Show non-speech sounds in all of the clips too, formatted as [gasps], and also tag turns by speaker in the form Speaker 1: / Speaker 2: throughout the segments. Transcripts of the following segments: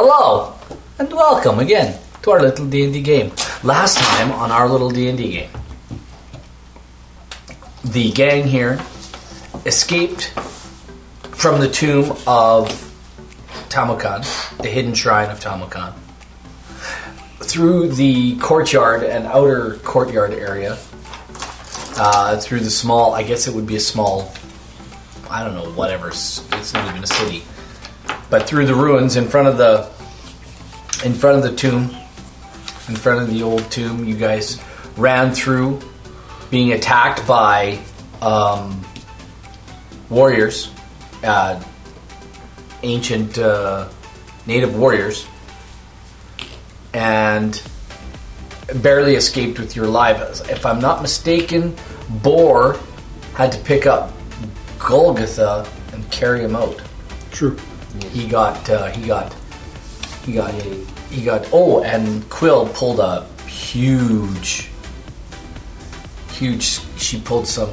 Speaker 1: Hello and welcome again to our little D&D game. Last time on our little D&D game, the gang here escaped from the tomb of Tamokan, the hidden shrine of Tamokan, through the courtyard and outer courtyard area, uh, through the small, I guess it would be a small, I don't know, whatever, s- it's not even a city but through the ruins in front of the in front of the tomb in front of the old tomb you guys ran through being attacked by um, warriors uh, ancient uh, native warriors and barely escaped with your lives if i'm not mistaken boar had to pick up golgotha and carry him out
Speaker 2: True.
Speaker 1: he got uh, he got he got he got oh and quill pulled a huge huge she pulled some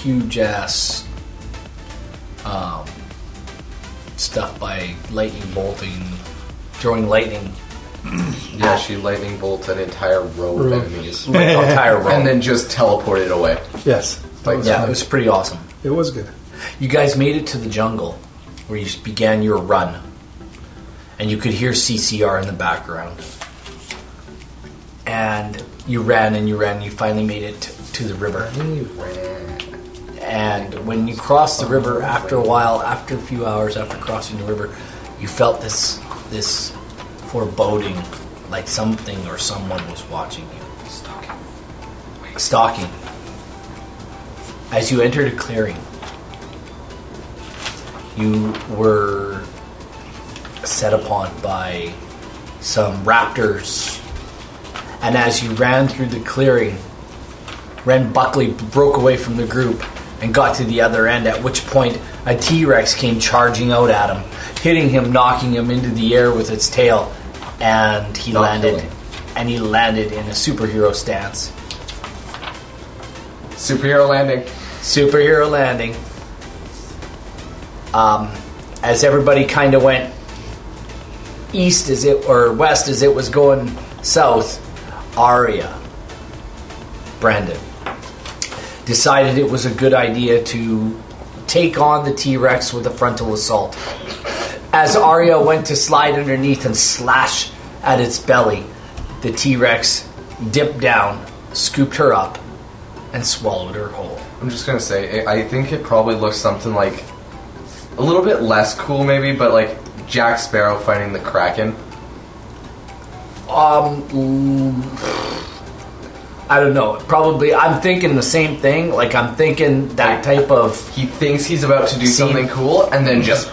Speaker 1: huge ass um, stuff by lightning bolting throwing lightning
Speaker 3: Yeah, she lightning bolts an entire row of
Speaker 2: Row.
Speaker 3: enemies. [laughs]
Speaker 1: like an entire row
Speaker 3: And then just teleported away.
Speaker 2: Yes.
Speaker 3: Like
Speaker 2: That
Speaker 1: yeah
Speaker 2: fun.
Speaker 1: it was pretty awesome
Speaker 2: It was good.
Speaker 1: you guys made it to the jungle where you began your run and you could hear ccr in the background and you ran and you ran and you finally made it to the river
Speaker 3: He ran.
Speaker 1: and when you crossed the river after a while after a few hours after crossing the river you felt this this foreboding like something or someone was watching you stalking as you entered a clearing you were set upon by some raptors and as you ran through the clearing Ren Buckley broke away from the group and got to the other end, at which point a T Rex came charging out at him, hitting him, knocking him into the air with its tail, and he
Speaker 3: Not
Speaker 1: landed
Speaker 3: killing.
Speaker 1: and he landed in a superhero stance.
Speaker 3: Superhero landing.
Speaker 1: Superhero landing. Um, as everybody kind of went east as it or west as it was going south, Aria, Brandon, decided it was a good idea to take on the T Rex with a frontal assault. As Arya went to slide underneath and slash at its belly, the T Rex dipped down, scooped her up, and swallowed her whole.
Speaker 3: I'm just gonna say, I I think it probably looks something like a little bit less cool, maybe, but like Jack Sparrow fighting the Kraken.
Speaker 1: Um, mm, I don't know. Probably, I'm thinking the same thing. Like, I'm thinking that type of
Speaker 3: He thinks he's about to do
Speaker 1: Scene.
Speaker 3: something cool, and then just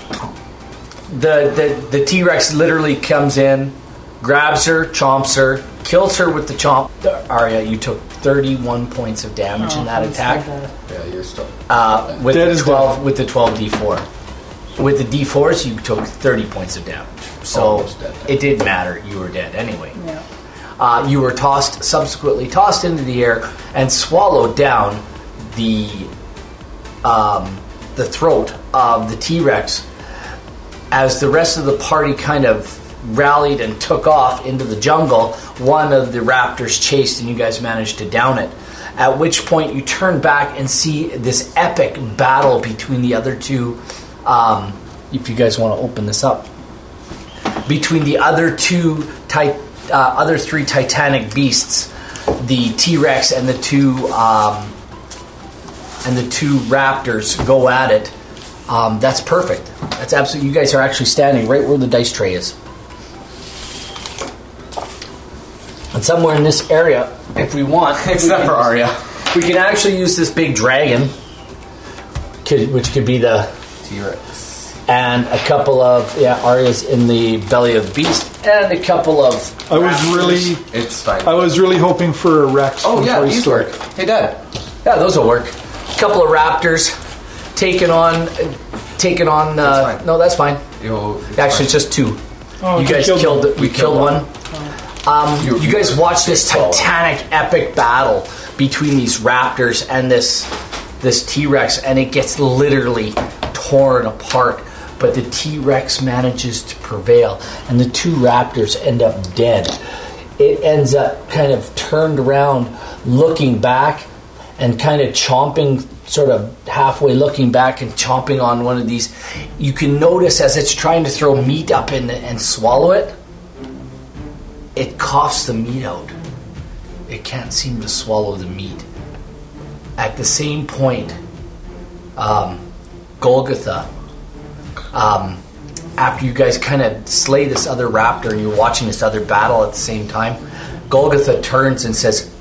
Speaker 1: the the the T Rex literally comes in, grabs her, chomps her, kills her with the chomp. Arya, you took 31 points of damage in that attack.
Speaker 3: yeah, you're still
Speaker 1: Uh, with
Speaker 2: Dead
Speaker 1: the
Speaker 2: is
Speaker 1: 12 with the 12 d4 with the d4s you took 30 points of damage so
Speaker 3: Almost dead.
Speaker 1: it didn't matter you were dead anyway
Speaker 4: Yeah.
Speaker 1: uh, you were tossed subsequently tossed into the air and swallowed down the um, the throat of the t-rex as the rest of the party kind of rallied and took off into the jungle, one of the raptors chased and you guys managed to down it. At which point you turn back and see this epic battle between the other two. Um, if you guys want to open this up, between the other two, ti- uh, other three Titanic beasts, the T Rex and the two um, and the two raptors go at it. Um, that's perfect. That's absolutely. You guys are actually standing right where the dice tray is. And somewhere in this area, if we want,
Speaker 3: [laughs] except for Arya.
Speaker 1: we can actually use this big dragon, could, which could be the
Speaker 3: T-Rex.
Speaker 1: and a couple of yeah Arya's in the belly of the beast, and a couple of.
Speaker 2: I was
Speaker 1: raptors.
Speaker 2: really,
Speaker 3: It's fine.
Speaker 2: I was really hoping for a Rex.
Speaker 3: oh
Speaker 2: from
Speaker 3: yeah,
Speaker 2: Toy
Speaker 3: these
Speaker 2: Story.
Speaker 3: work. Hey, Dad.
Speaker 1: yeah, those will work. A couple of raptors taking on taking on. Uh,
Speaker 3: That's fine.
Speaker 1: No, that's fine.
Speaker 3: Yo, it's
Speaker 1: Actually, it's
Speaker 3: fine.
Speaker 1: just two.
Speaker 2: Oh,
Speaker 1: you
Speaker 2: we
Speaker 1: guys
Speaker 2: killed
Speaker 1: killed.
Speaker 2: one.
Speaker 1: we, killed, one. Um,
Speaker 3: You-
Speaker 1: you,
Speaker 3: you
Speaker 1: guys
Speaker 3: were
Speaker 1: watched this
Speaker 3: solid.
Speaker 1: titanic epic battle between these raptors and this this T Rex, and it gets literally torn apart but the T Rex manages to prevail, and the two raptors end up dead. It ends up kind of turned around, looking back, and kind of chomping, sort of halfway looking back and chomping on one of these. You can notice as it's trying to throw meat up in and swallow it, it coughs the meat out. It can't seem to swallow the meat. At the same point, um, Golgotha, um, after you guys kind of slay this other raptor and you're watching this other battle at the same time, Golgotha turns and says,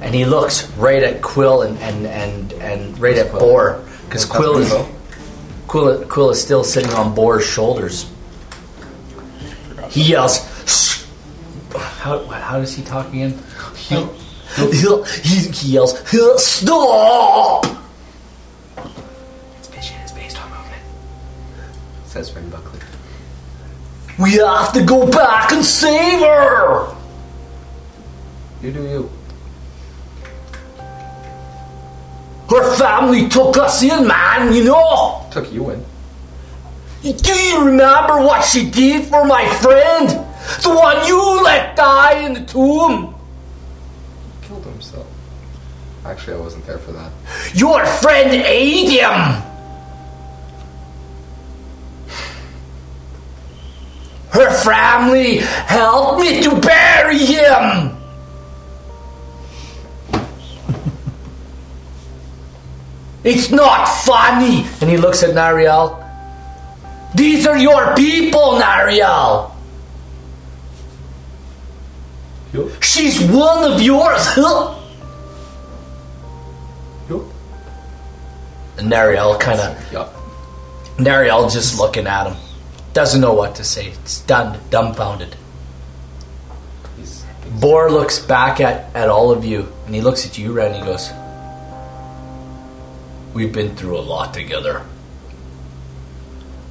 Speaker 1: and he looks right at Quill and and and, and right at
Speaker 3: Quill?
Speaker 1: Boar because
Speaker 3: What's up,
Speaker 1: Quill is
Speaker 3: Quill?
Speaker 1: Quill, Quill is still sitting on Boar's shoulders. He yells, "Sh-" how, how does he talk again? He, he, he yells, stop!
Speaker 3: This vision is based on movement. Says Ren Buckley.
Speaker 1: We have to go back and save her!
Speaker 3: You do you.
Speaker 1: Her family took us in, man, you know!
Speaker 3: Took you in.
Speaker 1: Do you remember what she did for my friend? The one you let die in the tomb?
Speaker 3: Killed himself. Actually, I wasn't there for that.
Speaker 1: Your friend ate him! Her family helped me to bury him! [laughs] it's not funny! And he looks at Nariel. These are your people, Nariel!
Speaker 3: You?
Speaker 1: She's one of yours! [laughs] Huh?
Speaker 3: You?
Speaker 1: And Nariel kind of
Speaker 3: Yup.
Speaker 1: Nariel just looking at him. Doesn't know what to say. Stunned, dumbfounded.
Speaker 3: He's.
Speaker 1: Boar looks back at, at all of you and he looks at you, Ren, and he goes, We've been through a lot together.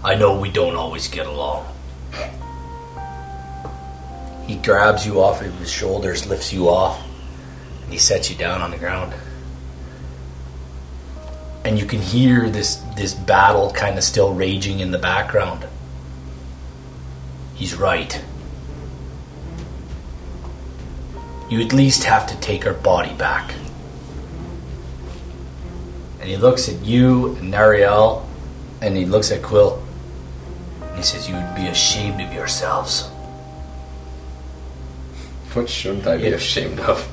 Speaker 1: I know we don't always get along. He grabs you off of his shoulders, lifts you off, and he sets you down on the ground. And you can hear this, this battle kind of still raging in the background. He's right. You at least have to take her body back. And he looks at you and Nariel, and he looks at Quill. And he says, You would be ashamed of yourselves.
Speaker 3: What shouldn't I be
Speaker 1: Yeah.
Speaker 3: ashamed of?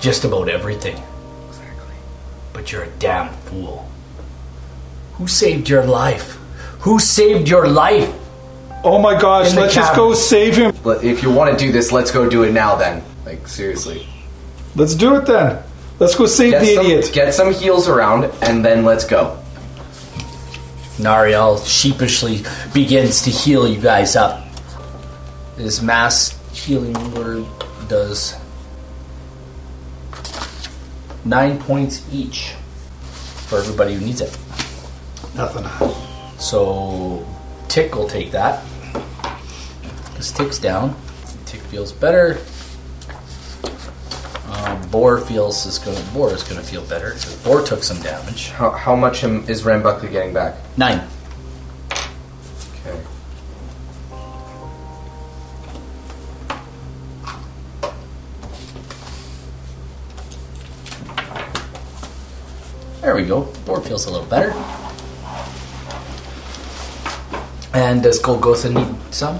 Speaker 1: Just about everything.
Speaker 3: Exactly.
Speaker 1: But you're a damn fool. Who saved your life? Who saved your life?
Speaker 2: Oh my gosh,
Speaker 1: In the
Speaker 2: let's just
Speaker 1: cabin.
Speaker 2: go save him.
Speaker 3: But if you want to do this, let's go do it now then. Like, seriously.
Speaker 2: Let's do it then. Let's go save
Speaker 3: Get
Speaker 2: the
Speaker 3: some,
Speaker 2: idiot.
Speaker 3: get some heals around and then let's go.
Speaker 1: Nariel sheepishly begins to heal you guys up. His mass healing word does nine points each for everybody who needs it.
Speaker 2: Nothing.
Speaker 1: So Tick will take that. Because Tick's down. Tick feels better. Um, Boar feels is going. Boar is going to feel better because Boar took some damage.
Speaker 3: How, how much am, is Ren Buckley getting back?
Speaker 1: Nine.
Speaker 3: Okay.
Speaker 1: There we go. Boar feels a little better. And does Golgotha need some?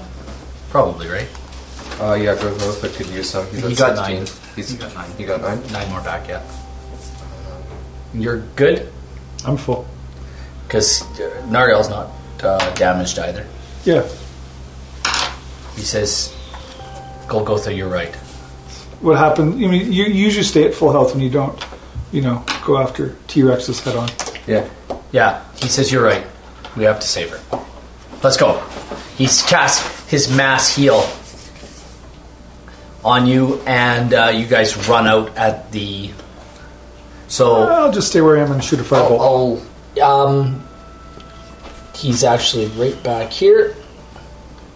Speaker 1: Probably, right?
Speaker 3: Uh, yeah, Grogotha could use some. He's
Speaker 1: He
Speaker 3: at
Speaker 1: got
Speaker 3: 16.
Speaker 1: nine.
Speaker 3: He's,
Speaker 1: He got nine.
Speaker 3: He got nine.
Speaker 1: Nine more back, yeah. You're good?
Speaker 2: I'm full.
Speaker 1: Because Nariel's not uh, damaged either.
Speaker 2: Yeah.
Speaker 1: He says, Golgotha, you're right.
Speaker 2: What happened? I mean, you, you usually stay at full health when you don't, you know, go after T Rex's head on.
Speaker 3: Yeah.
Speaker 1: Yeah, he says you're right. We have to save her. Let's go. He casts his mass heal on you, and uh, you guys run out at the. So
Speaker 2: I'll just stay where I am and shoot a
Speaker 3: I'll,
Speaker 1: Oh,
Speaker 2: fireball.
Speaker 3: I'll
Speaker 1: um, he's actually right back here.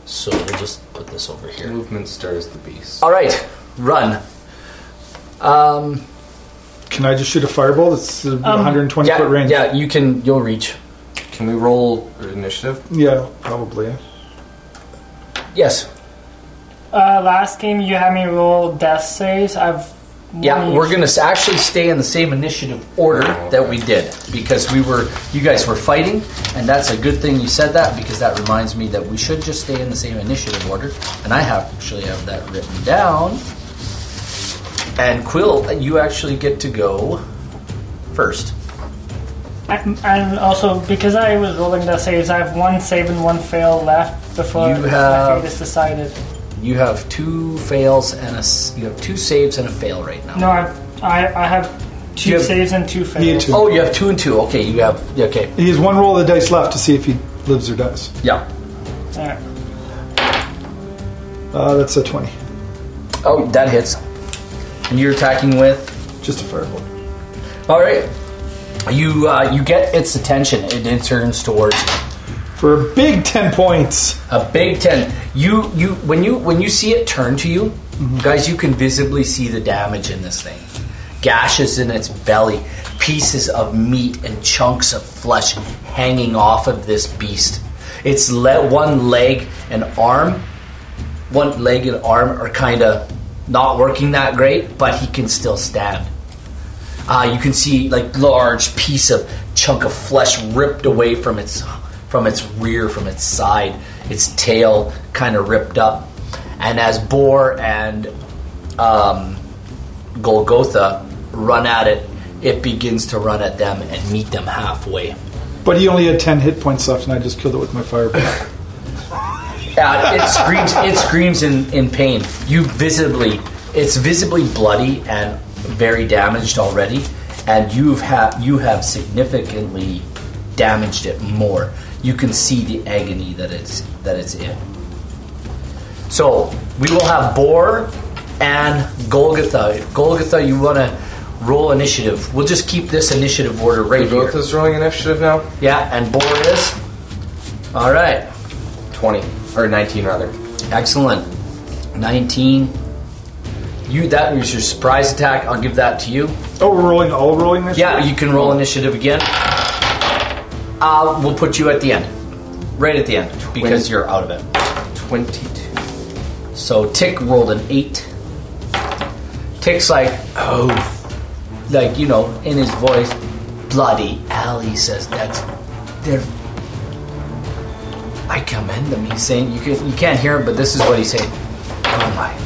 Speaker 1: So we'll just put this over here.
Speaker 3: movement stirs the beast.
Speaker 1: All right, run. Um,
Speaker 2: Can I just shoot a fireball that's uh, 120
Speaker 1: Yeah,
Speaker 2: foot range?
Speaker 1: yeah, you can. You'll reach.
Speaker 3: Can we roll initiative?
Speaker 2: Yeah, probably.
Speaker 1: Yes.
Speaker 4: Uh, last game you had me roll death saves. I've
Speaker 1: Yeah,
Speaker 4: won
Speaker 1: we're
Speaker 4: each-
Speaker 1: gonna s- actually stay in the same initiative order that we did because we were, you guys were fighting, and that's a good thing you said that because that reminds me that we should just stay in the same initiative order. And I have actually have that written down. And Quill, you actually get to go first.
Speaker 4: And, and also because I was rolling death saves, I have one save and one fail left before
Speaker 1: You
Speaker 4: my
Speaker 1: have-
Speaker 4: fate is decided.
Speaker 1: You have two fails and a, s- you have two saves and a fail right now.
Speaker 4: No, I I, I have two
Speaker 1: You have-
Speaker 4: saves and two
Speaker 2: Yeah.
Speaker 4: fails.
Speaker 2: two.
Speaker 1: Oh, you have two and two. Okay, you have okay.
Speaker 2: He has one roll of the dice left to see if he lives or dies.
Speaker 1: Yeah.
Speaker 4: Alright.
Speaker 2: Uh, that's a 20.
Speaker 1: Oh, that hits. And you're attacking with.
Speaker 2: Just a fireball.
Speaker 1: All right. You uh, you get its attention. It, it turns towards
Speaker 2: For a big 10 points.
Speaker 1: a big ten. You you when you when you see it turn to you, guys, you can visibly see the damage in this thing. Gashes in its belly, pieces of meat and chunks of flesh hanging off of this beast. Its le- one leg and arm, one leg and arm are kind of not working that great, but he can still stand. Uh, you can see like large piece of chunk of flesh ripped away from its from its rear, from its side, its tail kind of ripped up. And as Boar and um, Golgotha run at it, it begins to run at them and meet them halfway.
Speaker 2: But he only had 10 hit points left, and I just killed it with my fireball.
Speaker 1: Uh, it screams. It screams in, in pain. You visibly, it's visibly bloody and very damaged already, and you've have you have significantly damaged it more. You can see the agony that it's that it's in. So we will have Boar and Golgotha. Golgotha, you want to roll initiative? We'll just keep this initiative order right
Speaker 3: Both
Speaker 1: here.
Speaker 3: is rolling initiative now.
Speaker 1: Yeah, and Boar is. All right.
Speaker 3: Twenty or nineteen rather.
Speaker 1: Excellent. 19. You that was your surprise attack. I'll give that to you.
Speaker 2: [laughs] oh, we're rolling, all rolling this?
Speaker 1: Yeah, you can roll initiative again. Uh, we'll put you at the end. Right at the end because
Speaker 3: Twenty.
Speaker 1: you're out of it.
Speaker 3: Twenty-two.
Speaker 1: So Tick rolled an 8. Tick's like, "Oh." Like, you know, in his voice, bloody alley says that's they're I commend them. He's saying you can you can't hear it, but this is what he's saying. Oh my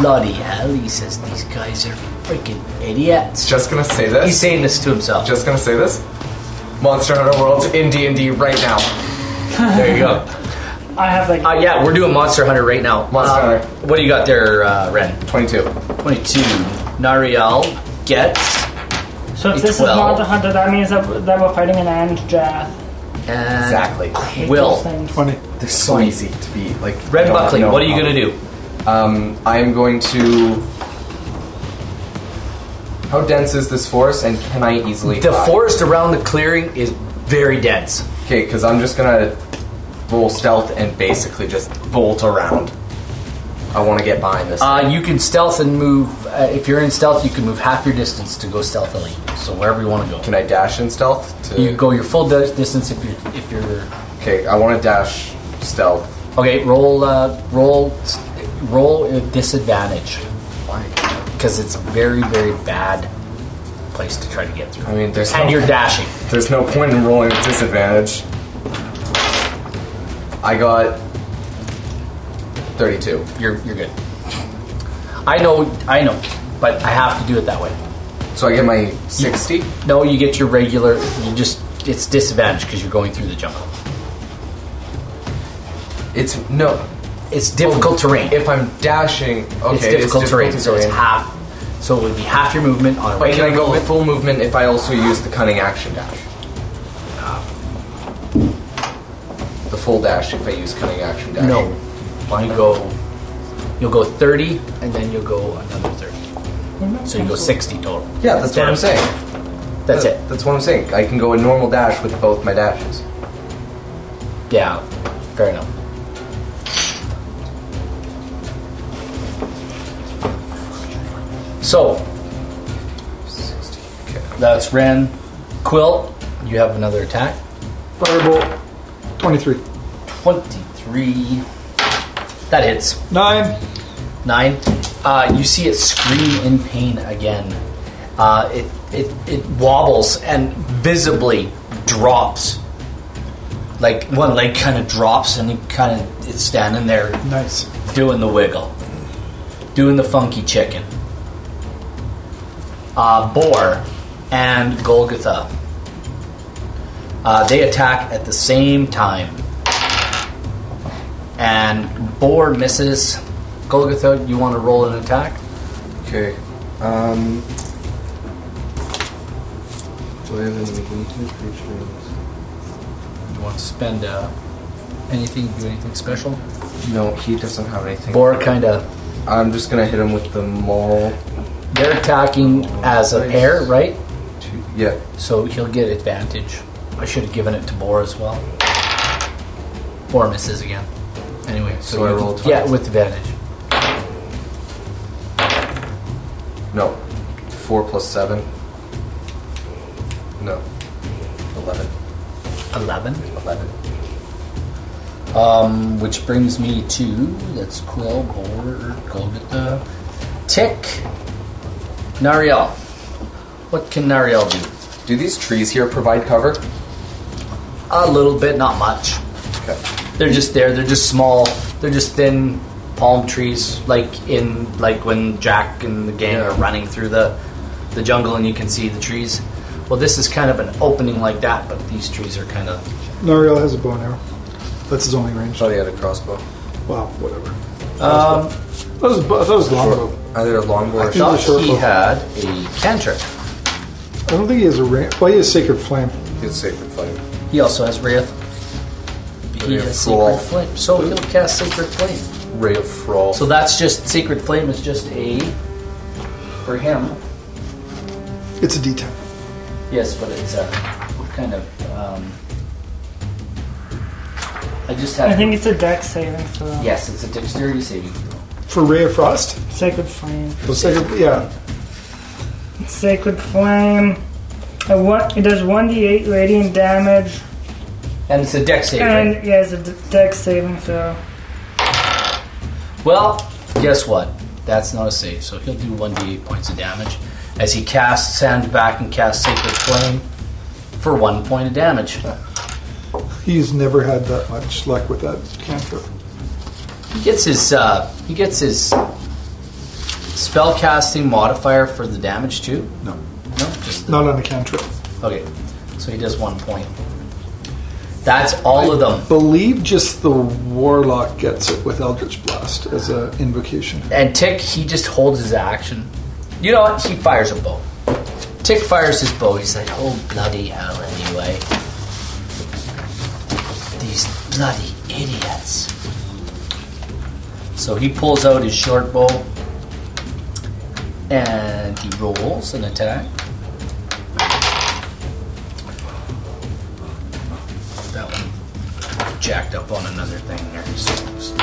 Speaker 1: bloody hell! He says these guys are freaking idiots.
Speaker 3: Just gonna say this.
Speaker 1: He's saying this to himself.
Speaker 3: Just gonna say this. Monster Hunter World's in D and D right now. there you go.
Speaker 4: I have like
Speaker 1: Uh, yeah, we're doing Monster Hunter right now.
Speaker 3: Monster
Speaker 1: Um,
Speaker 3: Hunter.
Speaker 1: What do you got there, uh, Ren?
Speaker 3: Twenty-two.
Speaker 1: 22. Nariel gets.
Speaker 4: so if this is
Speaker 1: 12.
Speaker 4: not the hunter, that means that, that we're fighting an Andrath.
Speaker 1: And
Speaker 3: Exactly.
Speaker 1: Will.
Speaker 2: 20.
Speaker 3: They're so easy to be like.
Speaker 1: Red
Speaker 3: no-
Speaker 1: Buckley,
Speaker 3: no
Speaker 1: what are you
Speaker 3: problem.
Speaker 1: going to do?
Speaker 3: Um, I am going to. How dense is this forest, and can I easily?
Speaker 1: The
Speaker 3: hide?
Speaker 1: forest around the clearing is very dense.
Speaker 3: Okay, because I'm just gonna roll stealth and basically just bolt around. I want to get behind this.
Speaker 1: Uh, you can stealth and move. Uh, if you're in stealth, you can move half your distance to go stealthily. So wherever you want to go.
Speaker 3: can I dash in stealth? To,
Speaker 1: You go your full di- distance if you're if you're
Speaker 3: Okay, I want to dash stealth.
Speaker 1: Okay, roll, uh, roll, roll at disadvantage. Why? Because it's a very, very bad place to try to get through.
Speaker 3: I mean, there's
Speaker 1: and
Speaker 3: no,
Speaker 1: you're dashing.
Speaker 3: there's no point in rolling with disadvantage. I got thirty-two.
Speaker 1: You're you're good. I know, I know, but I have to do it that way.
Speaker 3: So I get my sixty.
Speaker 1: No, you get your regular. You just it's disadvantage because you're going through the jungle.
Speaker 3: It's no.
Speaker 1: It's
Speaker 3: Oh.
Speaker 1: difficult terrain.
Speaker 3: If I'm dashing, okay,
Speaker 1: it's difficult terrain, so it's
Speaker 3: terrain.
Speaker 1: half. So it would be half your movement on a
Speaker 3: But can
Speaker 1: regular
Speaker 3: I go
Speaker 1: movement.
Speaker 3: full movement if I also use the cunning action dash? The full dash if I use cunning action dash.
Speaker 1: No, why go? You'll go thirty, and then you'll go another thirty. So you go 60 total.
Speaker 3: Yeah, that's what I'm saying.
Speaker 1: That's
Speaker 3: That-
Speaker 1: it.
Speaker 3: That's what I'm saying. I can go a normal dash with both my dashes.
Speaker 1: Yeah, fair enough. So, That's Ren. Quill, you have another attack.
Speaker 2: Firebolt. 23.
Speaker 1: 23. That hits.
Speaker 2: 9.
Speaker 1: Nine. Uh, you see it scream in pain again. Uh, it, it, it wobbles and visibly drops. Like one leg kind of drops and it kind of it's standing there
Speaker 2: Nice.
Speaker 1: doing the wiggle, doing the funky chicken. Uh, Boar and Golgotha. Uh, they attack at the same time. And Boar misses. Golgotha, you want to roll an attack?
Speaker 3: Okay. Um. Do I have any limited creatures?
Speaker 1: You want to spend uh, anything, do anything special?
Speaker 3: No, he doesn't have anything.
Speaker 1: Boar kind of.
Speaker 3: I'm just gonna hit him with the maul.
Speaker 1: They're attacking as a pair, right?
Speaker 3: To, yeah.
Speaker 1: So he'll get advantage. I should have given it to Boar as well. Boar misses again. Anyway, so,
Speaker 3: So I
Speaker 1: you
Speaker 3: roll
Speaker 1: can- Yeah,
Speaker 3: twice.
Speaker 1: with advantage.
Speaker 3: No. Four plus seven. No. Eleven.
Speaker 1: Eleven.
Speaker 3: Eleven.
Speaker 1: Um, which brings me to that's Quill, Boar, Golgotha, Tick, Nariel. What can Nariel do?
Speaker 3: Do these trees here provide cover?
Speaker 1: A little bit, not much.
Speaker 3: Okay.
Speaker 1: They're just there. They're just small. They're just thin palm trees, like in like when Jack and the gang are running through the the jungle, and you can see the trees. Well, this is kind of an opening like that, but these trees are kind of
Speaker 2: Nariel has a bow and arrow. That's his only range.
Speaker 3: Thought he had a crossbow.
Speaker 2: Wow, whatever.
Speaker 1: um,
Speaker 2: That was, that was longbow.
Speaker 3: Either a longbow or a
Speaker 2: He's a
Speaker 1: thought
Speaker 3: shot.
Speaker 2: short
Speaker 1: he
Speaker 2: bow.
Speaker 1: had a cantrip.
Speaker 2: I don't think he has a range. Well, he has Sacred Flame.
Speaker 3: It's sacred flame.
Speaker 1: He also has Wraith. He
Speaker 3: Ray of
Speaker 1: has
Speaker 3: Flaw.
Speaker 1: Sacred Flame. So he'll cast Sacred Flame.
Speaker 3: Ray of Thrall.
Speaker 1: So that's just Sacred Flame is just a for him.
Speaker 2: It's a D10.
Speaker 1: Yes, but it's a what kind of um, I just have
Speaker 4: I think it's a dex saving throw.
Speaker 1: Yes, it's a dexterity saving throw.
Speaker 2: For Ray of Frost?
Speaker 4: Sacred flame.
Speaker 2: Well, Sacred, yeah.
Speaker 4: Sacred flame. A one, it does 1d8 radiant damage.
Speaker 1: And it's a dex saving.
Speaker 4: And yeah, it's a d- dex saving throw.
Speaker 1: Well, guess what? That's not a save, so he'll do 1d8 points of damage as he casts Sand back and casts Sacred Flame for one point of damage.
Speaker 2: He's never had that much luck with that cantrip.
Speaker 1: He gets his uh, he gets his spell casting modifier for the damage too.
Speaker 2: No.
Speaker 1: No, just
Speaker 2: Not on a cantrip.
Speaker 1: okay. So he does one point. That's all of them.
Speaker 2: Believe just the Warlock gets it with Eldritch Blast as an invocation.
Speaker 1: And Tick, he just holds his action. You know what? He fires a bow. Tick fires his bow. He's like, oh, bloody hell, anyway. These bloody idiots. So he pulls out his short bow and he rolls an attack. That one jacked up on another thing there. So-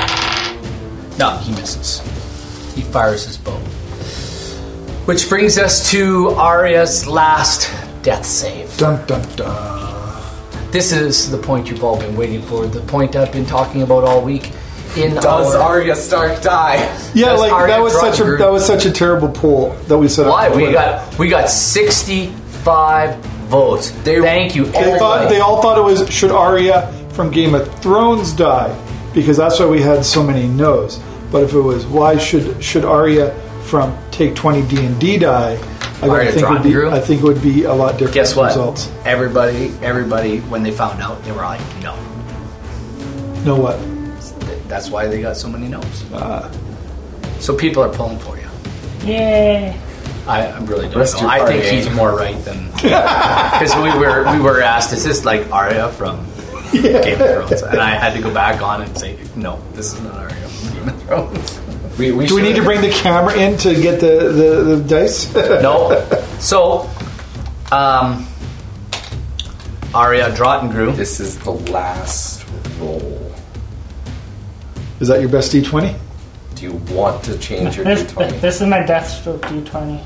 Speaker 1: no, he misses. He fires his bow. Which brings us to Arya's last death save.
Speaker 2: Dun dun dun.
Speaker 1: This is the point you've all been waiting for, the point I've been talking about all week. In
Speaker 3: Does
Speaker 1: our,
Speaker 3: Arya Stark die?
Speaker 2: Yeah,
Speaker 1: That's
Speaker 2: like
Speaker 1: Arya
Speaker 2: that was such a
Speaker 1: Drotengru.
Speaker 2: that was such a terrible poll that we set up.
Speaker 1: why
Speaker 2: on
Speaker 1: we
Speaker 2: Twitter.
Speaker 1: got we got sixty five votes.
Speaker 3: They-
Speaker 1: Thank you.
Speaker 2: They thought
Speaker 1: everybody.
Speaker 2: they all thought it was should Arya from Game of Thrones die because that's why we had so many no's. But if it was why should should Arya from Take Twenty D and D die, I gotta
Speaker 1: Arya
Speaker 2: think would be,
Speaker 1: Drotengru?
Speaker 2: I think it would be a lot different
Speaker 1: Guess what?
Speaker 2: results.
Speaker 1: Everybody, everybody, when they found out, they were like, no.
Speaker 2: Know what?
Speaker 1: That's why they got so many no's.
Speaker 2: Ah.
Speaker 1: so people are pulling for you.
Speaker 4: Yay.
Speaker 1: I, I really don't
Speaker 3: Rest
Speaker 1: know.
Speaker 3: your
Speaker 1: I think
Speaker 3: party.
Speaker 1: he's more right than because we were we were asked, is this like Arya from Game of Thrones? And I had to go back on and say, no, this is not Arya from Game of Thrones.
Speaker 3: We,
Speaker 2: [laughs]
Speaker 3: we
Speaker 2: Do we need to
Speaker 3: should've-
Speaker 2: bring the camera in to get the, the,
Speaker 1: [laughs]
Speaker 2: the dice?
Speaker 1: No. So, um, Arya Drottengru.
Speaker 3: This is the last roll.
Speaker 2: Is that your best D twenty?
Speaker 3: Do you want to change
Speaker 1: [laughs]
Speaker 3: your
Speaker 4: This,
Speaker 3: d20?
Speaker 4: this is my death stroke d20.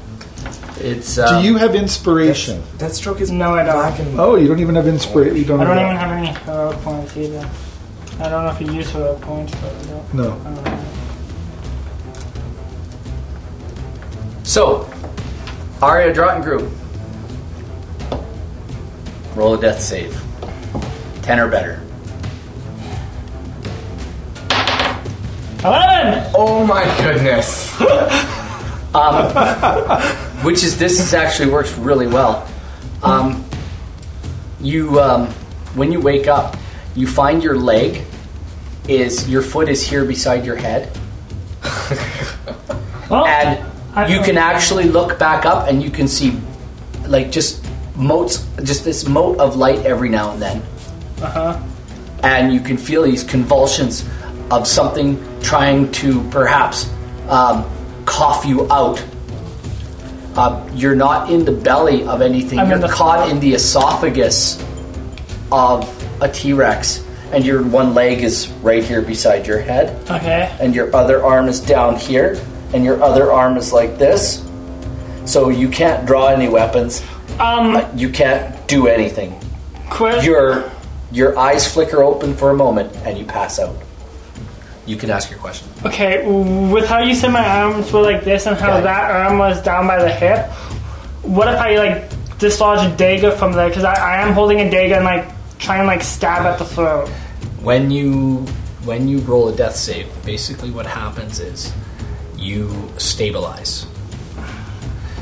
Speaker 1: It's um,
Speaker 2: Do you have inspiration?
Speaker 5: That stroke is
Speaker 4: No, I don't.
Speaker 5: black and
Speaker 2: Oh, you don't even have inspiration. You don't
Speaker 4: I don't
Speaker 2: have
Speaker 4: even have any hero points either. I don't know if you use hero points, but I don't.
Speaker 2: No.
Speaker 4: I don't know.
Speaker 1: so Arya Drotten Group. Roll a death save. Ten or better.
Speaker 4: Eleven.
Speaker 3: Oh my goodness.
Speaker 1: which is this is actually works really well. Um, you um, when you wake up, you find your leg is your foot is here beside your head,
Speaker 4: Well,
Speaker 1: and
Speaker 4: I-
Speaker 1: you can actually look back up and you can see like just motes, just this mote of light every now and then,
Speaker 4: Uh-huh.
Speaker 1: and you can feel these convulsions of something trying to perhaps um, cough you out. Uh, you're not in the belly of anything.
Speaker 4: I'm
Speaker 1: you're
Speaker 4: in the-
Speaker 1: caught in the esophagus of a T-Rex, and your one leg is right here beside your head,
Speaker 4: Okay.
Speaker 1: and your other arm is down here, and your other arm is like this. So you can't draw any weapons. Uh,
Speaker 4: Um.
Speaker 1: You can't do anything.
Speaker 4: Quit.
Speaker 1: Your your eyes flicker open for a moment and you pass out. You can ask your question.
Speaker 4: Okay, with how you said my arms were like this and how
Speaker 1: Yeah.
Speaker 4: that arm was down by the hip, what if I like dislodge a dagger from there? Because I, I am holding a dagger and like try and like stab at the throat.
Speaker 1: When you when you roll a death save, basically what happens is you stabilize.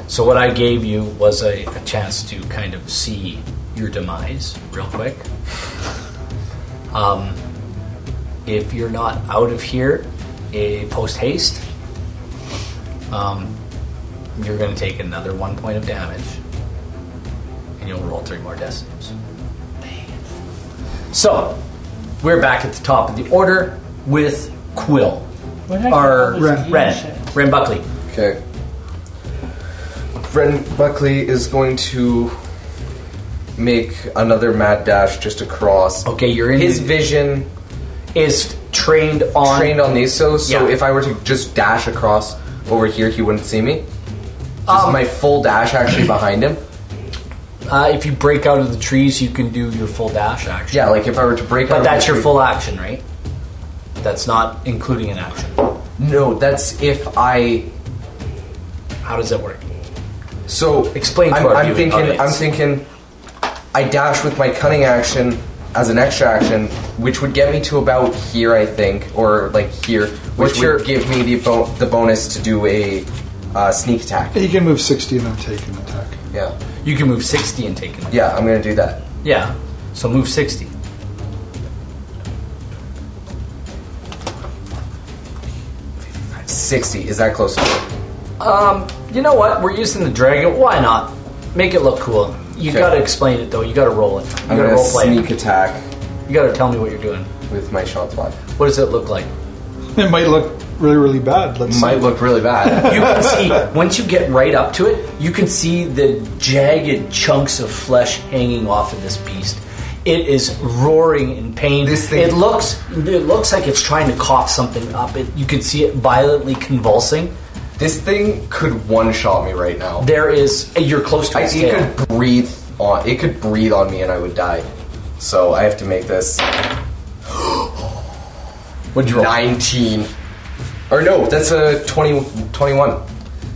Speaker 1: So what I gave you was a, a chance to kind of see your demise real quick. Um, if you're not out of here, a post haste, um, you're going to take another one point of damage, and you'll roll three more death saves. So, we're back at the top of the order with Quill.
Speaker 4: What the heck
Speaker 1: Or
Speaker 4: is all this
Speaker 2: Ren-
Speaker 4: game shit?
Speaker 1: Ren. Ren Buckley.
Speaker 3: Okay. Bren Buckley is going to make another mad dash just across.
Speaker 1: Okay, you're in.
Speaker 3: His vision
Speaker 1: is trained on.
Speaker 3: trained on these, so so
Speaker 1: Yeah.
Speaker 3: if I were to just dash across over here, he wouldn't see me. Just
Speaker 1: Um,
Speaker 3: my full dash actually behind him.
Speaker 1: Uh, if you break out of the trees, you can do your full dash action.
Speaker 3: Yeah, like if I were to break. out
Speaker 1: But
Speaker 3: of
Speaker 1: that's
Speaker 3: the
Speaker 1: your
Speaker 3: tree-
Speaker 1: full action, right? That's not including an action.
Speaker 3: No, that's if I.
Speaker 1: How does that work?
Speaker 3: So
Speaker 1: Explain to
Speaker 3: I'm,
Speaker 1: our
Speaker 3: I'm
Speaker 1: viewing
Speaker 3: thinking. I'm
Speaker 1: audience.
Speaker 3: thinking. I dash with my cunning action as an extra action, which would get me to about here, I think, or like here, which
Speaker 1: What's
Speaker 3: would
Speaker 1: your-
Speaker 3: give me the bo- the bonus to do a uh, sneak attack.
Speaker 2: He can move 60 and then take an attack.
Speaker 3: Yeah,
Speaker 1: You can move 60 and take an action.
Speaker 3: yeah, I'm gonna do that.
Speaker 1: Yeah. So move 60.
Speaker 3: Sixty is that close?
Speaker 1: Um, you know what? We're using the dragon. Why not? Make it look cool. You
Speaker 3: Okay.
Speaker 1: gotta explain it though. You gotta roll it. You
Speaker 3: I'm
Speaker 1: gotta
Speaker 3: gonna
Speaker 1: role play
Speaker 3: sneak
Speaker 1: it.
Speaker 3: attack
Speaker 1: You gotta tell me what you're doing.
Speaker 3: with my shot block.
Speaker 1: What does it look like?
Speaker 2: It might look really, really bad. Let's
Speaker 3: Might look really bad.
Speaker 1: You can see once you get right up to it, you can see the jagged chunks of flesh hanging off of this beast. It is roaring in pain.
Speaker 3: This thing-
Speaker 1: it looks it looks like it's trying to cough something up. It, you can see it violently convulsing.
Speaker 3: [laughs] this thing could one shot me right now.
Speaker 1: There is uh, you're close to
Speaker 3: I,
Speaker 1: its
Speaker 3: it
Speaker 1: tail.
Speaker 3: could breathe on. It could breathe on me, and I would die. So I have to make this.
Speaker 1: What'd you roll?
Speaker 3: 19. Or no, that's a 20, 21.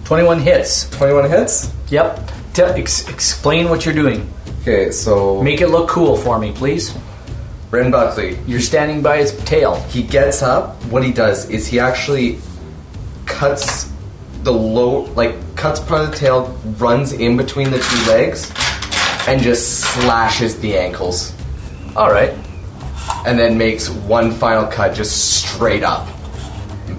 Speaker 1: Twenty-one hits.
Speaker 3: 21 hits?
Speaker 1: Yep. Tell ex- explain what you're doing.
Speaker 3: Okay, so
Speaker 1: Make it look cool for me, please.
Speaker 3: Ren Buckley,
Speaker 1: You're standing by its tail.
Speaker 3: he gets up. What he does is he actually cuts the low, like, cuts part of the tail, runs in between the two legs, and just slashes the ankles.
Speaker 1: All right.
Speaker 3: And then makes one final cut just straight up.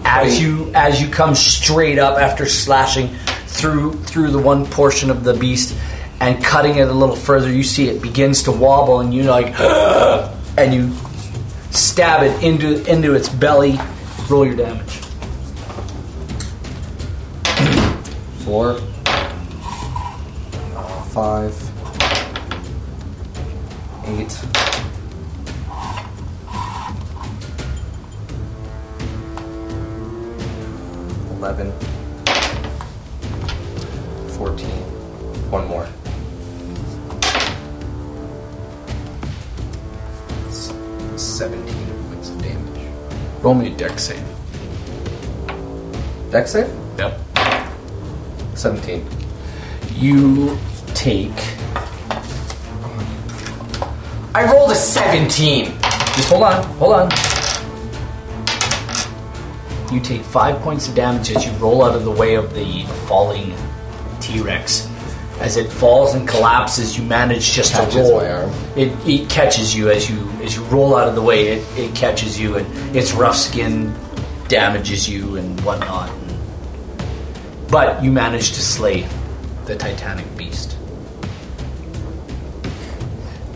Speaker 1: as you as you come straight up after slashing through through the one portion of the beast and cutting it a little further you see it begins to wobble and you like [gasps] and you stab it into into its belly roll your damage
Speaker 3: Four. Five. Eight. Eleven. Fourteen. 17 points of damage.
Speaker 5: Roll me a deck save.
Speaker 3: Dex save?
Speaker 5: Yep.
Speaker 3: 17.
Speaker 5: You take
Speaker 3: I rolled a 17!
Speaker 1: Just hold on, hold on. You take five points of damage as you roll out of the way of the falling T Rex. As it falls and collapses, you manage just
Speaker 3: Catches
Speaker 1: to roll.
Speaker 3: my arm.
Speaker 1: It, it catches you as you as you roll out of the way. It, it catches you, and its rough skin damages you and whatnot. But you manage to slay the Titanic beast.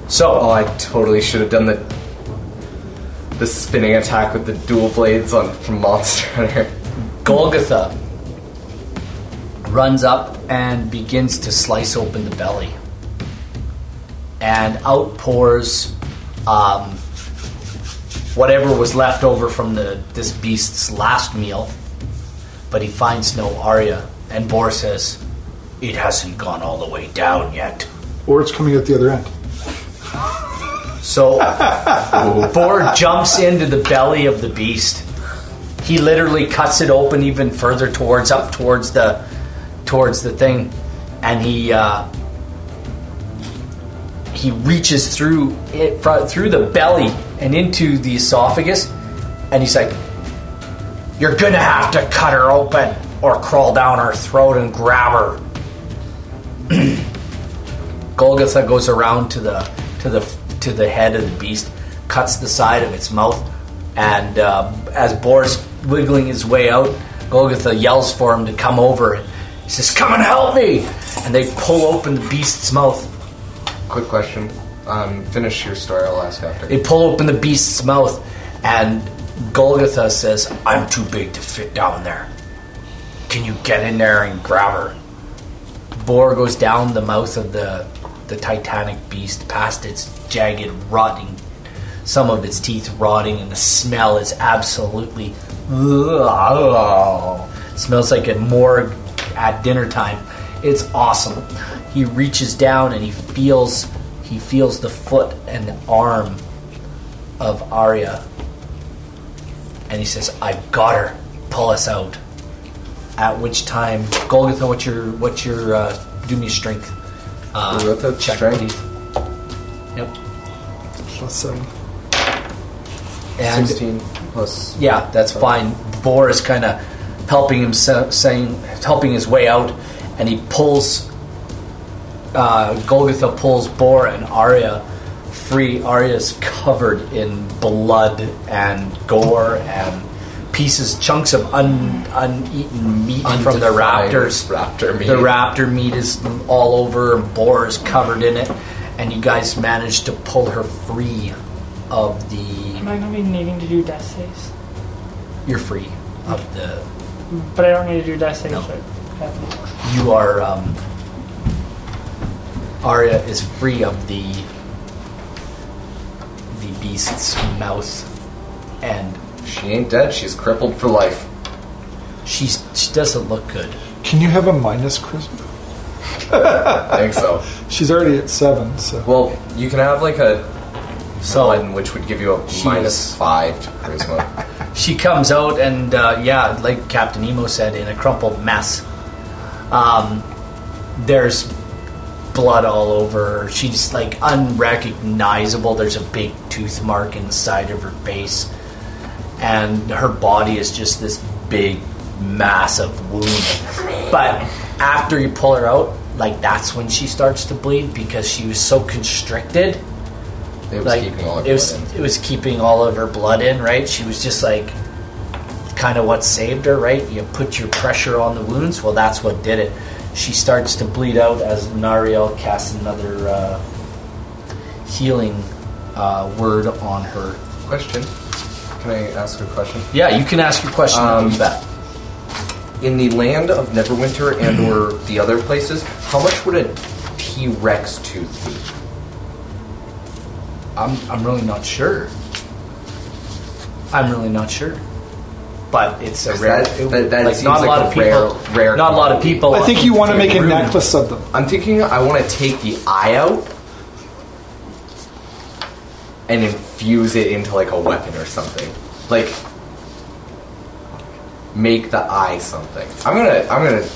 Speaker 1: So
Speaker 3: Oh, I totally should have done the the spinning attack with the dual blades on from Monster Hunter. [laughs]
Speaker 1: Golgotha runs up and begins to slice open the belly. And out pours um, whatever was left over from the, this beast's last meal. But he finds no Arya. And Bor says, It hasn't gone all the way down yet.
Speaker 2: Or it's coming out the other end.
Speaker 1: So Bor jumps into the belly of the beast. He literally cuts it open even further towards up towards the towards the thing, and he uh, he reaches through it fro- through the belly and into the esophagus, and he's like, "You're gonna have to cut her open or crawl down her throat and grab her." Golgotha goes around to the to the to the head of the beast, cuts the side of its mouth, and uh, as Boris wiggling his way out, Golgotha yells for him to come over. He says, "Come and help me!" And they pull open the beast's mouth.
Speaker 3: Quick question. Um, finish your story, I'll ask after.
Speaker 1: They pull open the beast's mouth, and Golgotha says, "I'm too big to fit down there. Can you get in there and grab her?" Boar goes down the mouth of the the Titanic beast, past its jagged, rotting, some of its teeth rotting, and the smell is absolutely. smells like a morgue at dinner time. It's awesome. He reaches down and he feels he feels the foot and the arm of Arya, and he says, "I've got her. Pull us out." At which time, Golgotha, what's your what's your uh, do me a strength? Uh,
Speaker 3: Golgotha,
Speaker 1: check,
Speaker 3: strength?
Speaker 1: please. Yep.
Speaker 2: Plus seven.
Speaker 1: And
Speaker 3: 16 plus.
Speaker 1: yeah, that's fine. Boar is kind of helping him, sa- saying helping his way out, and he pulls. Uh, Golgotha pulls Boar and Arya free. Arya's covered in blood and gore and pieces, chunks of un, uneaten meat from the
Speaker 3: Undefined
Speaker 1: raptors.
Speaker 3: raptor meat.
Speaker 1: The raptor meat is all over, and Boar is covered in it. And you guys managed to pull her free of the
Speaker 4: Am I gonna be needing to do death saves?
Speaker 1: you're free of the
Speaker 4: But I don't need to do death saves.
Speaker 1: No.
Speaker 4: right? Okay.
Speaker 1: you are um Arya is free of the the beast's mouth and
Speaker 3: She ain't dead, she's crippled for life.
Speaker 1: she's she doesn't look good.
Speaker 2: Can you have a minus charisma?
Speaker 3: I think so.
Speaker 2: She's already at seven, so.
Speaker 3: Well, you can have like a
Speaker 1: So
Speaker 3: one which would give you a
Speaker 1: She's-
Speaker 3: minus 5 to charisma.
Speaker 1: she comes out and uh, yeah, like Captain Emo said, in a crumpled mess. Um, there's blood all over her. She's like unrecognizable. There's a big tooth mark in the side of her face, and her body is just this big mass of wound. But after you pull her out, like that's when she starts to bleed because she was so constricted
Speaker 3: It was
Speaker 1: like
Speaker 3: keeping all of
Speaker 1: it was
Speaker 3: in.
Speaker 1: it was keeping all of her blood in, right? She was just like kind of what saved her, right? You put your pressure on the wounds. Well, that's what did it. She starts to bleed out as Nariel casts another uh, healing uh, word on her.
Speaker 3: Question. Can I ask a question?
Speaker 1: Yeah, you can ask your question.
Speaker 3: Um,
Speaker 1: you bet.
Speaker 3: in the land of Neverwinter and or the other places, how much would a T-Rex tooth be?
Speaker 1: I'm I'm really not sure. I'm really not sure. But it's a
Speaker 3: Is
Speaker 1: rare.
Speaker 3: that- that- that
Speaker 1: like,
Speaker 3: seems
Speaker 1: not a
Speaker 3: like
Speaker 1: lot
Speaker 3: a
Speaker 1: of people.
Speaker 3: rare- rare
Speaker 1: not a lot of
Speaker 3: commodity.
Speaker 1: people.
Speaker 2: I think you want to make a
Speaker 1: Rude.
Speaker 2: necklace of them.
Speaker 3: I'm thinking I want to take the eye out and infuse fuse it into like a weapon or something. Like make the eye something. I'm gonna I'm gonna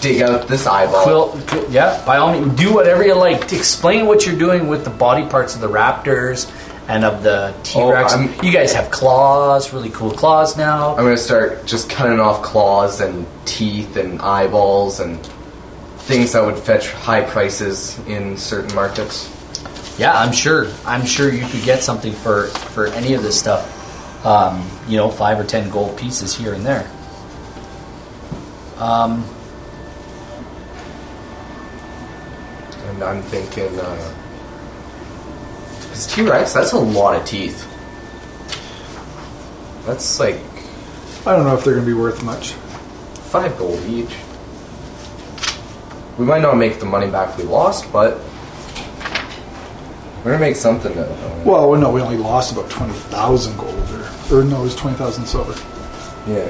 Speaker 3: dig out this eyeball.
Speaker 1: Quill, qu- yeah, by all means, do whatever you like. Explain what you're doing with the body parts of the raptors and of the T Rex.
Speaker 3: Oh, I'm-
Speaker 1: you guys have claws, really cool claws now.
Speaker 3: I'm gonna start just cutting off claws and teeth and eyeballs and things that would fetch high prices in certain markets.
Speaker 1: yeah, I'm sure. I'm sure you could get something for for any of this stuff. Um, you know, five or ten gold pieces here and there.
Speaker 3: And I'm thinking, uh, it's T Rex. That's a lot of teeth. That's like
Speaker 2: I don't know if they're going to be worth much.
Speaker 3: five gold each. We might not make the money back we lost, but we're gonna make something uh, out of it.
Speaker 2: Well, no, we only lost about 20,000 gold or, or no, it was 20,000 silver.
Speaker 3: Yeah.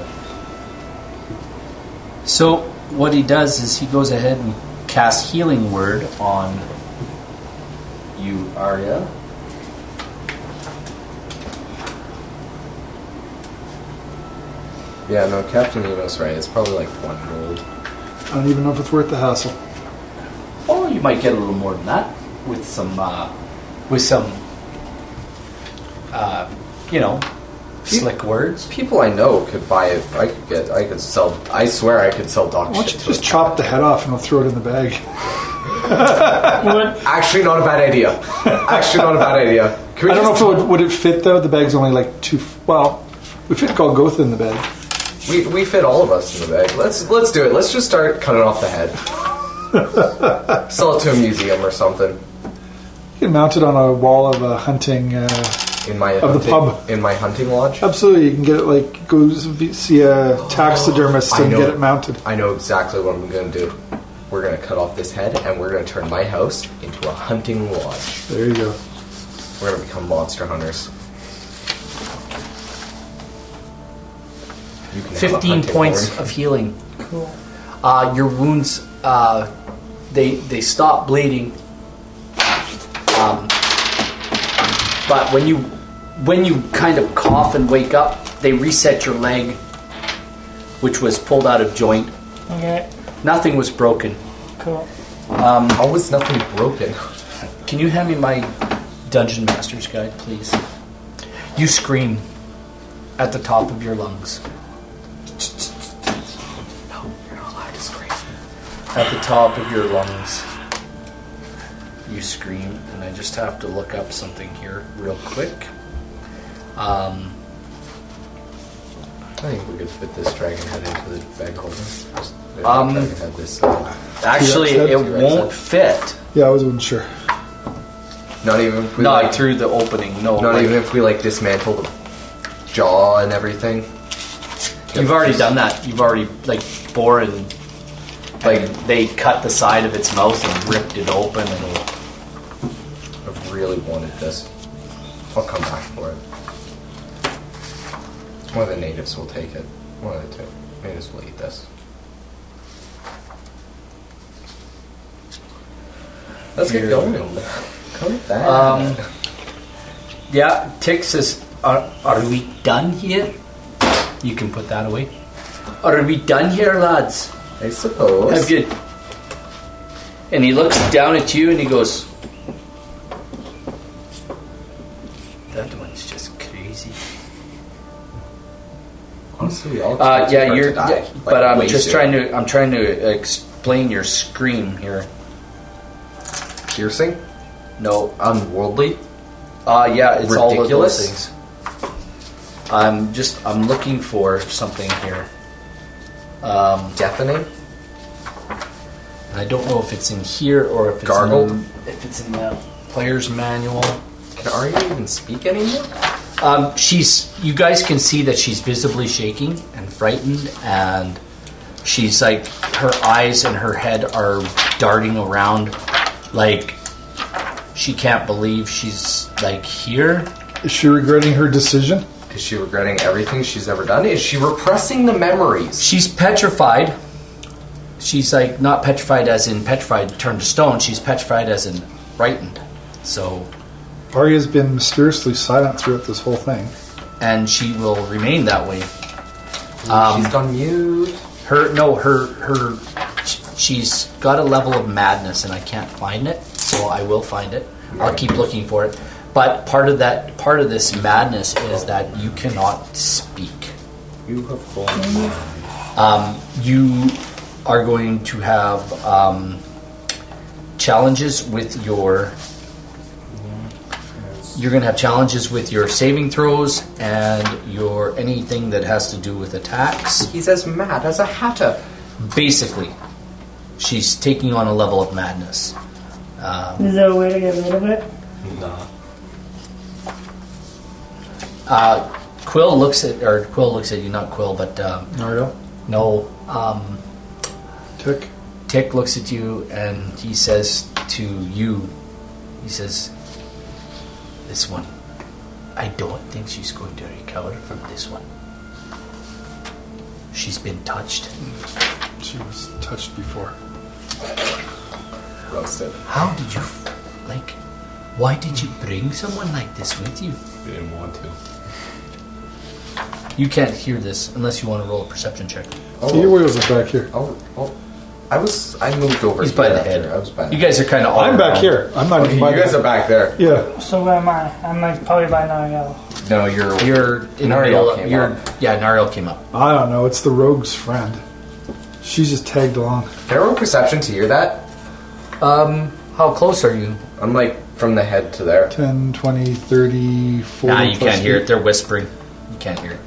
Speaker 1: So what he does is he goes ahead and casts healing word on
Speaker 3: You Arya. Yeah, no, Captain Enos right. It's probably like one gold.
Speaker 2: I don't even know if it's worth the hassle.
Speaker 1: Or Oh, you might get a little more than that with some, uh, with some, uh, you know, slick words.
Speaker 3: People I know could buy it. I could get. I could sell. I swear I could sell dog
Speaker 2: Why don't
Speaker 3: shit
Speaker 2: you
Speaker 3: to
Speaker 2: just
Speaker 3: a-
Speaker 2: chop the head off and we'll throw it in the bag?
Speaker 4: What?
Speaker 3: Actually, not a bad idea.
Speaker 2: [laughs]
Speaker 3: Actually, not a bad idea. Can we
Speaker 2: I don't know
Speaker 3: just-
Speaker 2: if it would, would it fit though. The bag's only like two. f- Well, we fit Golgotha in the bag.
Speaker 3: We, we fit all of us in the bag. Let's let's do it. Let's just start cutting off the
Speaker 2: [laughs]
Speaker 3: head. Sell it to a museum or something.
Speaker 2: You can mount it on a wall of a hunting. Uh,
Speaker 3: In my
Speaker 2: Of the
Speaker 3: hunting-
Speaker 2: pub.
Speaker 3: In my hunting lodge.
Speaker 2: absolutely, you can get it like go s- see a taxidermist
Speaker 3: I
Speaker 2: and
Speaker 3: know.
Speaker 2: get it mounted.
Speaker 3: I know exactly what I'm gonna do. We're gonna cut off this head and we're gonna turn my house into a hunting lodge.
Speaker 2: There you go.
Speaker 3: We're gonna become monster hunters. You can have a
Speaker 1: 15
Speaker 3: hunting
Speaker 1: points
Speaker 3: horn.
Speaker 1: of healing. Cool. Uh, your wounds, uh, they, they stop bleeding. Um, but when you, when you kind of cough and wake up, they reset your leg, which was pulled out of joint.
Speaker 4: Okay,
Speaker 1: Nothing was broken.
Speaker 4: cool.
Speaker 3: How was nothing broken?
Speaker 1: Can you hand me my Dungeon Master's Guide, please? You scream at the top of your lungs.
Speaker 3: No, you're not allowed to scream.
Speaker 1: At the top of your lungs, you scream, and I just have to look up something here real quick. Um,
Speaker 3: I think we could fit this dragon head into the bag holder. Just-
Speaker 1: Um,
Speaker 3: dragon head this. uh,
Speaker 1: actually,
Speaker 2: T-Rex
Speaker 1: it
Speaker 2: head?
Speaker 3: T-Rex
Speaker 1: won't fit.
Speaker 2: Yeah, I wasn't sure.
Speaker 3: Not even if we
Speaker 1: Not
Speaker 3: like,
Speaker 1: through the opening. No,
Speaker 3: not
Speaker 1: like-
Speaker 3: even if we like dismantle the jaw and everything.
Speaker 1: You've already done that. You've already like bore and like
Speaker 3: Like-
Speaker 1: they cut the side of its mouth and ripped it open and.
Speaker 3: I really wanted this. I'll come back for it. One of the natives will take it. One of the two natives will eat this. Let's get going. Come back.
Speaker 1: Um, yeah, Tix is. Are, are we done here? You can put that away. Are we done here, lads?
Speaker 3: I suppose.
Speaker 1: Have you? And he looks down at you and he goes, "That one's just crazy."
Speaker 3: Honestly, we all
Speaker 1: Uh,
Speaker 3: expected her
Speaker 1: yeah,
Speaker 3: to
Speaker 1: you're.
Speaker 3: die,
Speaker 1: yeah,
Speaker 3: like,
Speaker 1: but I'm
Speaker 3: way
Speaker 1: just
Speaker 3: sooner.
Speaker 1: trying to. I'm trying to explain your scream here.
Speaker 3: piercing,
Speaker 1: No.
Speaker 3: unworldly.
Speaker 1: Uh, yeah, it's all of those
Speaker 3: Ridiculous.
Speaker 1: things. I'm just. I'm looking for something here. Um,
Speaker 3: deafening.
Speaker 1: I don't know if it's in here or if it's
Speaker 3: Gargled?
Speaker 1: In, if it's in the player's manual.
Speaker 3: Can Arya even speak anymore?
Speaker 1: Um, she's. You guys can see that she's visibly shaking and frightened, and she's like her eyes and her head are darting around, like she can't believe she's like here.
Speaker 2: Is she regretting her decision?
Speaker 3: Is she regretting everything she's ever done? Is she repressing the memories?
Speaker 1: She's petrified. She's like not petrified as in petrified turned to stone. She's petrified as in frightened. So
Speaker 2: Arya's been mysteriously silent throughout this whole thing.
Speaker 1: and she will remain that way.
Speaker 3: She's gone mute.
Speaker 1: Her no, her her, sh- she's got a level of madness, and I can't find it, so I will find it. I'll keep looking for it. But part of that, part of this madness is that you cannot speak.
Speaker 3: You have gone.
Speaker 1: You are going to have um, challenges with your. You're going to have challenges with your saving throws and your anything that has to do with attacks.
Speaker 3: He's as mad as a hatter.
Speaker 1: basically, she's taking on a level of madness.
Speaker 4: Is there a way to get rid of it?
Speaker 3: Nah.
Speaker 1: Quill looks at, or Quill looks at you, not Quill, but um,
Speaker 2: Nardo,
Speaker 1: no. Um,
Speaker 2: Tick.
Speaker 1: Tick looks at you and he says to you, he says, "This one, I don't think she's going to recover from this one. She's been touched.
Speaker 2: She was touched before.
Speaker 6: Roasted.
Speaker 1: How did you, f- like, why did you bring someone like this with you?
Speaker 6: We didn't want to.
Speaker 1: You can't hear this unless you want to roll a perception check."
Speaker 2: Your
Speaker 3: Oh,
Speaker 2: wheels are back here.
Speaker 3: oh, oh. I was. I moved over.
Speaker 1: He's
Speaker 3: here
Speaker 1: by the
Speaker 3: after.
Speaker 1: head.
Speaker 3: I was by.
Speaker 1: You guys are kind of.
Speaker 2: I'm back here. Uh, I'm not
Speaker 3: Okay,
Speaker 2: even
Speaker 3: you
Speaker 2: by
Speaker 3: guys
Speaker 2: the-
Speaker 3: are back there.
Speaker 2: Yeah.
Speaker 4: So where am I? I'm like probably by Nariel.
Speaker 3: No, you're.
Speaker 1: You're in the
Speaker 3: Nariel
Speaker 1: middle.
Speaker 3: came
Speaker 1: You're,
Speaker 3: up.
Speaker 1: yeah, Nariel came up.
Speaker 2: I don't know. It's the rogue's friend. She's just tagged along.
Speaker 3: Can I roll perception to hear that?
Speaker 1: Um, how close are you?
Speaker 3: I'm like from the head to there.
Speaker 2: 10, 20, 30, 40.
Speaker 1: Nah, you
Speaker 2: plus
Speaker 1: can't hear
Speaker 2: eight.
Speaker 1: it. They're whispering. You can't hear it.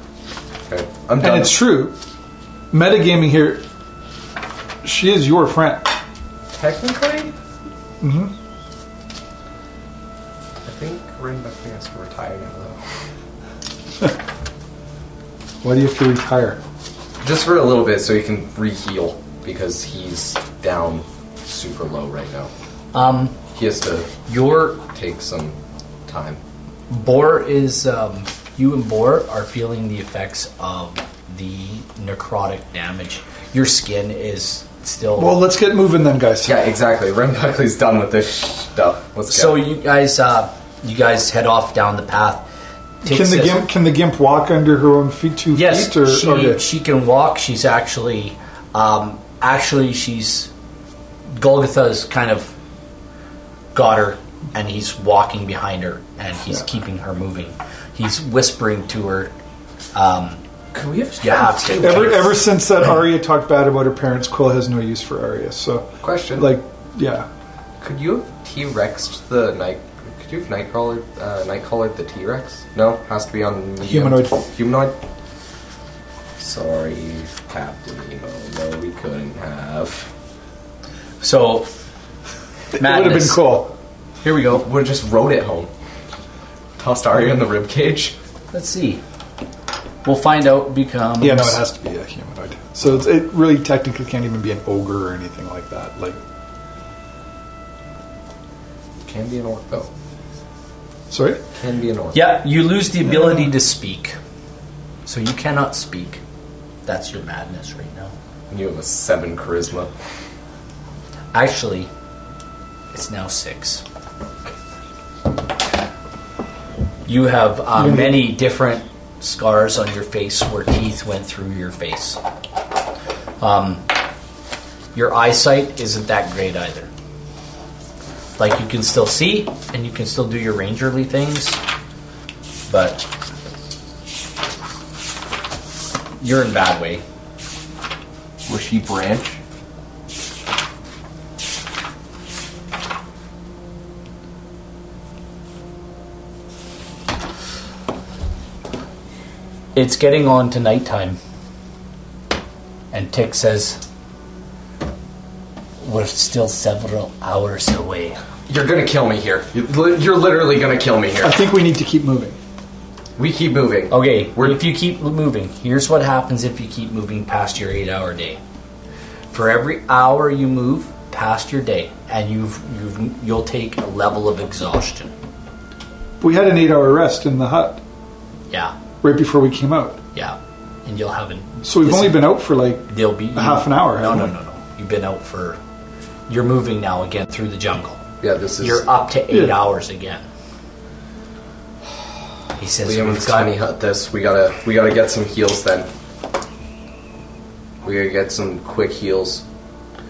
Speaker 3: Okay. I'm done.
Speaker 2: And it's true. Metagaming here, she is your friend.
Speaker 3: Technically? Mm-hmm. I think Ringbeck has to retire now, though.
Speaker 2: Why do you have to retire?
Speaker 3: Just for a little bit so he can re-heal, because he's down super low right now.
Speaker 1: Um,
Speaker 3: He has to
Speaker 1: your
Speaker 3: take some time.
Speaker 1: Boar is. Um, you and Boar are feeling the effects of the necrotic damage. Your skin is still.
Speaker 2: Well, let's get moving then, guys.
Speaker 3: Yeah, exactly. Ren Buckley's done with this stuff. Let's
Speaker 1: so
Speaker 3: go.
Speaker 1: you guys, uh, you guys head off down the path. Tick
Speaker 2: Can the
Speaker 1: says-
Speaker 2: gimp can the gimp walk under her own feet two
Speaker 1: Yes,
Speaker 2: feet? Or,
Speaker 1: she,
Speaker 2: okay.
Speaker 1: she can walk. She's actually, um, actually, she's Golgotha's kind of got her, and he's walking behind her, and he's keeping her moving. He's whispering to her. Um,
Speaker 3: Can we have
Speaker 1: yeah,
Speaker 3: time?
Speaker 2: ever ever since that Arya talked bad about her parents, Quill has no use for Arya. So
Speaker 3: Question.
Speaker 2: like, yeah,
Speaker 3: Could you have T-Rexed the night? Could you have Nightcrawler, uh, Nightcrawler the T-Rex? No, has to be on medium.
Speaker 2: Humanoid.
Speaker 3: Humanoid. Sorry, Captain Nemo. No, we couldn't have.
Speaker 1: so
Speaker 2: it would have been
Speaker 1: madness.
Speaker 2: cool.
Speaker 1: Here we go.
Speaker 3: Would have just rode it home. Tossed Arya in the rib cage.
Speaker 1: Let's see. We'll find out. Becomes
Speaker 2: Yeah, no, it has to be a humanoid. So it's, it really technically can't even be an ogre or anything like that. Like,
Speaker 3: Can be an orc though.
Speaker 2: sorry,
Speaker 3: Can be an orc.
Speaker 1: Yeah, you lose the ability to speak, so you cannot speak. That's your madness right now.
Speaker 3: And You have a seven charisma.
Speaker 1: Actually, it's now six. You have uh, many different scars on your face where teeth went through your face. Um, your eyesight isn't that great either. Like, you can still see, and you can still do your rangerly things, but you're in bad way.
Speaker 3: Was she branch?
Speaker 1: It's getting on to nighttime. And Tick says, We're still several hours away.
Speaker 3: You're gonna kill me here. You're li- You're literally gonna kill me
Speaker 2: I
Speaker 3: here.
Speaker 2: think we need to keep moving.
Speaker 3: We keep moving.
Speaker 1: Okay,
Speaker 3: We're-
Speaker 1: if you keep moving, here's what happens if you keep moving past your eight hour day. For every hour you move past your day, and you've, you've, you'll take a level of exhaustion.
Speaker 2: We had an eight-hour rest in the hut
Speaker 1: Yeah,
Speaker 2: right before we came out,
Speaker 1: yeah. And you'll have an.
Speaker 2: so we've
Speaker 1: this-
Speaker 2: only been out for like
Speaker 1: They'll be
Speaker 2: half an hour,
Speaker 1: No, no,
Speaker 2: haven't
Speaker 1: no, no. You've been out for. You're moving now again through the jungle.
Speaker 3: Yeah, this is.
Speaker 1: You're up to eight
Speaker 2: Yeah.
Speaker 1: hours again. He says,
Speaker 3: We haven't
Speaker 1: "We've got
Speaker 3: tiny hut this. We gotta we gotta get some heals then. We gotta get some quick heals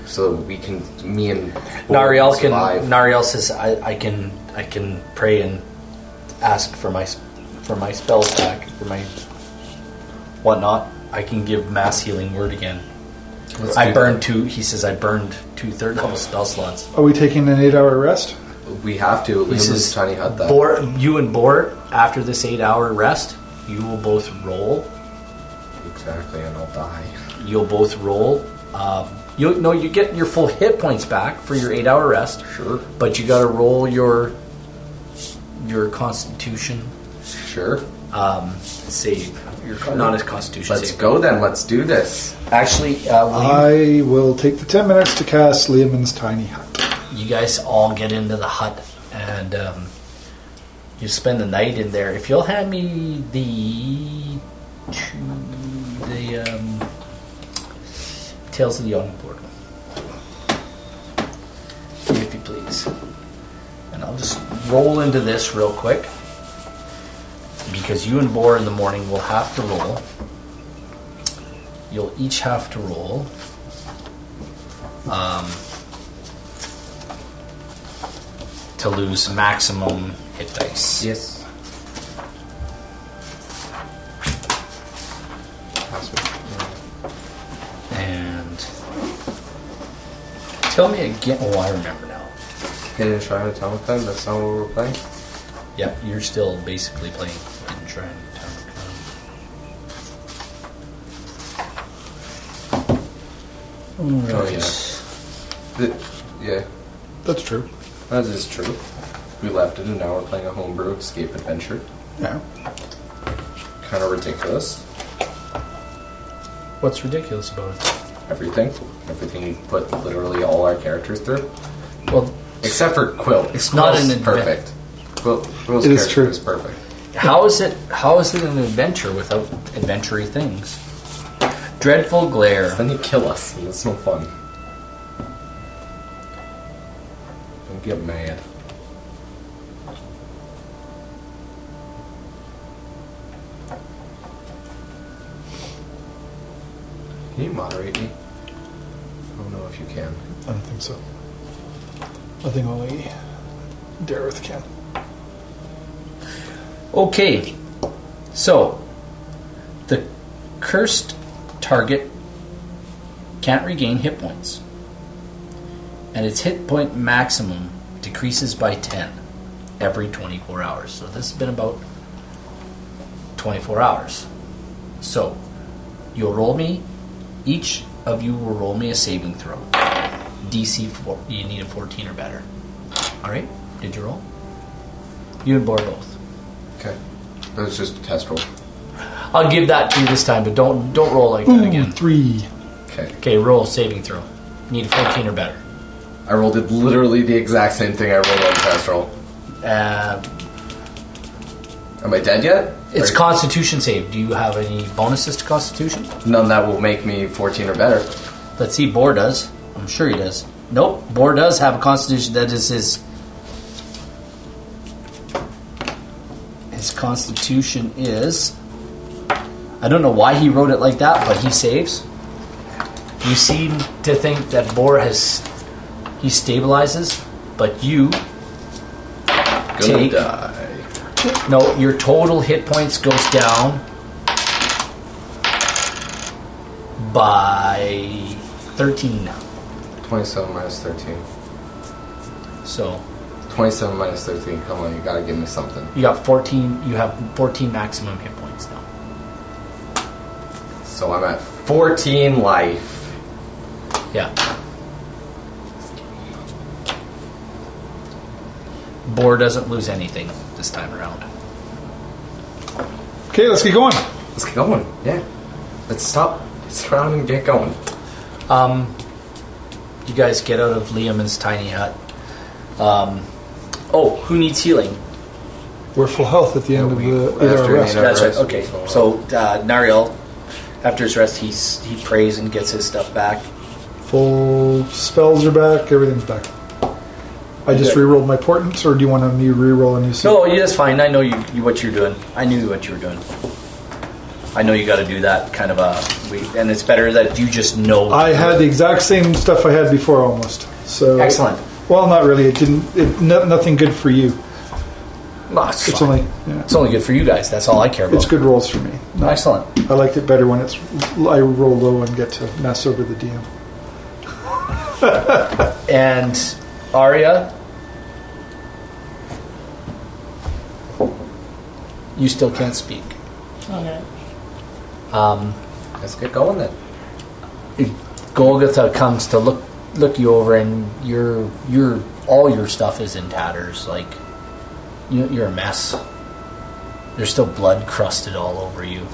Speaker 3: so that we can me and
Speaker 1: Nariel can
Speaker 3: survive.
Speaker 1: Nariel says I, I can I can pray and ask for my s- for my spells back for my whatnot. I can give mass healing word again.
Speaker 3: Let's
Speaker 1: I
Speaker 3: do
Speaker 1: burned two. He says I burned two third level spell slots.
Speaker 2: Are we taking an eight-hour rest?
Speaker 3: that. We have to. We
Speaker 1: He
Speaker 3: have
Speaker 1: says
Speaker 3: to tiny hut that.
Speaker 1: Bor, you and Bor after this eight hour rest, you will both roll.
Speaker 3: Exactly, and I'll die.
Speaker 1: You'll both roll. Um, you no, you get your full hit points back for your eight hour rest.
Speaker 3: Sure,
Speaker 1: But you got to roll your your Constitution
Speaker 3: sure.
Speaker 1: um, save. Your not as Constitution
Speaker 3: Let's
Speaker 1: save.
Speaker 3: go then. Let's do this.
Speaker 1: Actually, uh,
Speaker 2: Um,
Speaker 1: will you-
Speaker 2: I will take the ten minutes to cast Liamon's tiny hut.
Speaker 1: you, guys all get into the hut and um, you spend the night in there. If you'll hand me the two, the um, Tales of the Yawning Portal, if you please, and I'll just roll into this real quick because you and Bor in the morning will have to roll. You'll each have to roll. Um, to lose maximum hit dice.
Speaker 3: Yes.
Speaker 1: And tell me again. Oh, I remember now.
Speaker 3: Hidden Shrine of Tamathan. That's not what we're playing.
Speaker 1: Yep, you're still basically playing and trying to time to come.
Speaker 3: Oh
Speaker 1: Yes.
Speaker 3: yeah. Th- yeah,
Speaker 2: That's true.
Speaker 3: that is true. We left it, and now we're playing a homebrew escape adventure.
Speaker 2: Yeah.
Speaker 3: Kind of ridiculous.
Speaker 1: What's ridiculous about it?
Speaker 3: Everything, everything we put literally all our characters through.
Speaker 1: Well,
Speaker 3: Except for Quill.
Speaker 1: It's not
Speaker 3: Quill's
Speaker 1: an adve-
Speaker 3: perfect. Quill, Quill's
Speaker 2: It is
Speaker 3: character
Speaker 2: true.
Speaker 3: is perfect.
Speaker 1: how is it? How is it an adventure without adventury things? Dreadful glare.
Speaker 3: Then you kill us, and it's no fun. Don't get mad. Can you moderate me? I don't know if you can.
Speaker 2: I don't think so. I think only Dareth can.
Speaker 1: Okay, so the cursed target can't regain hit points, and its hit point maximum decreases by 10 every 24 hours. So this has been about 24 hours. So you'll roll me, each of you will roll me a saving throw. DC 4, you need a 14 or better. Alright, did you roll? You and Bor both.
Speaker 3: Okay. That was just a test roll.
Speaker 1: I'll give that to you this time, but don't don't roll like that again.
Speaker 2: Three.
Speaker 3: Okay.
Speaker 1: Okay, roll saving throw. Need a 14 or better.
Speaker 3: I rolled it literally the exact same thing I rolled on the test roll.
Speaker 1: Uh,
Speaker 3: Am I dead yet?
Speaker 1: it's
Speaker 3: Or-
Speaker 1: Constitution save. Do you have any bonuses to Constitution?
Speaker 3: None that will make me 14 or better.
Speaker 1: Let's see. Boar does. I'm sure he does. Nope. Boar does have a Constitution that is his. His Constitution is. I don't know why he wrote it like that, but he saves. You seem to think that Boar has. He stabilizes, but you
Speaker 3: Gonna
Speaker 1: Take.
Speaker 3: die.
Speaker 1: No, your total hit points goes down by 13.
Speaker 3: 27 minus 13.
Speaker 1: So
Speaker 3: 27 minus 13. Come on, you gotta give me something.
Speaker 1: you got 14. You have 14 maximum hit points now.
Speaker 3: So I'm at 14 life.
Speaker 1: Yeah. Boar doesn't lose anything this time around.
Speaker 2: Okay, let's get going.
Speaker 3: Let's get going. Yeah. Let's stop. Sit around and get going.
Speaker 1: Um, you guys get out of Liam's tiny hut. Um, oh, who needs healing?
Speaker 2: We're full health at the end
Speaker 3: Yeah,
Speaker 2: of
Speaker 3: we-
Speaker 2: the
Speaker 3: after
Speaker 2: eight-hour
Speaker 3: an
Speaker 2: rest.
Speaker 3: eight-hour-
Speaker 1: That's right.
Speaker 3: Rest.
Speaker 1: Okay. So uh, Nariel, after his rest, he's he prays and gets his stuff back.
Speaker 2: Full spells are back. Everything's back. I just
Speaker 1: Okay.
Speaker 2: re-rolled my portents, or do you want me to re-roll and you see?
Speaker 1: No, yeah, Oh, that's fine. I know you, you what you're doing. I knew what you were doing. I know you got to do that kind of a, we, and it's better that you just know.
Speaker 2: I had the exact same stuff I had before almost. So
Speaker 1: Excellent.
Speaker 2: Well, not really. It didn't. It, no, nothing good for you.
Speaker 1: No, it's,
Speaker 2: It's
Speaker 1: fine.
Speaker 2: only. Yeah,
Speaker 1: it's only good for you guys. That's all I care about.
Speaker 2: it's good rolls for me. No,
Speaker 1: Excellent.
Speaker 2: I liked it better when it's I roll low and get to mess over the DM.
Speaker 1: And Arya, you still can't speak.
Speaker 4: Okay.
Speaker 1: Um,
Speaker 3: Let's get going then.
Speaker 1: Golgotha comes to look look you over, and your your all your stuff is in tatters. Like you, you're a mess. There's still blood crusted all over you,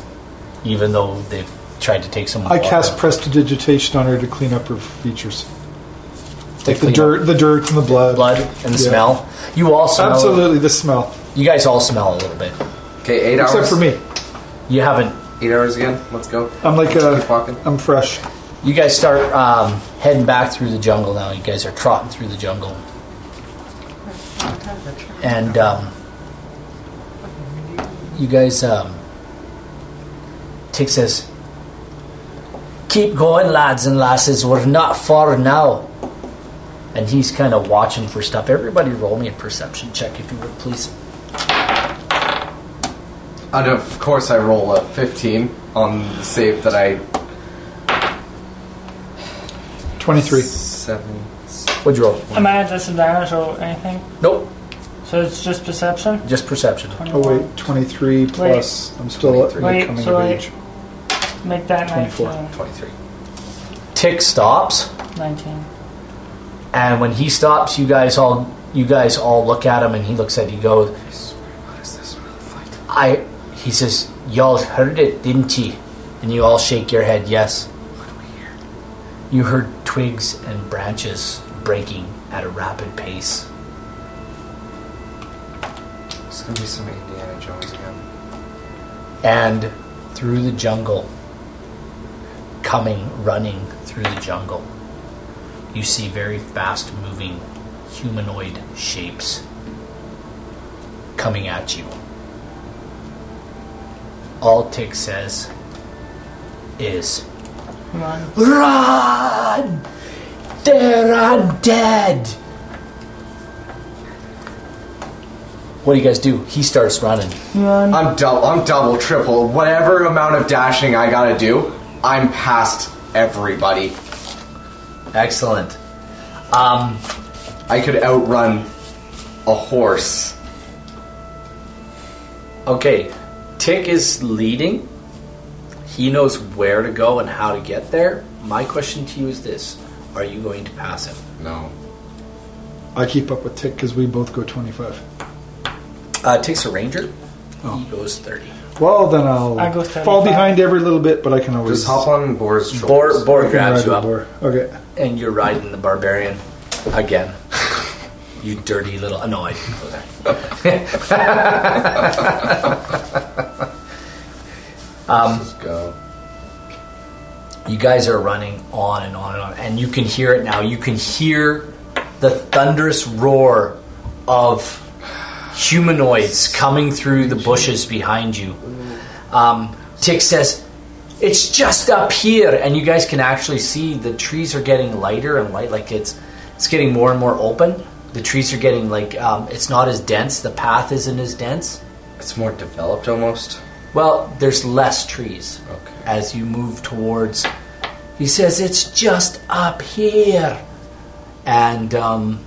Speaker 1: even though they've tried to take some.
Speaker 2: I
Speaker 1: water
Speaker 2: cast prestidigitation on her to clean up her features,
Speaker 1: to clean
Speaker 2: like the
Speaker 1: up
Speaker 2: dirt, the dirt and the blood.
Speaker 1: blood, and the
Speaker 2: Yeah.
Speaker 1: smell. You all smell.
Speaker 2: Absolutely, the smell.
Speaker 1: You guys all smell a little bit.
Speaker 3: Okay, eight
Speaker 2: Except
Speaker 3: hours.
Speaker 2: for me,
Speaker 1: You haven't
Speaker 3: Eight hours again. Let's go.
Speaker 2: I'm like
Speaker 3: Keep walking.
Speaker 2: a, I'm fresh.
Speaker 1: You guys start um, heading back through the jungle now. You guys are trotting through the jungle. And um, you guys um, Tig says, "Keep going, lads and lasses. We're not far now." And he's kind of watching for stuff. Everybody, roll me a perception check if you would, please.
Speaker 3: And Uh, of course, I roll a 15 on the save that I.
Speaker 2: Twenty-three.
Speaker 3: Seven.
Speaker 1: What'd you roll?
Speaker 4: Am I at disadvantage or anything?
Speaker 1: Nope,
Speaker 4: So it's just perception.
Speaker 1: just perception.
Speaker 2: Oh wait, twenty-three plus. I'm still
Speaker 3: 23.
Speaker 2: like,
Speaker 4: Wait,
Speaker 2: coming
Speaker 4: so
Speaker 2: of
Speaker 4: I-
Speaker 2: age.
Speaker 4: Make that
Speaker 2: 24.
Speaker 4: 19.
Speaker 3: 23.
Speaker 1: Tick stops.
Speaker 4: 19.
Speaker 1: And when he stops, you guys all you guys all look at him, and he looks at you. Goes, I. He says, "Y'all heard it, didn't ye?" And you all shake your head, yes. You heard twigs and branches breaking at a rapid pace.
Speaker 3: It's gonna be some Indiana Jones again.
Speaker 1: and through the jungle, coming, running through the jungle, you see very fast moving humanoid shapes coming at you. All Tick says is
Speaker 4: Come on.
Speaker 1: Run! They're undead! What do you guys do? He starts running.
Speaker 3: I'm double, I'm double, triple, whatever amount of dashing I gotta do, I'm past everybody.
Speaker 1: Excellent. Um,
Speaker 3: I could outrun a horse.
Speaker 1: Okay, Tick is leading. He knows where to go and how to get there. My question to you is this Are you going to pass him?
Speaker 3: No.
Speaker 2: I keep up with Tick because we both go twenty-five.
Speaker 1: Uh, Tick's a ranger.
Speaker 2: Oh.
Speaker 1: He goes 30.
Speaker 2: Well, then I'll
Speaker 4: I go
Speaker 2: fall
Speaker 4: 35.
Speaker 2: behind every little bit, but I can always
Speaker 3: Just hop on Boar's
Speaker 1: Bor,
Speaker 3: shoulders.
Speaker 1: Bor
Speaker 2: I can ride
Speaker 1: grabs you
Speaker 2: the
Speaker 1: up,
Speaker 2: boar. Okay.
Speaker 1: and you're riding the barbarian again. [laughs] you dirty little. No, I didn't go there.
Speaker 3: Just go.
Speaker 1: You guys are running on and on and on, and you can hear it now. You can hear the thunderous roar of humanoids coming through the bushes behind you. Um, Tick says, "It's just up here," and you guys can actually see the trees are getting lighter and light. Like it's it's getting more and more open. The trees are getting like um, it's not as dense. The path isn't as dense.
Speaker 3: It's more developed almost.
Speaker 1: Well, there's less trees
Speaker 3: Okay.
Speaker 1: as you move towards. He says it's just up here, and um,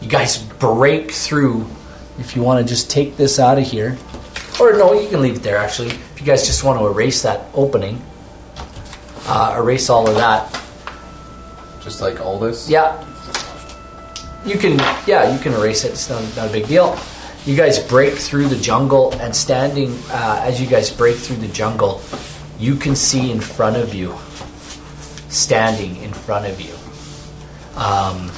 Speaker 1: you guys break through. If you want to just take this out of here, or no, you can leave it there. Actually, if you guys just want to erase that opening, uh, erase all of that.
Speaker 3: Just like all this?
Speaker 1: Yeah, you can. Yeah, you can erase it. It's not, not a big deal. You guys break through the jungle, and standing uh, as you guys break through the jungle, you can see in front of you, standing in front of you. Um,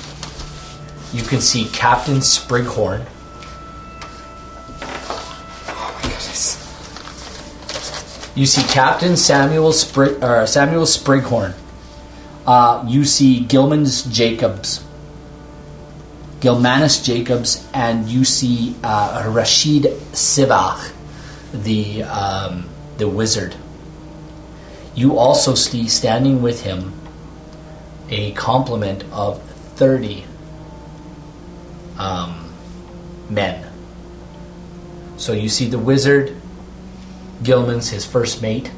Speaker 1: you can see Captain Sprighorn. You see Captain Samuel Sprig- or Samuel Sprighorn. Uh, you see Gilman's Jacobs Gilmanus Jacobs, and you see uh, Rashid Sivach, the um, the wizard. You also see standing with him a complement of thirty um, men. So you see the wizard, Gilman's his first mate.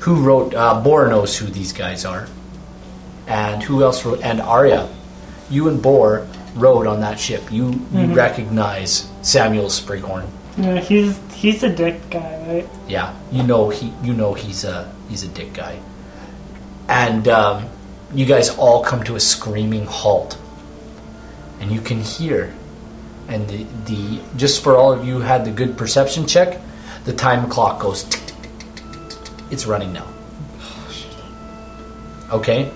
Speaker 1: Who wrote? Uh, Bor knows who these guys are, and who else wrote? And Arya. You and Bor rode on that ship. You, you recognize Samuel Springhorn.
Speaker 4: Yeah, he's he's a dick guy, right?
Speaker 1: Yeah, you know he. You know he's a he's a dick guy. And um, you guys all come to a screaming halt, and you can hear. And the, the just for all of you who had the good perception check, the time clock goes. tick, tick, tick, tick, tick, tick, tick. It's running now. Okay.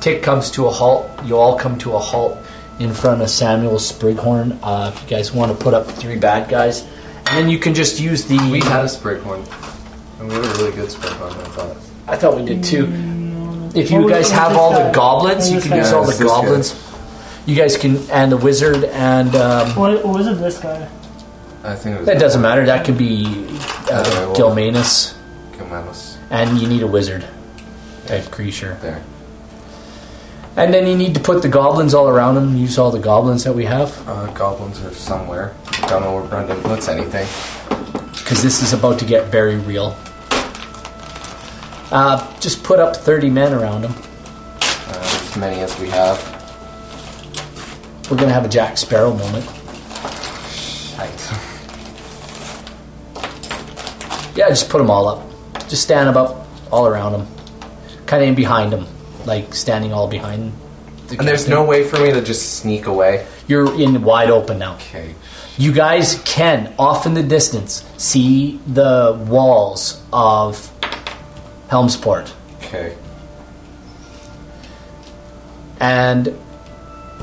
Speaker 1: Tick comes to a halt. You all come to a halt in front of Samuel Sprighorn. Uh, if you guys want to put up three bad guys, and then you can just use the.
Speaker 3: We had a spray horn. And we had a really good spray horn, I thought.
Speaker 1: I thought we did too. If
Speaker 4: Well,
Speaker 1: you
Speaker 4: we
Speaker 1: guys
Speaker 4: can
Speaker 1: have
Speaker 4: just uh,
Speaker 1: all the
Speaker 4: have-
Speaker 1: goblins, you
Speaker 4: just
Speaker 1: can
Speaker 4: have-
Speaker 1: use all
Speaker 3: Yeah,
Speaker 1: the
Speaker 3: it's this guy.
Speaker 1: goblins. You guys can, and the wizard, and um,
Speaker 4: What, what was it? This guy?
Speaker 3: I think it was.
Speaker 1: that doesn't matter. That could be
Speaker 3: Okay,
Speaker 1: uh,
Speaker 3: well-
Speaker 1: Gilmanus,
Speaker 3: Gilmanus.
Speaker 1: and you need a wizard type creature.
Speaker 3: There.
Speaker 1: And then you need to put the goblins all around him. Use all the goblins that we have
Speaker 3: Uh, goblins are somewhere. Don't know where Brendan puts anything.
Speaker 1: because this is about to get very real. Uh, just put up thirty men around him.
Speaker 3: Uh, as many as we have.
Speaker 1: We're gonna have a Jack Sparrow moment.
Speaker 3: [laughs] Right.
Speaker 1: Yeah, just put them all up. Just stand 'em up all around them. Kind of in behind them. Like standing all behind. The
Speaker 3: And there's no way for me to just sneak away.
Speaker 1: You're in wide open now.
Speaker 3: Okay.
Speaker 1: You guys can, off in the distance, see the walls of Helmsport.
Speaker 3: Okay.
Speaker 1: And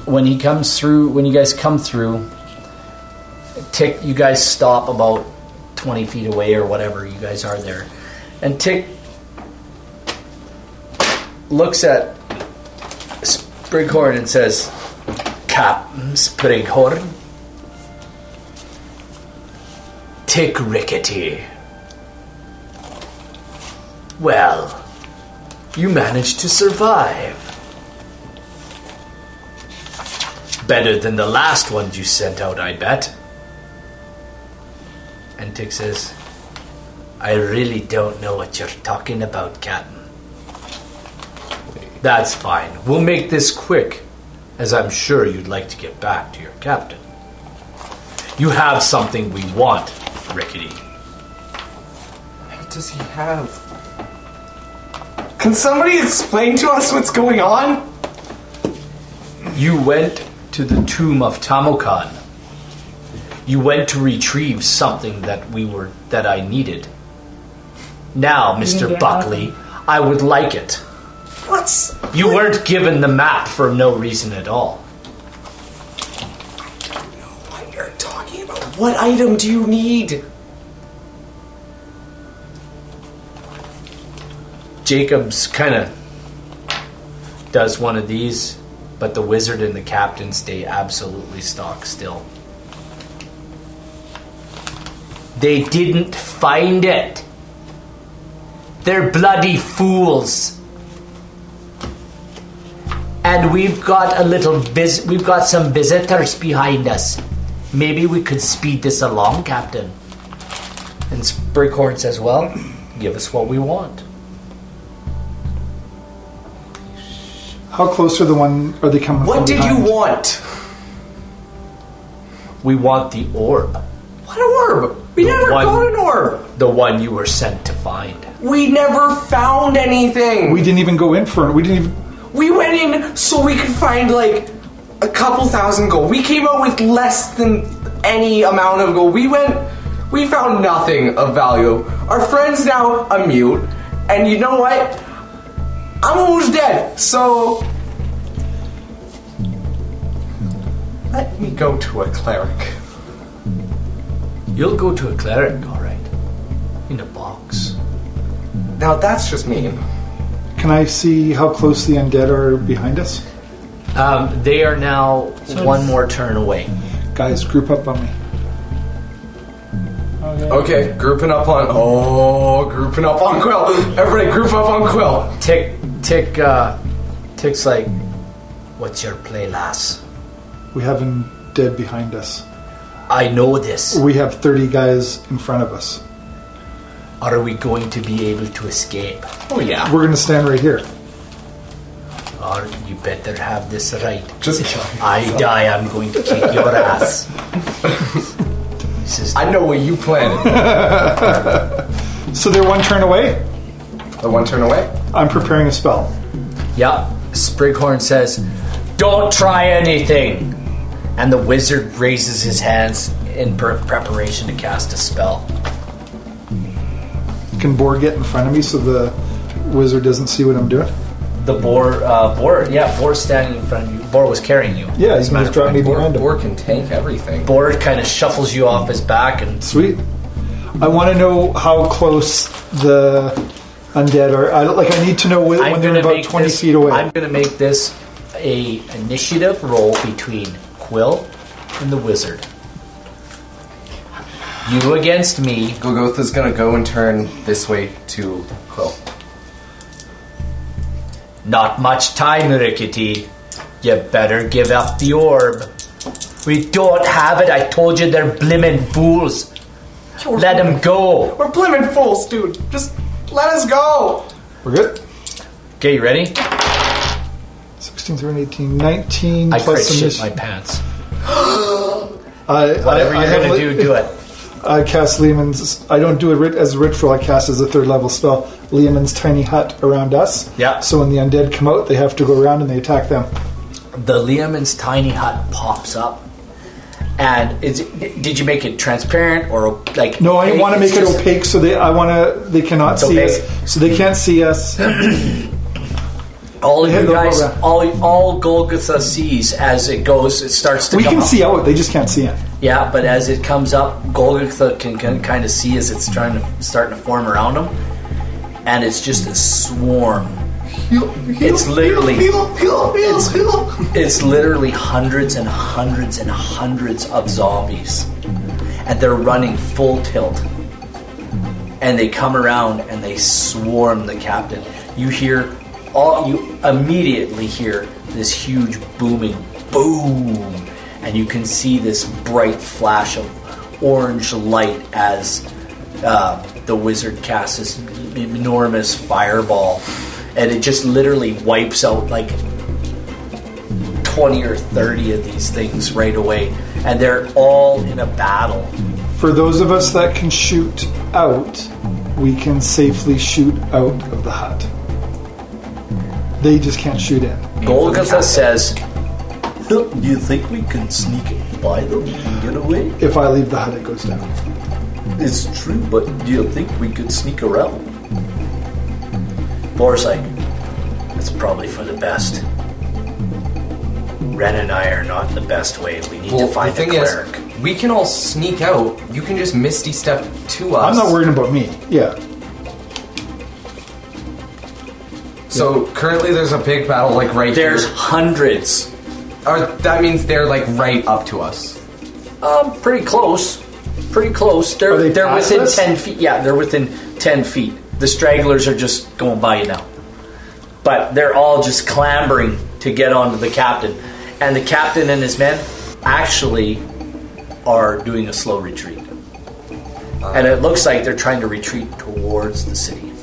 Speaker 1: when he comes through, when you guys come through, Tick, you guys stop about 20 feet away or whatever you guys are there. And Tick looks at Springhorn and says, Captain Springhorn, Tick Rickety. Well, you managed to survive. Better than the last one you sent out, I bet. And Tick says, I really don't know what you're talking about, Captain. That's fine. We'll make this quick, as I'm sure you'd like to get back to your captain. You have something we want, Rickety.
Speaker 3: What does he have? Can somebody explain to us what's going on?
Speaker 1: You went to the tomb of Tamokan. You went to retrieve something that we were that I needed. Now,
Speaker 4: need
Speaker 1: Mr.
Speaker 4: your
Speaker 1: Buckley, I would like it.
Speaker 3: What's.
Speaker 1: You weren't given the map for no reason at all.
Speaker 3: What you're talking about? What item do you need?
Speaker 1: Jacobs kind of does one of these, but the wizard and the captain stay absolutely stock still. They didn't find it. They're bloody fools. And we've got a little vis- we've got some visitors behind us. Maybe we could speed this along, Captain. And Sprighorn says, "Well, give us what we want."
Speaker 2: How close are the one? Are they coming? from
Speaker 3: What did you
Speaker 2: behind?
Speaker 3: want?
Speaker 1: We want the orb,
Speaker 3: What orb? We never
Speaker 1: one-
Speaker 3: got an orb!
Speaker 1: the one you were sent to find.
Speaker 3: We never found anything!
Speaker 2: We didn't even go in for it. We didn't even.
Speaker 3: We went in so we could find like a couple thousand gold. We came out with less than any amount of gold. We went, we found nothing of value. Our friend's now a mute, and you know what? I'm almost dead, so. Let me go to a cleric.
Speaker 1: You'll go to a cleric, all right, in a box.
Speaker 3: Now that's just mean.
Speaker 2: Can I see how close the undead are behind us?
Speaker 1: Um, they are now one more turn away.
Speaker 2: Guys, group up on me. Oh,
Speaker 3: Okay, grouping up on. Oh, grouping up on Quill. Everybody, group up on Quill.
Speaker 1: Tick, tick, uh, tick's like, what's your play, lass?
Speaker 2: We have him dead behind us.
Speaker 1: I know this.
Speaker 2: We have 30 guys in front of us.
Speaker 1: Are we going to be able to escape?
Speaker 3: Oh yeah.
Speaker 2: We're going to stand right here.
Speaker 1: Or you better have this right.
Speaker 3: Just kill him.
Speaker 1: I die, I'm going to kick your ass. [laughs] this is
Speaker 3: I know what you planned.
Speaker 2: So they're one turn away.
Speaker 3: the one turn away.
Speaker 2: I'm preparing a spell.
Speaker 1: Yep. Sprighorn says, Don't try anything. And the wizard raises his hands in pre- preparation to cast a spell.
Speaker 2: Can Borg get in front of me so the wizard doesn't see what I'm doing?
Speaker 1: The boar, uh, boar, yeah, boar's standing in front of you. Boar was carrying you.
Speaker 2: Yeah,
Speaker 1: As
Speaker 2: you
Speaker 1: a
Speaker 2: can
Speaker 1: matter
Speaker 2: just
Speaker 1: of
Speaker 2: drop
Speaker 1: fact.
Speaker 2: me
Speaker 3: Or,
Speaker 2: behind him.
Speaker 3: or can tank everything.
Speaker 1: Boar kind of shuffles you off his back and
Speaker 2: Sweet. I want to know how close the undead are. I, don't- like, I need to know when, when they're
Speaker 1: gonna
Speaker 2: about
Speaker 1: make
Speaker 2: 20
Speaker 1: this-
Speaker 2: feet away.
Speaker 1: I'm going to make this a initiative roll between Quill and the wizard. You against me.
Speaker 3: Golgoth is gonna go and turn this way to Quill.
Speaker 1: Not much time, Rickety. You better give up the orb. We don't have it. I told you they're blimmin' fools. Let them go.
Speaker 3: We're blimmin' fools, dude. Just let us go.
Speaker 2: We're good?
Speaker 1: Okay, you ready?
Speaker 2: 16, 17, 18, 19.
Speaker 1: I crit
Speaker 2: plus
Speaker 1: shit
Speaker 2: initi-
Speaker 1: my pants.
Speaker 2: I,
Speaker 1: Whatever
Speaker 2: I, I
Speaker 1: you're
Speaker 2: have
Speaker 1: gonna
Speaker 2: li-
Speaker 1: do, do it.
Speaker 2: I cast Lehman's. I don't do it rit- as a ritual. I cast as a third level spell. Lehman's tiny hut around us.
Speaker 1: Yeah.
Speaker 2: So when the undead come out, they have to go around and they attack them.
Speaker 1: The Liaman's tiny hut pops up. And is it, did you make it transparent or like?
Speaker 2: No, I
Speaker 1: opaque?
Speaker 2: want to make
Speaker 1: It's
Speaker 2: it
Speaker 1: just-
Speaker 2: opaque so they. I want to. They cannot see
Speaker 1: opaque.
Speaker 2: us, so they can't
Speaker 1: [clears throat]
Speaker 2: see us.
Speaker 1: All of
Speaker 2: Yeah,
Speaker 1: you
Speaker 2: no,
Speaker 1: guys,
Speaker 2: no, no.
Speaker 1: all all Golgotha sees as it goes. It starts to.
Speaker 2: we
Speaker 1: come
Speaker 2: can
Speaker 1: up.
Speaker 2: see out. They just can't see in.
Speaker 1: Yeah, but as it comes up, Golgotha can, can kind of see as it's trying to starting to form around him, and it's just a swarm. It's literally it's, it's literally hundreds and hundreds and hundreds of zombies, and they're running full tilt, and they come around and they swarm the captain. You hear all you immediately hear this huge booming boom, and you can see this bright flash of orange light as uh, the wizard casts this enormous fireball, and it just literally wipes out like 20 or 30 of these things right away, and they're all in a battle.
Speaker 2: For those of us that can shoot out, we can safely shoot out of the hut. They just can't shoot in.
Speaker 1: Golgotha says, Do you think we can sneak by them and get away?
Speaker 2: If I leave the hut, it goes down.
Speaker 1: It's true, but do you think we could sneak around? Boar's like, That's probably for the best. Ren and I are not in the best way. We need
Speaker 3: Well,
Speaker 1: to find
Speaker 3: the
Speaker 1: a
Speaker 3: thing is,
Speaker 1: cleric.
Speaker 3: we can all sneak out. You can just misty step to
Speaker 2: I'm
Speaker 3: us.
Speaker 2: not worried about me. Yeah.
Speaker 3: So currently, there's a big battle like right
Speaker 1: There's
Speaker 3: here.
Speaker 1: hundreds.
Speaker 3: Or that means they're like right up to us.
Speaker 1: Um, pretty close. Pretty close. They're
Speaker 2: Are they
Speaker 1: they are
Speaker 2: past
Speaker 1: within
Speaker 2: us?
Speaker 1: ten feet. Yeah, they're within ten feet. The stragglers are just going by you now, but they're all just clambering to get onto the captain, and the captain and his men actually are doing a slow retreat, and it looks like they're trying to retreat towards the city.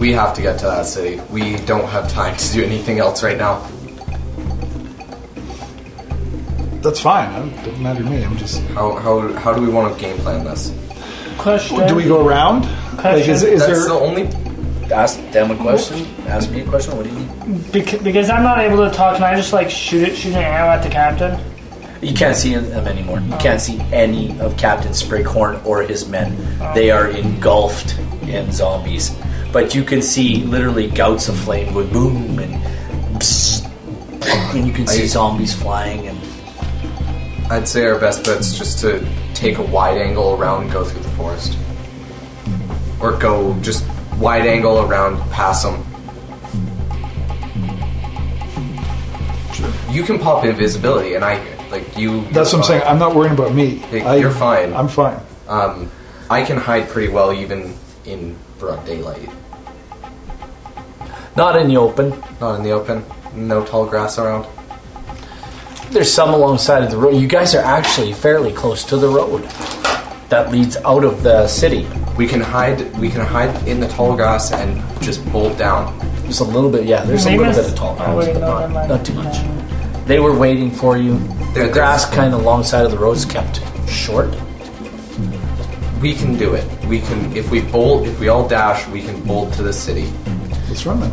Speaker 3: We have to get to that city. We don't have time to do anything else right now.
Speaker 2: That's fine. It doesn't matter to me. I'm just.
Speaker 3: How, how, how do we want to game plan this?
Speaker 4: Question.
Speaker 2: Do we go around? Like, is, is
Speaker 3: That's
Speaker 2: there?
Speaker 3: the only
Speaker 1: Ask them a question. Ask me a question. What do you need?
Speaker 4: Bec- because I'm not able to talk, can I just like shoot it, shoot an arrow at the captain?
Speaker 1: You can't see them anymore. You can't see any of Captain Sprighorn or his men. They are engulfed in zombies. But you can see literally gouts of flame going boom and psst, and you can see
Speaker 3: I-
Speaker 1: zombies flying and
Speaker 3: I'd say our best bet's just to take a wide angle around and go through the forest. Or go just wide angle around, pass them.
Speaker 2: Sure.
Speaker 3: you can pop invisibility, and I like you.
Speaker 2: That's what I'm saying. I'm not worrying about me.
Speaker 3: Hey,
Speaker 2: I-
Speaker 3: you're fine.
Speaker 2: I'm fine.
Speaker 3: Um, I can hide pretty well even in broad daylight.
Speaker 1: Not in the open.
Speaker 3: Not in the open. No tall grass around.
Speaker 1: There's some alongside of the road. You guys are actually fairly close to the road that leads out of the city.
Speaker 3: We can hide. We can hide in the tall grass and just bolt down.
Speaker 1: There's a little bit, yeah. There's a
Speaker 4: Maybe
Speaker 1: little bit
Speaker 4: it's-
Speaker 1: of tall
Speaker 4: oh,
Speaker 1: grass,
Speaker 4: wait,
Speaker 1: but
Speaker 4: no, never
Speaker 1: not,
Speaker 4: mind.
Speaker 1: not too much. They were waiting for you.
Speaker 3: There-
Speaker 1: the grass
Speaker 3: there's-
Speaker 1: kind of alongside of the road's kept short.
Speaker 3: We can do it. We can. If we bolt, if we all dash, we can bolt to the city.
Speaker 2: Let's run then.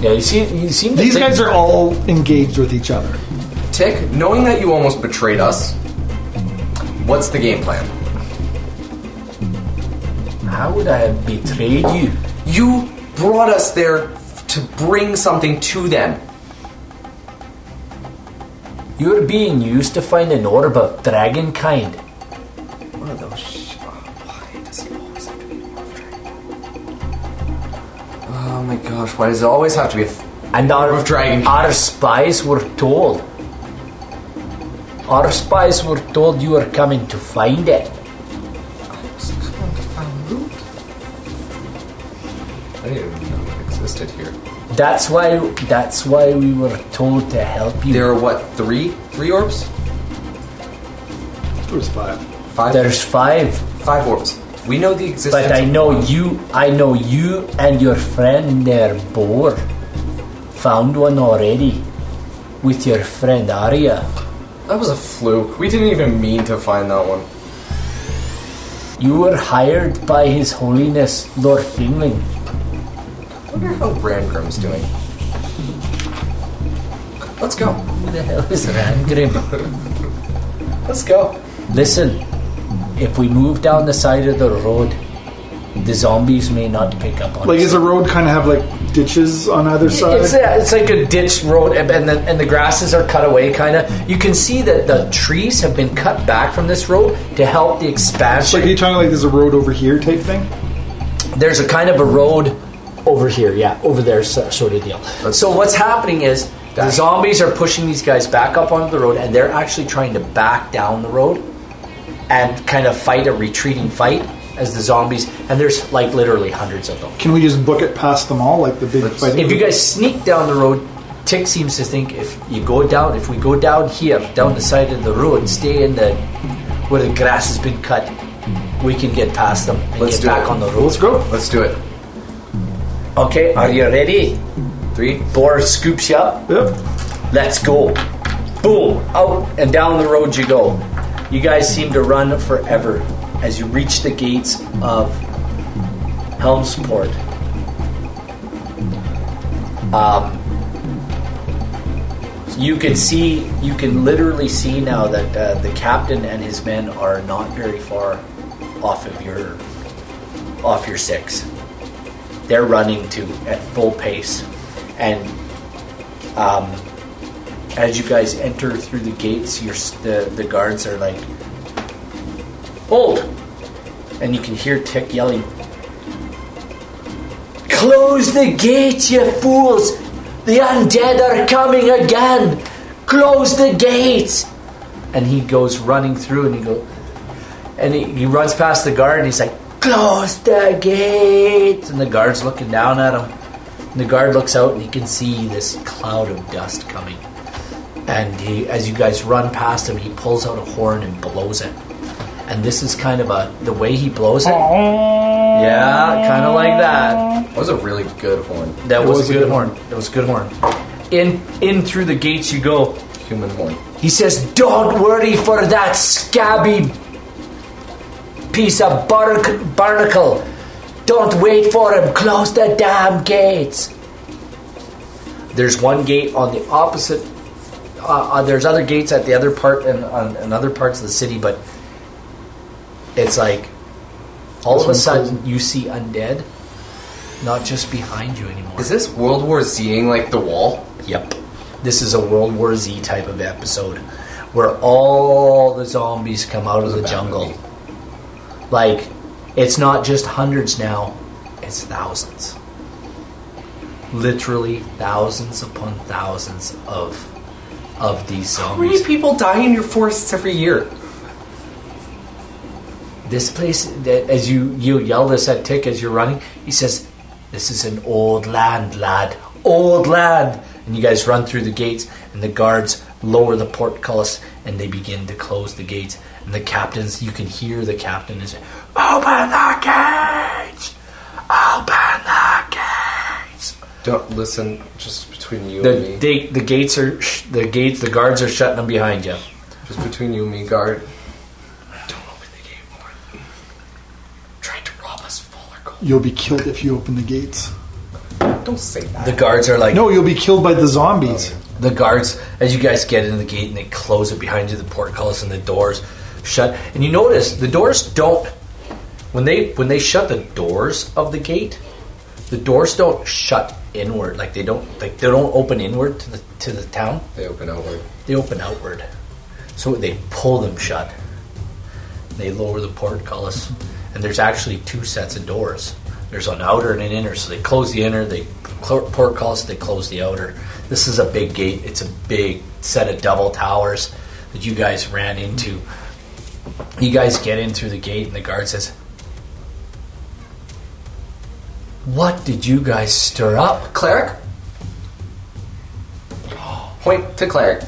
Speaker 1: Yeah, you see, you seem. To
Speaker 2: These
Speaker 1: think-
Speaker 2: guys are all engaged with each other.
Speaker 3: Tick, knowing that you almost betrayed us, what's the game plan?
Speaker 1: How would I have betrayed you?
Speaker 3: You brought us there to bring something to them.
Speaker 1: You're being used to find an orb of dragon kind.
Speaker 3: One of those. Sh- oh, why does it always have to be an orb dragon? Oh my gosh! Why does it always have to be? A f-
Speaker 1: And our,
Speaker 3: Orb of dragon.
Speaker 1: our spies were told. Our spies were told you were coming to find it.
Speaker 3: I didn't even know it existed here.
Speaker 1: That's why. That's why we were told to help you.
Speaker 3: There are what three? Three orbs?
Speaker 2: There's five.
Speaker 3: Five.
Speaker 1: There's five,
Speaker 3: five orbs. We know the existence.
Speaker 1: but I
Speaker 3: of
Speaker 1: know
Speaker 3: one.
Speaker 1: you. I know you and your friend there, Boar, found one already with your friend Arya.
Speaker 3: That was a fluke. We didn't even mean to find that one.
Speaker 1: You were hired by His Holiness Lord Fingling.
Speaker 3: I wonder how Rangrim's doing. Let's go.
Speaker 1: Who the hell is Rangrim?
Speaker 3: Let's go.
Speaker 1: Listen, if we move down the side of the road, the zombies may not pick up on
Speaker 2: Like,
Speaker 1: us.
Speaker 2: is the road kind of have like ditches on either side?
Speaker 1: It's, a, it's like a ditch road, and and the, and the grasses are cut away, kind of. You can see that the trees have been cut back from this road to help the
Speaker 2: So are
Speaker 1: expansion.
Speaker 2: you talking like there's a road over here type thing?
Speaker 1: There's a kind of a road over here, yeah, over there, so- sort of deal. so what's happening is the
Speaker 3: Dash.
Speaker 1: zombies are pushing these guys back up onto the road, and they're actually trying to back down the road and kind of fight a retreating fight as the zombies. And there's like literally hundreds of them.
Speaker 2: Can we just book it past them all, like the big
Speaker 3: Let's-
Speaker 2: fighting?
Speaker 1: If you guys sneak down the road, Tick seems to think if you go down, if we go down here, down the side of the road, stay in the where the grass has been cut, we can get past them and
Speaker 3: Let's
Speaker 1: get
Speaker 3: do
Speaker 1: back
Speaker 3: it.
Speaker 1: on the road.
Speaker 2: Let's go.
Speaker 3: Let's do it.
Speaker 1: Okay, are you ready?
Speaker 3: Three.
Speaker 1: Boar scoops you up.
Speaker 2: Yep.
Speaker 1: Let's go. Boom, out and down the road you go. You guys seem to run forever as you reach the gates of Helmsport. Um, you can see, you can literally see now that uh, the captain and his men are not very far off of your off your six. They're running too at full pace, and um, as you guys enter through the gates, your the the guards are like, "Hold!" and you can hear Tick yelling, "Close the gate, you fools! The undead are coming again! Close the gates!" And he goes running through, and he goes, and he, he runs past the guard, and he's like, "Close the gate!" And the guard's looking down at him. And the guard looks out, and he can see this cloud of dust coming and he, as you guys run past him, he pulls out a horn and blows it. And this is kind of a the way he blows it. Yeah, kind of like that.
Speaker 3: That was a really good horn.
Speaker 1: That
Speaker 2: It
Speaker 1: was,
Speaker 2: was
Speaker 1: a
Speaker 2: a
Speaker 1: good
Speaker 2: good
Speaker 1: horn. That was a good horn. In in through the gates you go.
Speaker 3: Human horn.
Speaker 1: He says, "Don't worry for that scabby piece of barnac- barnacle. Don't wait for him. Close the damn gates." There's one gate on the opposite. Uh, uh, there's other gates at the other part and on, on other parts of the city, but it's like all
Speaker 2: This
Speaker 1: of a
Speaker 2: one's
Speaker 1: sudden
Speaker 2: closing.
Speaker 1: you see undead, not just behind you anymore.
Speaker 3: Is this World War Zing like the wall?
Speaker 1: Yep. This is a World War Z type of episode where all the zombies come out of the
Speaker 3: bad
Speaker 1: jungle.
Speaker 3: movie.
Speaker 1: Like, it's not just hundreds now, it's thousands. Literally thousands upon thousands of of these
Speaker 3: How many
Speaker 1: zombies.
Speaker 3: people die in your forests every year?
Speaker 1: This place, that- as you you yell this at Tick as you're running, he says, "This is an old land, lad, old land." And you guys run through the gates, and the guards lower the portcullis, and they begin to close the gates. And the captains, you can hear the captain is, "Open the gates! Open the gates!"
Speaker 3: Don't listen. Just between you and
Speaker 1: The
Speaker 3: me.
Speaker 1: they, the gates are sh- the gates. The guards are shutting them behind you.
Speaker 3: Just between you and me, guard.
Speaker 2: You'll be killed if you open the gates.
Speaker 3: Don't say that.
Speaker 1: The guards are like
Speaker 2: No, you'll be killed by the zombies.
Speaker 1: the guards as you guys get into the gate and they close it behind you. The portcullis and the doors shut. And you notice the doors don't when they when they shut the doors of the gate. The doors don't shut inward. Like they don't like they don't open inward to the to the town.
Speaker 3: They open outward.
Speaker 1: They open outward. So they pull them shut. They lower the portcullis. And there's actually two sets of doors. There's an outer and an inner. So they close the inner, they cl- portcullis, they close the outer. This is a big gate. It's a big set of double towers that you guys ran into. You guys get in through the gate, and the guard says, What did you guys stir up?
Speaker 3: Cleric. Point to cleric.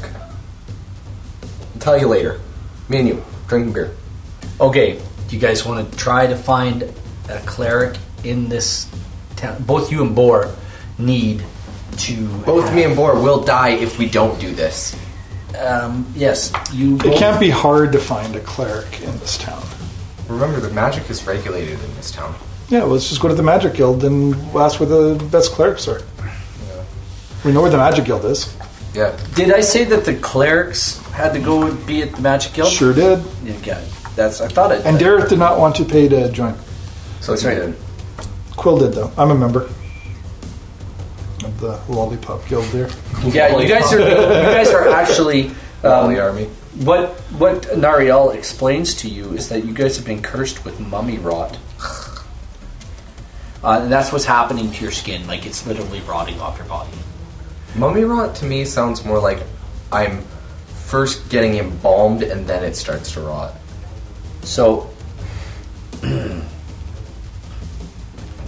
Speaker 3: I'll tell you later. Me and you drinking beer.
Speaker 1: Okay, do you guys want to try to find a cleric in this town? Both you and Boar need to.
Speaker 3: Both me and Bor will die if we don't do this.
Speaker 1: Um, yes, you.
Speaker 2: It can't be hard to find a cleric in this town.
Speaker 3: Remember, the magic is regulated in this town.
Speaker 2: Yeah, well, let's just go to the Magic Guild and ask where the best clerics are. We know where the Magic Guild is.
Speaker 3: Yeah.
Speaker 1: Did I say that the clerics had to go and be at the magic guild?
Speaker 2: Sure did.
Speaker 1: You got it. That's. I thought it.
Speaker 2: And Derek did not want to pay to join.
Speaker 3: So it's right.
Speaker 2: Quill did, though. I'm a member of the Lollipop Guild there.
Speaker 1: yeah, you guys are. You guys are
Speaker 3: [laughs]
Speaker 1: actually.
Speaker 3: Valley
Speaker 1: Um,
Speaker 3: army.
Speaker 1: what what Nariel explains to you is that you guys have been cursed with mummy rot. [sighs] Uh, and that's what's happening to your skin. Like it's literally rotting off your body.
Speaker 3: Mummy rot to me sounds more like I'm first getting embalmed and then it starts to rot.
Speaker 1: So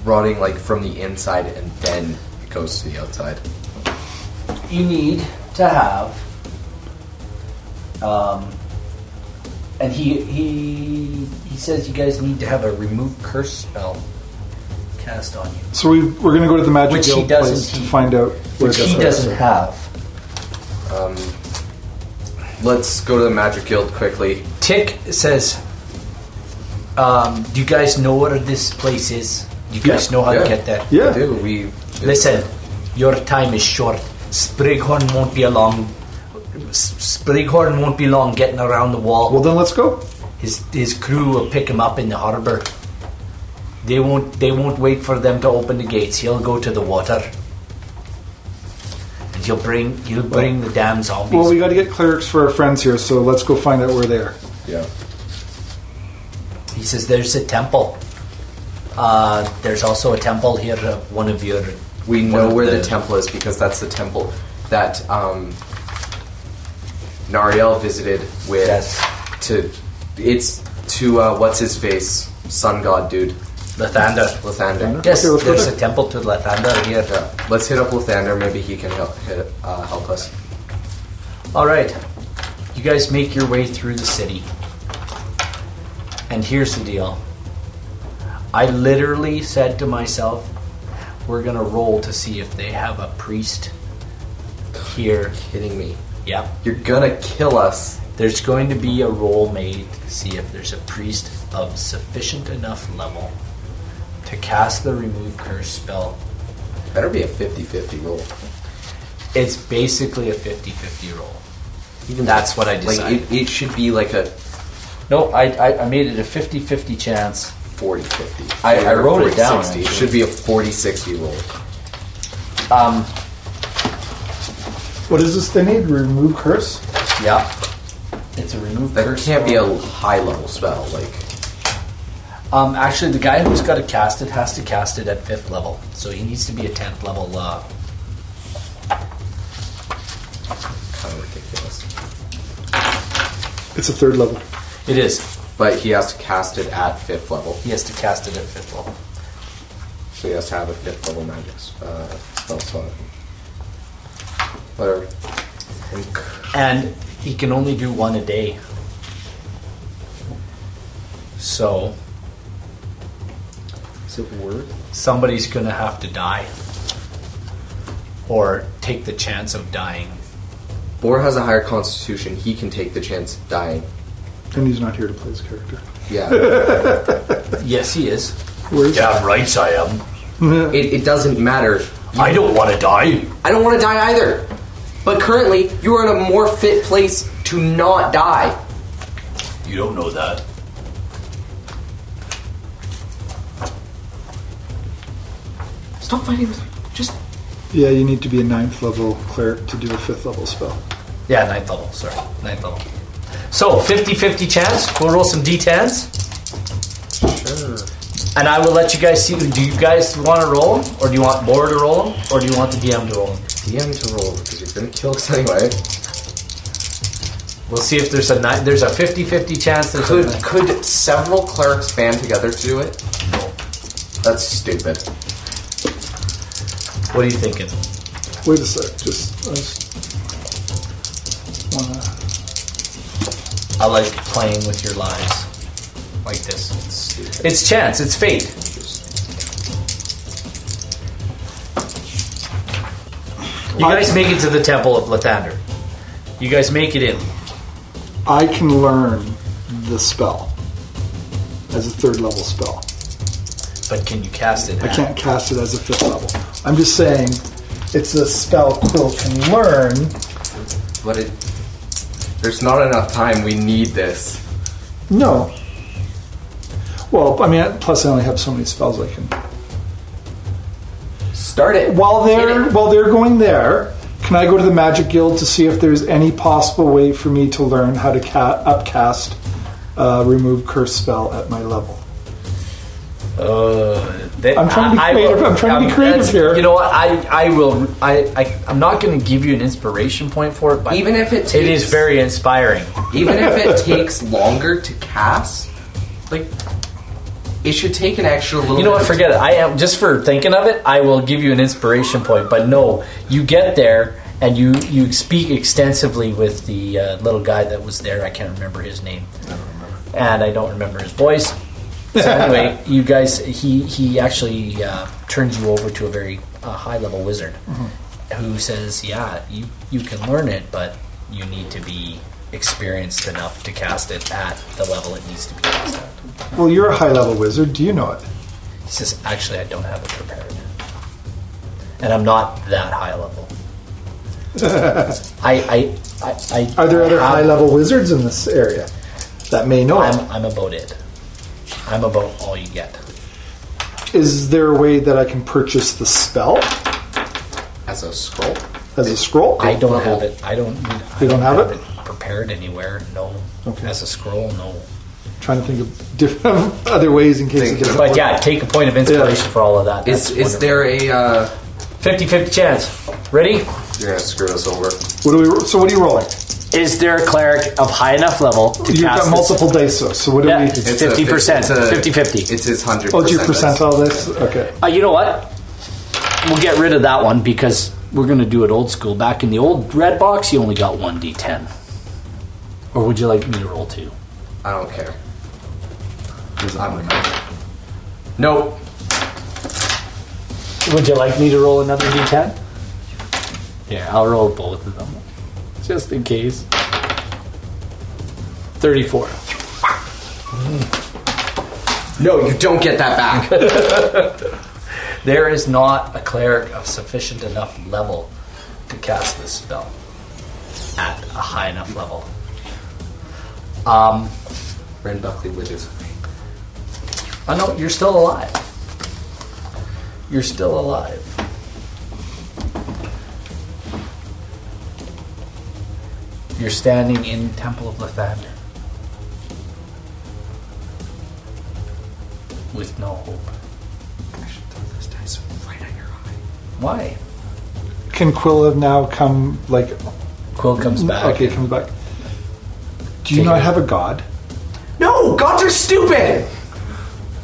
Speaker 3: Rotting like from the inside and then it goes to the outside.
Speaker 1: you need to have um, and he he he says you guys need to have a remove curse spell cast on you
Speaker 2: So we, we're going to go to the Magic
Speaker 1: Which he
Speaker 2: Guild
Speaker 1: doesn't-
Speaker 2: place to
Speaker 1: he-
Speaker 2: find out where
Speaker 1: which
Speaker 2: the
Speaker 1: he
Speaker 2: clerics
Speaker 1: doesn't
Speaker 2: are.
Speaker 1: have
Speaker 3: Um, let's go to the magic guild quickly.
Speaker 1: tick says um, do you guys know where this place is you guys know how to
Speaker 3: Yeah.
Speaker 1: get there
Speaker 2: Yeah.
Speaker 3: Do we
Speaker 1: Listen, your time is short. Sprighorn won't be along. S- Sprighorn won't be long getting around the wall.
Speaker 2: Well, then let's go.
Speaker 1: His his crew will pick him up in the harbor. They won't they won't wait for them to open the gates. He'll go to the water. And he'll bring he'll bring the damn zombies.
Speaker 2: Well, we got to get clerics for our friends here, so let's go find out where they are.
Speaker 3: Yeah.
Speaker 1: he says there's a temple. Uh, there's also a temple here of one of your
Speaker 3: We
Speaker 1: one
Speaker 3: know
Speaker 1: of
Speaker 3: where the, temple is because that's the temple that um, Nariel visited with
Speaker 1: Yes.
Speaker 3: to it's to uh, what's his face sun god dude
Speaker 1: Lathander.
Speaker 3: Lathander.
Speaker 1: Yes,
Speaker 2: Okay, let's go
Speaker 1: there's
Speaker 2: there.
Speaker 1: a temple to Lathander here.
Speaker 3: Yeah. Let's hit up Lathander. Maybe he can help hit- uh, help us.
Speaker 1: All right, you guys make your way through the city. And here's the deal. I literally said to myself, we're going to roll to see if they have a priest here.
Speaker 3: Kidding me?
Speaker 1: Yep.
Speaker 3: You're gonna kill us.
Speaker 1: There's going to be a roll made to see if there's a priest of sufficient enough level to cast the remove curse spell.
Speaker 3: Better be a 50-50 roll.
Speaker 1: It's basically a 50-50 roll. That's what I
Speaker 3: Like
Speaker 1: decided.
Speaker 3: it, it should be like a
Speaker 1: no, I, I, I made it a 50-50 chance
Speaker 3: 40-50.
Speaker 1: I- I wrote it down,
Speaker 3: 40-60.
Speaker 1: actually.
Speaker 3: Should be a 40-60 roll.
Speaker 1: Um,
Speaker 2: What is this they need? Remove curse?
Speaker 1: yeah. It's a remove
Speaker 3: That
Speaker 1: curse.
Speaker 3: can't be a
Speaker 1: spell.
Speaker 3: high level spell. Like
Speaker 1: Um, actually, the guy who's got to cast it has to cast it at fifth level, so he needs to be a tenth level. Uh,
Speaker 3: kind of ridiculous.
Speaker 2: It's a third level.
Speaker 6: It is.
Speaker 3: But he has to cast it at fifth level.
Speaker 6: He has to cast it at fifth level.
Speaker 3: So he has to have a fifth level magic uh, spell slot. Whatever. Inc-
Speaker 6: And he can only do one a day. So
Speaker 3: Is it worth?
Speaker 6: somebody's going to have to die. Or take the chance of dying.
Speaker 3: Boar has a higher constitution. He can take the chance of dying.
Speaker 2: And he's not here to play his character.
Speaker 3: Yeah. [laughs]
Speaker 6: Yes, he is.
Speaker 2: Where is
Speaker 6: Damn right I am. [laughs]
Speaker 3: it, it doesn't matter.
Speaker 6: I don't want to die.
Speaker 3: I don't want to die either. But currently, you are in a more fit place to not die.
Speaker 6: You don't know that.
Speaker 3: Stop fighting with me. Just
Speaker 2: Yeah, you need to be a ninth level cleric to do a fifth level spell.
Speaker 6: Yeah, ninth level, sorry. Ninth level. So, 50 50 chance. We'll roll some d10s.
Speaker 3: sure.
Speaker 6: And I will let you guys see. Do you guys want to roll 'em? Or do you want Boar to roll 'em? Or do you want the DM to roll 'em?
Speaker 3: DM to roll because you're gonna kill us anyway.
Speaker 6: We'll see if there's a ni- there's a 50 50 chance there's
Speaker 3: Could
Speaker 6: a.
Speaker 3: could several clerics band together to do it? That's stupid.
Speaker 6: What are you thinking?
Speaker 2: Wait a sec. Just, I just wanna.
Speaker 6: I like playing with your lives like this.
Speaker 3: Stupid.
Speaker 6: It's chance, it's fate. You guys make it to the Temple of Lathander. You guys make it in.
Speaker 2: I can learn the spell as a third level spell.
Speaker 6: But can you cast it?
Speaker 2: I can't cast it as a fifth level. I'm just saying it's a spell Quill can learn.
Speaker 3: But it. There's not enough time. We need this.
Speaker 2: No. Well, I mean, plus I only have so many spells I can.
Speaker 3: Start it.
Speaker 2: While
Speaker 3: Hit
Speaker 2: they're
Speaker 3: it.
Speaker 2: while they're going there, can I go to the Magic Guild to see if there's any possible way for me to learn how to ca- upcast uh, remove curse spell at my level?
Speaker 6: Uh, that-
Speaker 2: I'm trying to be
Speaker 6: I- I
Speaker 2: creative. I'm trying to be creative
Speaker 6: that's-
Speaker 2: here.
Speaker 6: You know what? I, I will. I, I I'm not going to give you an inspiration point for it, but
Speaker 3: Even if it takes,
Speaker 6: it is very inspiring.
Speaker 3: Even if it takes longer to cast, like it should take an extra little.
Speaker 6: You know
Speaker 3: bit
Speaker 6: what?
Speaker 3: of
Speaker 6: Forget it. I am just for thinking of it. I will give you an inspiration point, but no, you get there and you you speak extensively with the uh, little guy that was there. I can't remember his name, and I don't remember his voice. So anyway, you guys, he he actually uh, turns you over to a very uh, high level wizard who says, "Yeah, you you can learn it, but you need to be." Experienced enough to cast it at the level it needs to be cast at.
Speaker 2: Well, you're a high level wizard. Do you know it?
Speaker 6: He says, actually, I don't have it prepared. And I'm not that high level. I, I, I, I,
Speaker 2: Are there other
Speaker 6: I have-
Speaker 2: high level wizards in this area that may know? it?
Speaker 6: I'm, I'm about it. I'm about all you get.
Speaker 2: Is there a way that I can purchase the spell
Speaker 3: as a scroll.
Speaker 2: as a scroll?
Speaker 6: I don't have it. I don't. need- I
Speaker 2: You don't have it?
Speaker 6: prepared anywhere. No.
Speaker 2: Okay.
Speaker 6: As a scroll, no.
Speaker 2: trying to think of different [laughs] other ways in case it
Speaker 3: Thinking
Speaker 2: doesn't
Speaker 6: But
Speaker 2: work.
Speaker 6: yeah, take a point of inspiration for all of that.
Speaker 3: Is is there a? Uh,
Speaker 6: 50 50 chance? Ready?
Speaker 3: you're gonna screw us over.
Speaker 2: What do we? So what are you rolling?
Speaker 7: Is there a cleric of high enough level to
Speaker 2: You've
Speaker 7: cast
Speaker 2: got multiple dice, so, so what do
Speaker 7: Yeah.
Speaker 2: we?
Speaker 7: It's- 50%,
Speaker 3: it's a-
Speaker 7: 50-50.
Speaker 3: It's his hundred.
Speaker 2: Oh, it's your percentile dice. Okay.
Speaker 7: This? Uh, you know what? We'll get rid of that one because we're going to do it old school. Back in the old red box, you only got one d10. Or would you like me to roll two?
Speaker 3: I don't care. Because I'm a. Nope.
Speaker 7: Would you like me to roll another d10? Yeah, I'll roll both of them. Just in case. 34.
Speaker 3: No, you don't get that back.
Speaker 6: There is not a cleric of sufficient enough level to cast this spell at a high enough level. Um,
Speaker 3: Ren Buckley with his.
Speaker 6: I know you're still alive. You're still alive. You're standing in Temple of Lathander with no hope.
Speaker 3: I should throw those dice right at your eye.
Speaker 6: Why?
Speaker 2: Can Quill have now come? Like, [coughs]
Speaker 6: Quill comes back.
Speaker 2: okay, comes back. Do you not have a god?
Speaker 3: No, gods are stupid.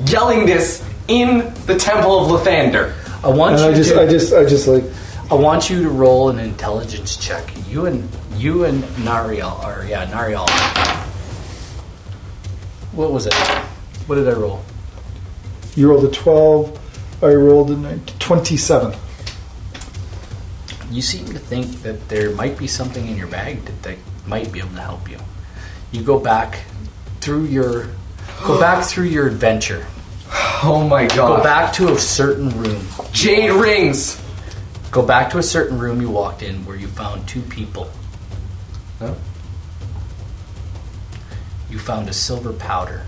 Speaker 3: Yelling this in the temple of Lathander.
Speaker 6: I want
Speaker 2: And
Speaker 6: you
Speaker 2: I just,
Speaker 6: to,
Speaker 2: I just, I just like
Speaker 6: I want you to roll an intelligence check. You and you and Nariel, or yeah, Nariel. What was it? What did I roll?
Speaker 2: you rolled a twelve, I rolled a 19, twenty-seven.
Speaker 6: You seem to think that there might be something in your bag that they might be able to help you. You go back through your
Speaker 2: [gasps]
Speaker 6: go back through your adventure.
Speaker 3: Oh my god.
Speaker 6: Go back to a certain room.
Speaker 3: Jade rings.
Speaker 6: Go back to a certain room you walked in where you found two people.
Speaker 3: Huh?
Speaker 6: You found a silver powder.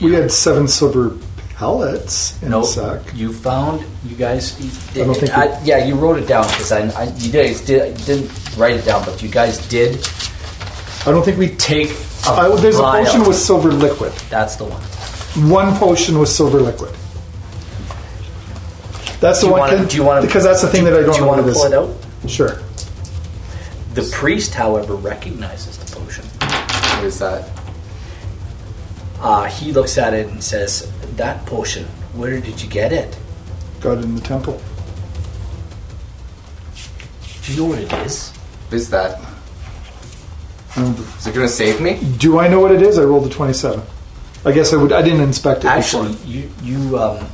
Speaker 2: We had seven silver pellets in
Speaker 6: No,
Speaker 2: the sack.
Speaker 6: you found you guys.
Speaker 2: I don't think
Speaker 6: I-
Speaker 2: we-
Speaker 6: yeah, you wrote it down because I, I you guys did didn't write it down, but you guys did
Speaker 2: I don't think we.
Speaker 6: take. A
Speaker 2: I, there's a
Speaker 6: vial.
Speaker 2: potion with silver liquid.
Speaker 6: That's the one.
Speaker 2: One potion with silver liquid. That's the
Speaker 6: Do you
Speaker 2: one.
Speaker 6: wanna-
Speaker 2: can-
Speaker 6: do you wanna-
Speaker 2: Because that's the thing that I don't
Speaker 6: Do you
Speaker 2: know
Speaker 6: want
Speaker 2: what it
Speaker 6: to
Speaker 2: is.
Speaker 6: pull it out?
Speaker 2: Sure.
Speaker 6: The priest, however, recognizes the potion.
Speaker 3: What is that?
Speaker 6: Uh, he looks at it and says, "That potion. Where did you get it?
Speaker 2: Got it in the temple.
Speaker 6: Do you know what it is?"
Speaker 3: What is that? Is it gonna save me?
Speaker 2: Do I know what it is? I rolled a twenty-seven. I guess I would. I didn't inspect it.
Speaker 6: Actually, you you um,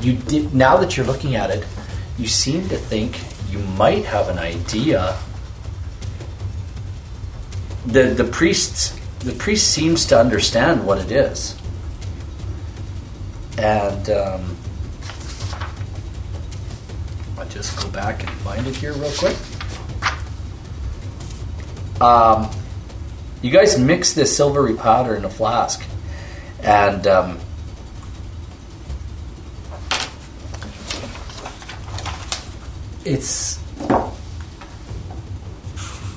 Speaker 6: you did. Now that you're looking at it, you seem to think you might have an idea. the The priests the priest seems to understand what it is, and um, I just go back and find it here real quick. Um, you guys mix this silvery powder in a flask, and um, it's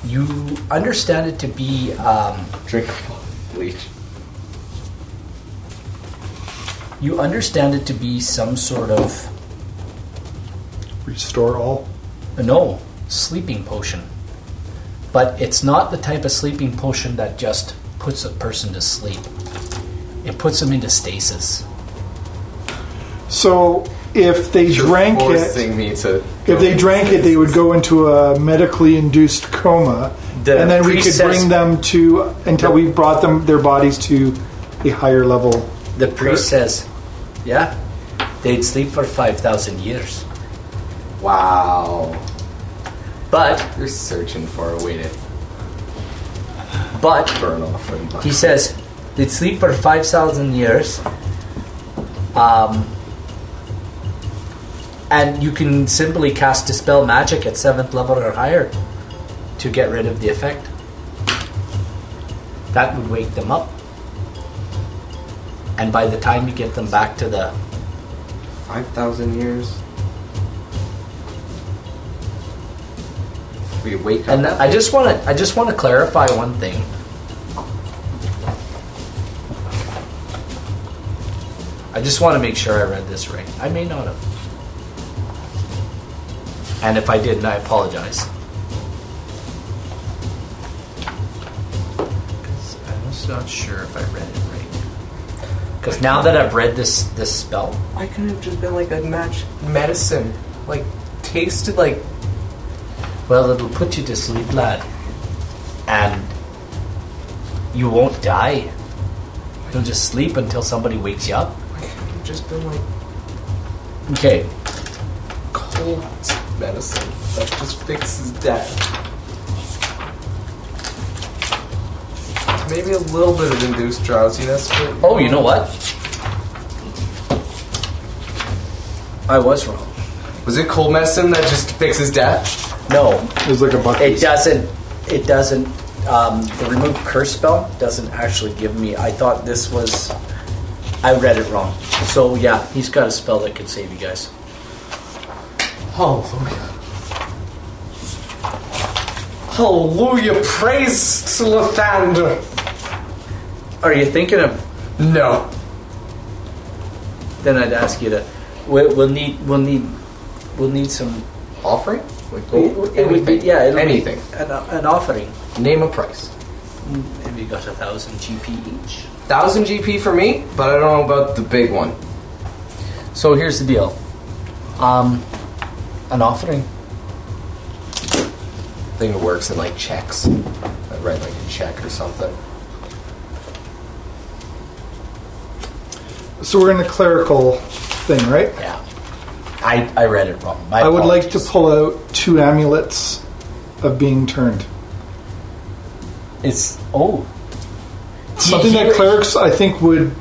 Speaker 6: you understand it to be um,
Speaker 3: Drink bleach.
Speaker 6: you understand it to be some sort of
Speaker 2: Restore all.
Speaker 6: no sleeping potion, but it's not the type of sleeping potion that just puts a person to sleep. It puts them into stasis.
Speaker 2: So if they drank it,
Speaker 3: Forcing me to.
Speaker 2: if they drank it, they would go into a medically induced coma,
Speaker 6: The
Speaker 2: and then we
Speaker 6: priest
Speaker 2: could
Speaker 6: says-
Speaker 2: bring them to until we brought them their bodies to a higher level.
Speaker 6: The priest says, "Yeah, they'd sleep for five thousand years."
Speaker 3: Wow.
Speaker 6: But
Speaker 3: You're searching for a way to
Speaker 6: but
Speaker 3: burn off. And
Speaker 6: He says, they sleep for 5,000 years. Um, and you can simply cast Dispel Magic at 7th level or higher to get rid of the effect. That would wake them up. And by the time you get them back to the.
Speaker 3: Five thousand years. We wake up.
Speaker 6: And I just want to I just want to clarify one thing. I just want to make sure I read this right. I may not have. And if I didn't, I apologize. I'm just not sure if I read it right. Because now that I've read this this spell,
Speaker 3: I could have just been like a match medicine, like tasted like
Speaker 6: well, it'll put you to sleep, lad, and you won't die. You'll just sleep until somebody wakes you up.
Speaker 3: I could have just been like
Speaker 6: Okay,
Speaker 3: cold medicine that just fixes death. Maybe a little bit of induced drowsiness. But
Speaker 6: Oh, you know what? I was wrong.
Speaker 3: Was it cold medicine that just fixes death?
Speaker 6: No,
Speaker 2: It was like a bucket.
Speaker 6: it doesn't. It doesn't. Um, the remove curse spell doesn't actually give me. I thought this was. I read it wrong. So yeah, he's got a spell that can save you guys. Oh,
Speaker 3: Hallelujah. Hallelujah. Praise to Lathander.
Speaker 6: Are you thinking of?
Speaker 3: No.
Speaker 6: Then I'd ask you to. we- We'll need. We'll need. We'll need some
Speaker 3: Offering? Like
Speaker 6: It
Speaker 3: gold?
Speaker 6: would- it would be-
Speaker 3: anything.
Speaker 6: yeah, it would be-
Speaker 3: anything.
Speaker 6: An, an offering.
Speaker 3: Name a price.
Speaker 6: Have you got a thousand GP each?
Speaker 3: Thousand GP for me, but I don't know about the big one.
Speaker 8: So here's the deal. Um, an offering.
Speaker 3: I think it works in like checks. I write like a check or something.
Speaker 2: So we're in a clerical thing, right?
Speaker 8: Yeah. I, I read it wrong. My
Speaker 2: I would like to
Speaker 8: apologies.
Speaker 2: pull out two amulets of being turned.
Speaker 8: It's oh.
Speaker 2: Something that clerics, I think, would.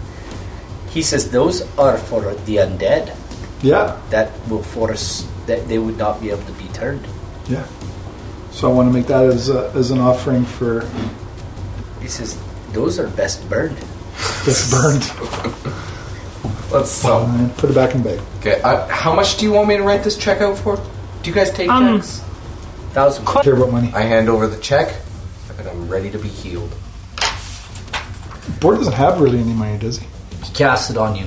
Speaker 6: He says those are for the undead.
Speaker 2: Yeah,
Speaker 6: That will force that they would not be able to be turned.
Speaker 2: yeah. So I want to make that as, a, as an offering for
Speaker 6: He says those are best burned.
Speaker 2: this
Speaker 6: [laughs]
Speaker 2: burned.
Speaker 3: Let's sell.
Speaker 2: And put it back in bag.
Speaker 3: Okay. Uh, how much do you want me to write this check out for? Do you guys take
Speaker 4: Um,
Speaker 3: checks?
Speaker 6: Thousand.
Speaker 2: Don't care about money.
Speaker 3: I hand over the check, and I'm ready to be healed.
Speaker 2: Board doesn't have really any money, does he?
Speaker 6: He casts it on you.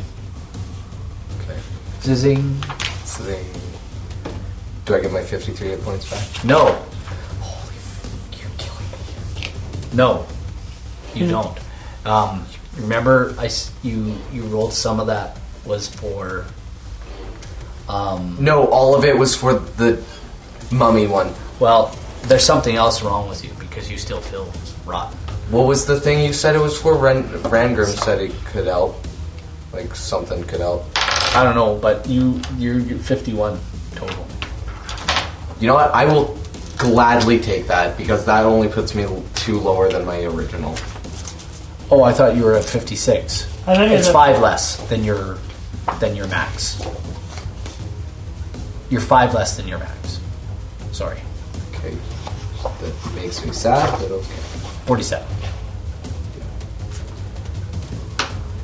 Speaker 3: Okay.
Speaker 6: Zing.
Speaker 3: So then, do I get my 53 hit points back?
Speaker 6: No,
Speaker 3: You're killing me.
Speaker 6: no, you don't. Um, remember, I s- you you rolled some of that was for
Speaker 3: No, all of it was for the mummy one.
Speaker 6: Well, there's something else wrong with you because you still feel rotten.
Speaker 3: What was the thing you said it was for? Ren- Rangrim said it could help. Like something could help.
Speaker 6: I don't know, but you you're, you're 51 total.
Speaker 3: You know what? I will gladly take that because that only puts me l- two lower than my original.
Speaker 6: Oh, I thought you were at 56.
Speaker 4: I think
Speaker 6: It's
Speaker 4: it's a-
Speaker 6: five less than your than your max. You're five less than your max. Sorry,
Speaker 3: Okay. That makes me sad, but okay.
Speaker 6: 47.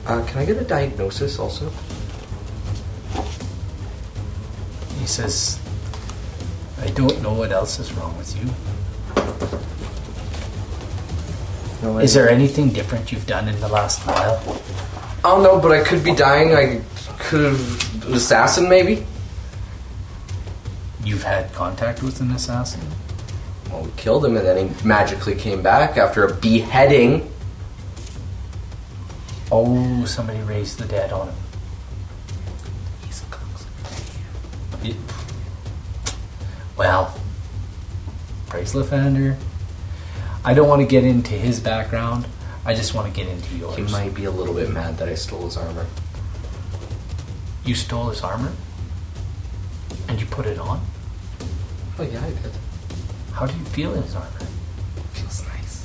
Speaker 3: Uh, can I get a diagnosis also?
Speaker 6: He says, "I don't know what else is wrong with you.
Speaker 3: No,
Speaker 6: Is there anything different you've done in the last while?
Speaker 3: I don't know, but I could be dying. I could have an assassin, maybe.
Speaker 6: You've had contact with an assassin?
Speaker 3: Well, we killed him, and then he magically came back after a beheading.
Speaker 6: Oh, somebody raised the dead on him."
Speaker 3: He's a cocksucker.
Speaker 6: It- Well, praise Lefander. I don't want to get into his background. I just want to get into yours.
Speaker 3: He might be a little bit mad that I stole his armor.
Speaker 6: You stole his armor, and you put it on.
Speaker 3: Oh yeah, I did.
Speaker 6: How do you feel in his armor?
Speaker 3: Feels nice.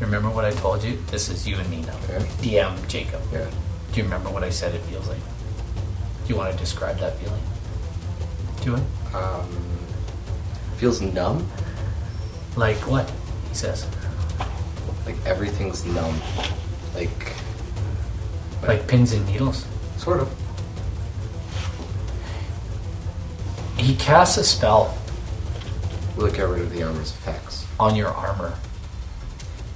Speaker 6: Remember what I told you? This is you and me now.
Speaker 3: Yeah.
Speaker 6: DM Jacob.
Speaker 3: Yeah.
Speaker 6: Do you remember what I said? It feels like. Do you want to describe that feeling? Do it.
Speaker 3: Um, feels numb.
Speaker 6: Like what? He says.
Speaker 3: Like everything's numb. Like
Speaker 6: Like pins and needles.
Speaker 3: sort of.
Speaker 6: He casts a spell
Speaker 3: Will it get rid of the armor's effects?
Speaker 6: on your armor.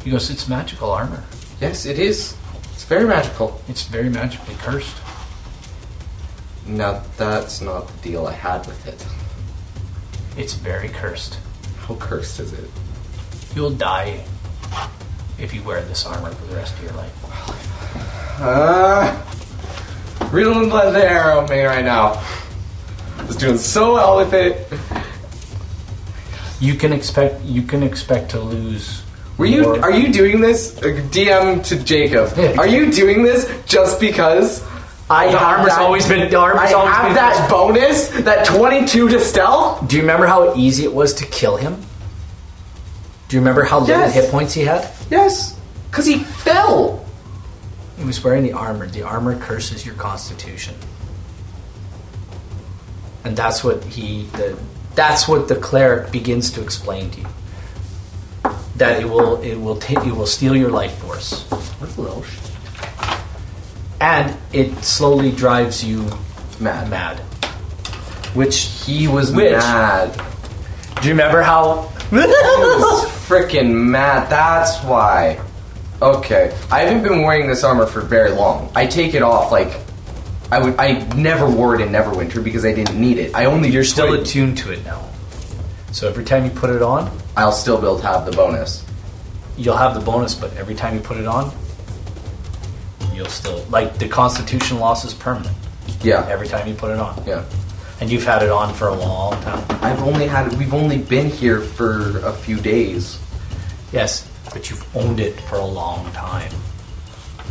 Speaker 6: He goes, It's magical armor.
Speaker 3: Yes, it is. It's very magical.
Speaker 6: It's very magically cursed.
Speaker 3: Now that's not the deal I had with it.
Speaker 6: It's very cursed.
Speaker 3: How cursed is it?
Speaker 6: You'll die if you wear this armor for the rest of your life.
Speaker 3: Uh, real and blood the arrow man right now. Is doing so well with it.
Speaker 6: You can expect you can expect to lose
Speaker 3: Were you?
Speaker 6: more-
Speaker 3: Are you doing this? Uh, DM to Jacob. Are you doing this just because?
Speaker 6: I the
Speaker 3: have
Speaker 6: armor's
Speaker 3: that-
Speaker 6: always been the armor's
Speaker 3: I
Speaker 6: always
Speaker 3: have
Speaker 6: been
Speaker 3: that bonus, that twenty-two to stealth.
Speaker 6: Do you remember how easy it was to kill him? Do you remember how little
Speaker 3: Yes.
Speaker 6: hit points he had?
Speaker 3: Yes, because he fell.
Speaker 6: He was wearing the armor. The armor curses your constitution. And that's what he the that's what the cleric begins to explain to you. That it will it will ta- it will steal your life force.
Speaker 3: What a little sh-
Speaker 6: And it slowly drives you
Speaker 3: mad.
Speaker 6: mad. Which
Speaker 3: He was
Speaker 6: Which-
Speaker 3: mad.
Speaker 6: do you remember how
Speaker 3: He was freaking mad. That's why. Okay, I haven't been wearing this armor for very long. I take it off like. I would. I never wore it in Neverwinter because I didn't need it. I only.
Speaker 6: you're still
Speaker 3: put it-
Speaker 6: attuned to it now.
Speaker 1: So every time you put it on,
Speaker 3: I'll still be able to have the bonus.
Speaker 1: you'll have the bonus, but every time you put it on, you'll still like the constitution loss is permanent
Speaker 3: Yeah.
Speaker 1: every time you put it on.
Speaker 3: yeah.
Speaker 1: And you've had it on for a long time.
Speaker 3: I've only had we've only been here for a few days.
Speaker 1: Yes, but you've owned it for a long time.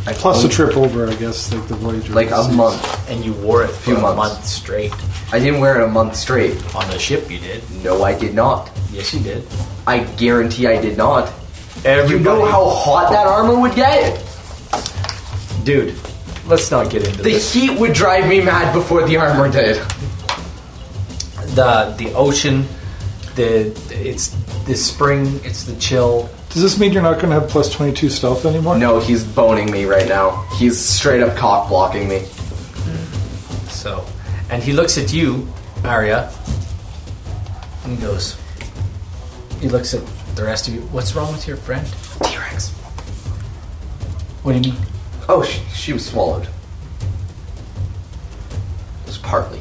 Speaker 3: I
Speaker 2: Plus the
Speaker 3: only-
Speaker 2: trip over, I guess, like the voyage.
Speaker 3: like a
Speaker 6: um,
Speaker 3: month.
Speaker 1: And you wore it for
Speaker 3: Few
Speaker 1: a
Speaker 3: months.
Speaker 1: month straight.
Speaker 3: I didn't wear it a month straight.
Speaker 1: On the ship you did.
Speaker 3: No, I did not.
Speaker 1: Yes you did.
Speaker 3: I guarantee I did not.
Speaker 1: Everybody
Speaker 3: You know how hot that armor would get?
Speaker 1: Dude, let's not get into
Speaker 3: The
Speaker 1: this.
Speaker 3: heat would drive me mad before the armor did.
Speaker 1: The the ocean, the it's the spring, it's the chill.
Speaker 2: Does this mean you're not going to have plus 22 stealth anymore?
Speaker 3: No, he's boning me right now. He's straight up cock blocking me.
Speaker 1: So, and he looks at you, Aria, and he goes, he looks at the rest of you. What's wrong with your friend?
Speaker 3: T Rex.
Speaker 1: What do you mean?
Speaker 3: Oh, she, she was swallowed. It was partly.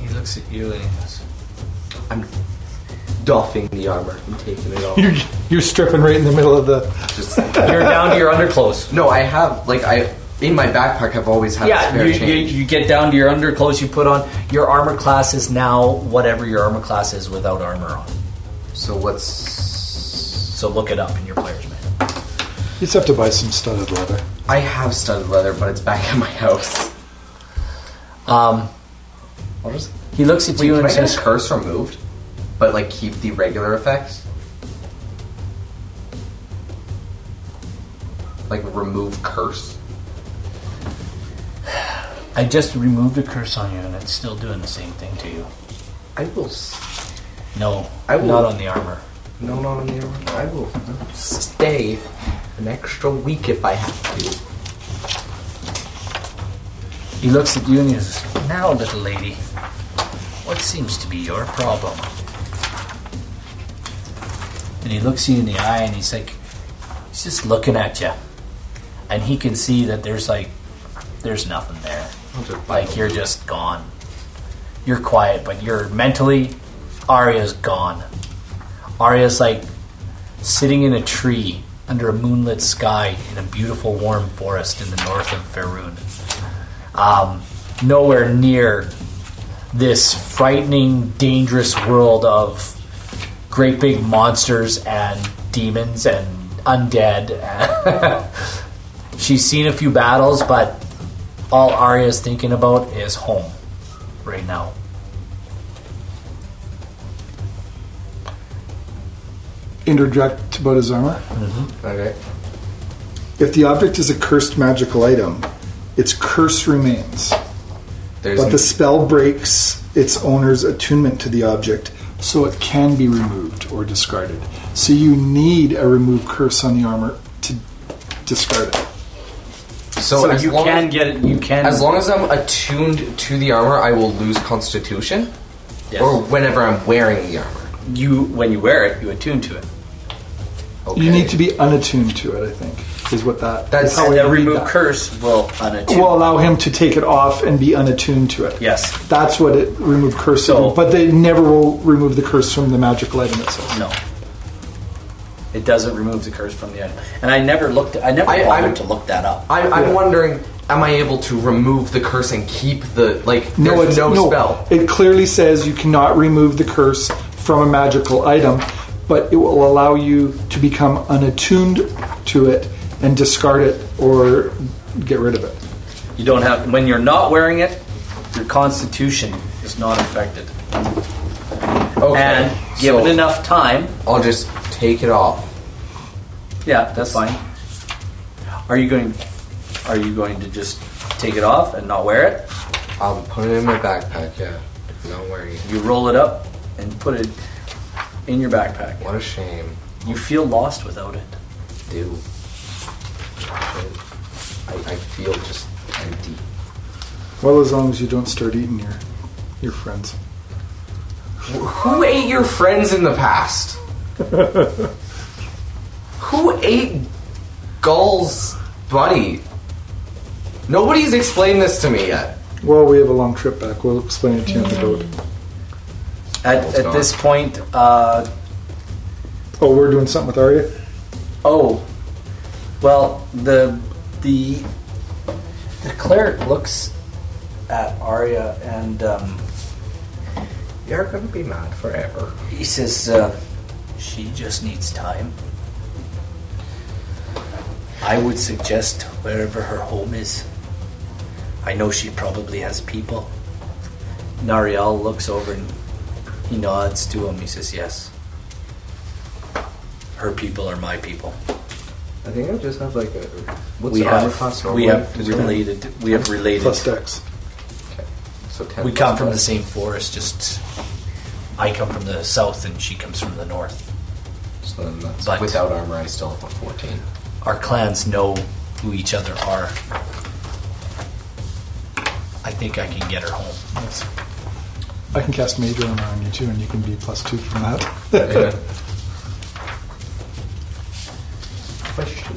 Speaker 1: He looks at you and he goes,
Speaker 3: I'm doffing the armor. I'm taking it
Speaker 1: [laughs]
Speaker 3: off.
Speaker 2: You're, you're stripping right in the middle of the.
Speaker 3: Just
Speaker 1: You're down to your underclothes.
Speaker 3: no, I have like I in my backpack. I've always had a
Speaker 1: Yeah,
Speaker 3: spare
Speaker 1: you, you,
Speaker 3: change.
Speaker 1: you get down to your underclothes you put on. Your armor class is now whatever your armor class is without armor on.
Speaker 3: So what's?
Speaker 1: So look it up in your player's manual.
Speaker 2: You just have to buy some studded leather.
Speaker 3: I have studded leather, but it's back at my house.
Speaker 1: Um,
Speaker 3: I'll just
Speaker 1: he looks at
Speaker 3: wait.
Speaker 1: you
Speaker 3: Can
Speaker 1: and
Speaker 3: I get a
Speaker 1: says,
Speaker 3: curse removed, but like keep the regular effects? Like remove curse.
Speaker 6: I just removed a curse on you, and it's still doing the same thing to you.
Speaker 3: I will. s-
Speaker 1: "No,
Speaker 3: I will
Speaker 1: not on the armor."
Speaker 3: No, not on the armor. I will stay an extra week if I have to.
Speaker 6: He looks at you and he says, Now, little lady, what seems to be your problem?
Speaker 1: And he looks you in the eye and he's like,
Speaker 6: He's just looking at you. And he can see that there's like, there's nothing there. Like, you're just gone. You're quiet, but you're mentally, Arya's gone. Arya's like sitting in a tree under a moonlit sky in a beautiful warm forest in the north of Faerun. Um, nowhere near this frightening, dangerous world of great big monsters and demons and
Speaker 1: [laughs]
Speaker 6: undead. She's seen a few battles, but all Arya's thinking about is home right now.
Speaker 2: Interject about his armor.
Speaker 3: Okay.
Speaker 2: If the object is a cursed magical item, its curse remains,
Speaker 3: There's
Speaker 2: but the spell breaks its owner's attunement to the object, so it can be removed or discarded. So you need a remove curse on the armor to discard it.
Speaker 3: so,
Speaker 1: "So
Speaker 3: as
Speaker 1: you
Speaker 3: long
Speaker 1: can
Speaker 3: as,
Speaker 1: get it. You can
Speaker 3: as long as I'm attuned to the armor, I will lose Constitution,
Speaker 1: Yes.
Speaker 3: or whenever I'm wearing the armor.
Speaker 1: you when you wear it, you attune to it.
Speaker 3: Okay.
Speaker 2: You need to be unattuned to it. I think is what that.
Speaker 3: That's-
Speaker 2: is how
Speaker 3: and
Speaker 2: I
Speaker 1: The
Speaker 2: read
Speaker 1: remove
Speaker 2: that.
Speaker 1: curse will unattune.
Speaker 2: Will allow him to take it off and be unattuned to it.
Speaker 1: yes.
Speaker 2: That's what it remove curse.
Speaker 1: So-
Speaker 2: but they never will remove the curse from the magical item itself.
Speaker 1: No. It doesn't remove the curse from the item. And I never looked. I never
Speaker 3: I-
Speaker 1: bothered
Speaker 3: I'm-
Speaker 1: to look that up.
Speaker 3: I'm, I'm wondering, am I able to remove the curse and keep the like? there's no, spell.
Speaker 2: It clearly says you cannot remove the curse from a magical item, but it will allow you to become unattuned to it and discard it or get rid of it.
Speaker 1: You don't have when you're not wearing it. Your constitution is not affected.
Speaker 3: Okay.
Speaker 1: And
Speaker 3: so
Speaker 1: given enough time,
Speaker 3: I'll just take it off.
Speaker 1: yeah, that's fine. Are you going? Are you going to just take it off and not wear it?
Speaker 3: I'll put it in my backpack. Yeah. Not wearing it.
Speaker 1: You roll it up and put it in your backpack.
Speaker 3: What a shame.
Speaker 1: You feel lost without it.
Speaker 3: Do. I, I feel just empty.
Speaker 2: Well, as long as you don't start eating your your friends.
Speaker 3: Who ate your friends in the past? [laughs] Who ate Gull's buddy? Nobody's explained this to me yet.
Speaker 2: Well, we have a long trip back. We'll explain it to you on the boat.
Speaker 6: At, at this point, uh,
Speaker 2: Oh, we're doing something with Arya?
Speaker 6: Oh, well, the the the cleric looks at Arya and um,
Speaker 3: You're gonna be mad forever.
Speaker 6: he says, uh,
Speaker 9: She just needs time.
Speaker 1: I would suggest wherever her home is. I know she probably has people.
Speaker 6: Nariel looks over and he nods to him. He says, "Yes,
Speaker 1: Her people are my people.
Speaker 3: I think I just have like a. What's
Speaker 1: we
Speaker 3: the armor
Speaker 1: have
Speaker 3: class normally?
Speaker 1: we have
Speaker 3: Does it-
Speaker 1: related we have related
Speaker 2: Plus Dex.
Speaker 3: So 10
Speaker 1: we come
Speaker 3: plus
Speaker 1: from the
Speaker 3: five.
Speaker 1: same forest just I come from the south and she comes from the north.
Speaker 3: So then that's-
Speaker 1: but-
Speaker 3: without armor, I still have a 14.
Speaker 1: Our clans know who each other are. I think I can get her home.
Speaker 2: I can cast Major Armor on you too, and you can be plus two from that. [laughs]
Speaker 3: Question: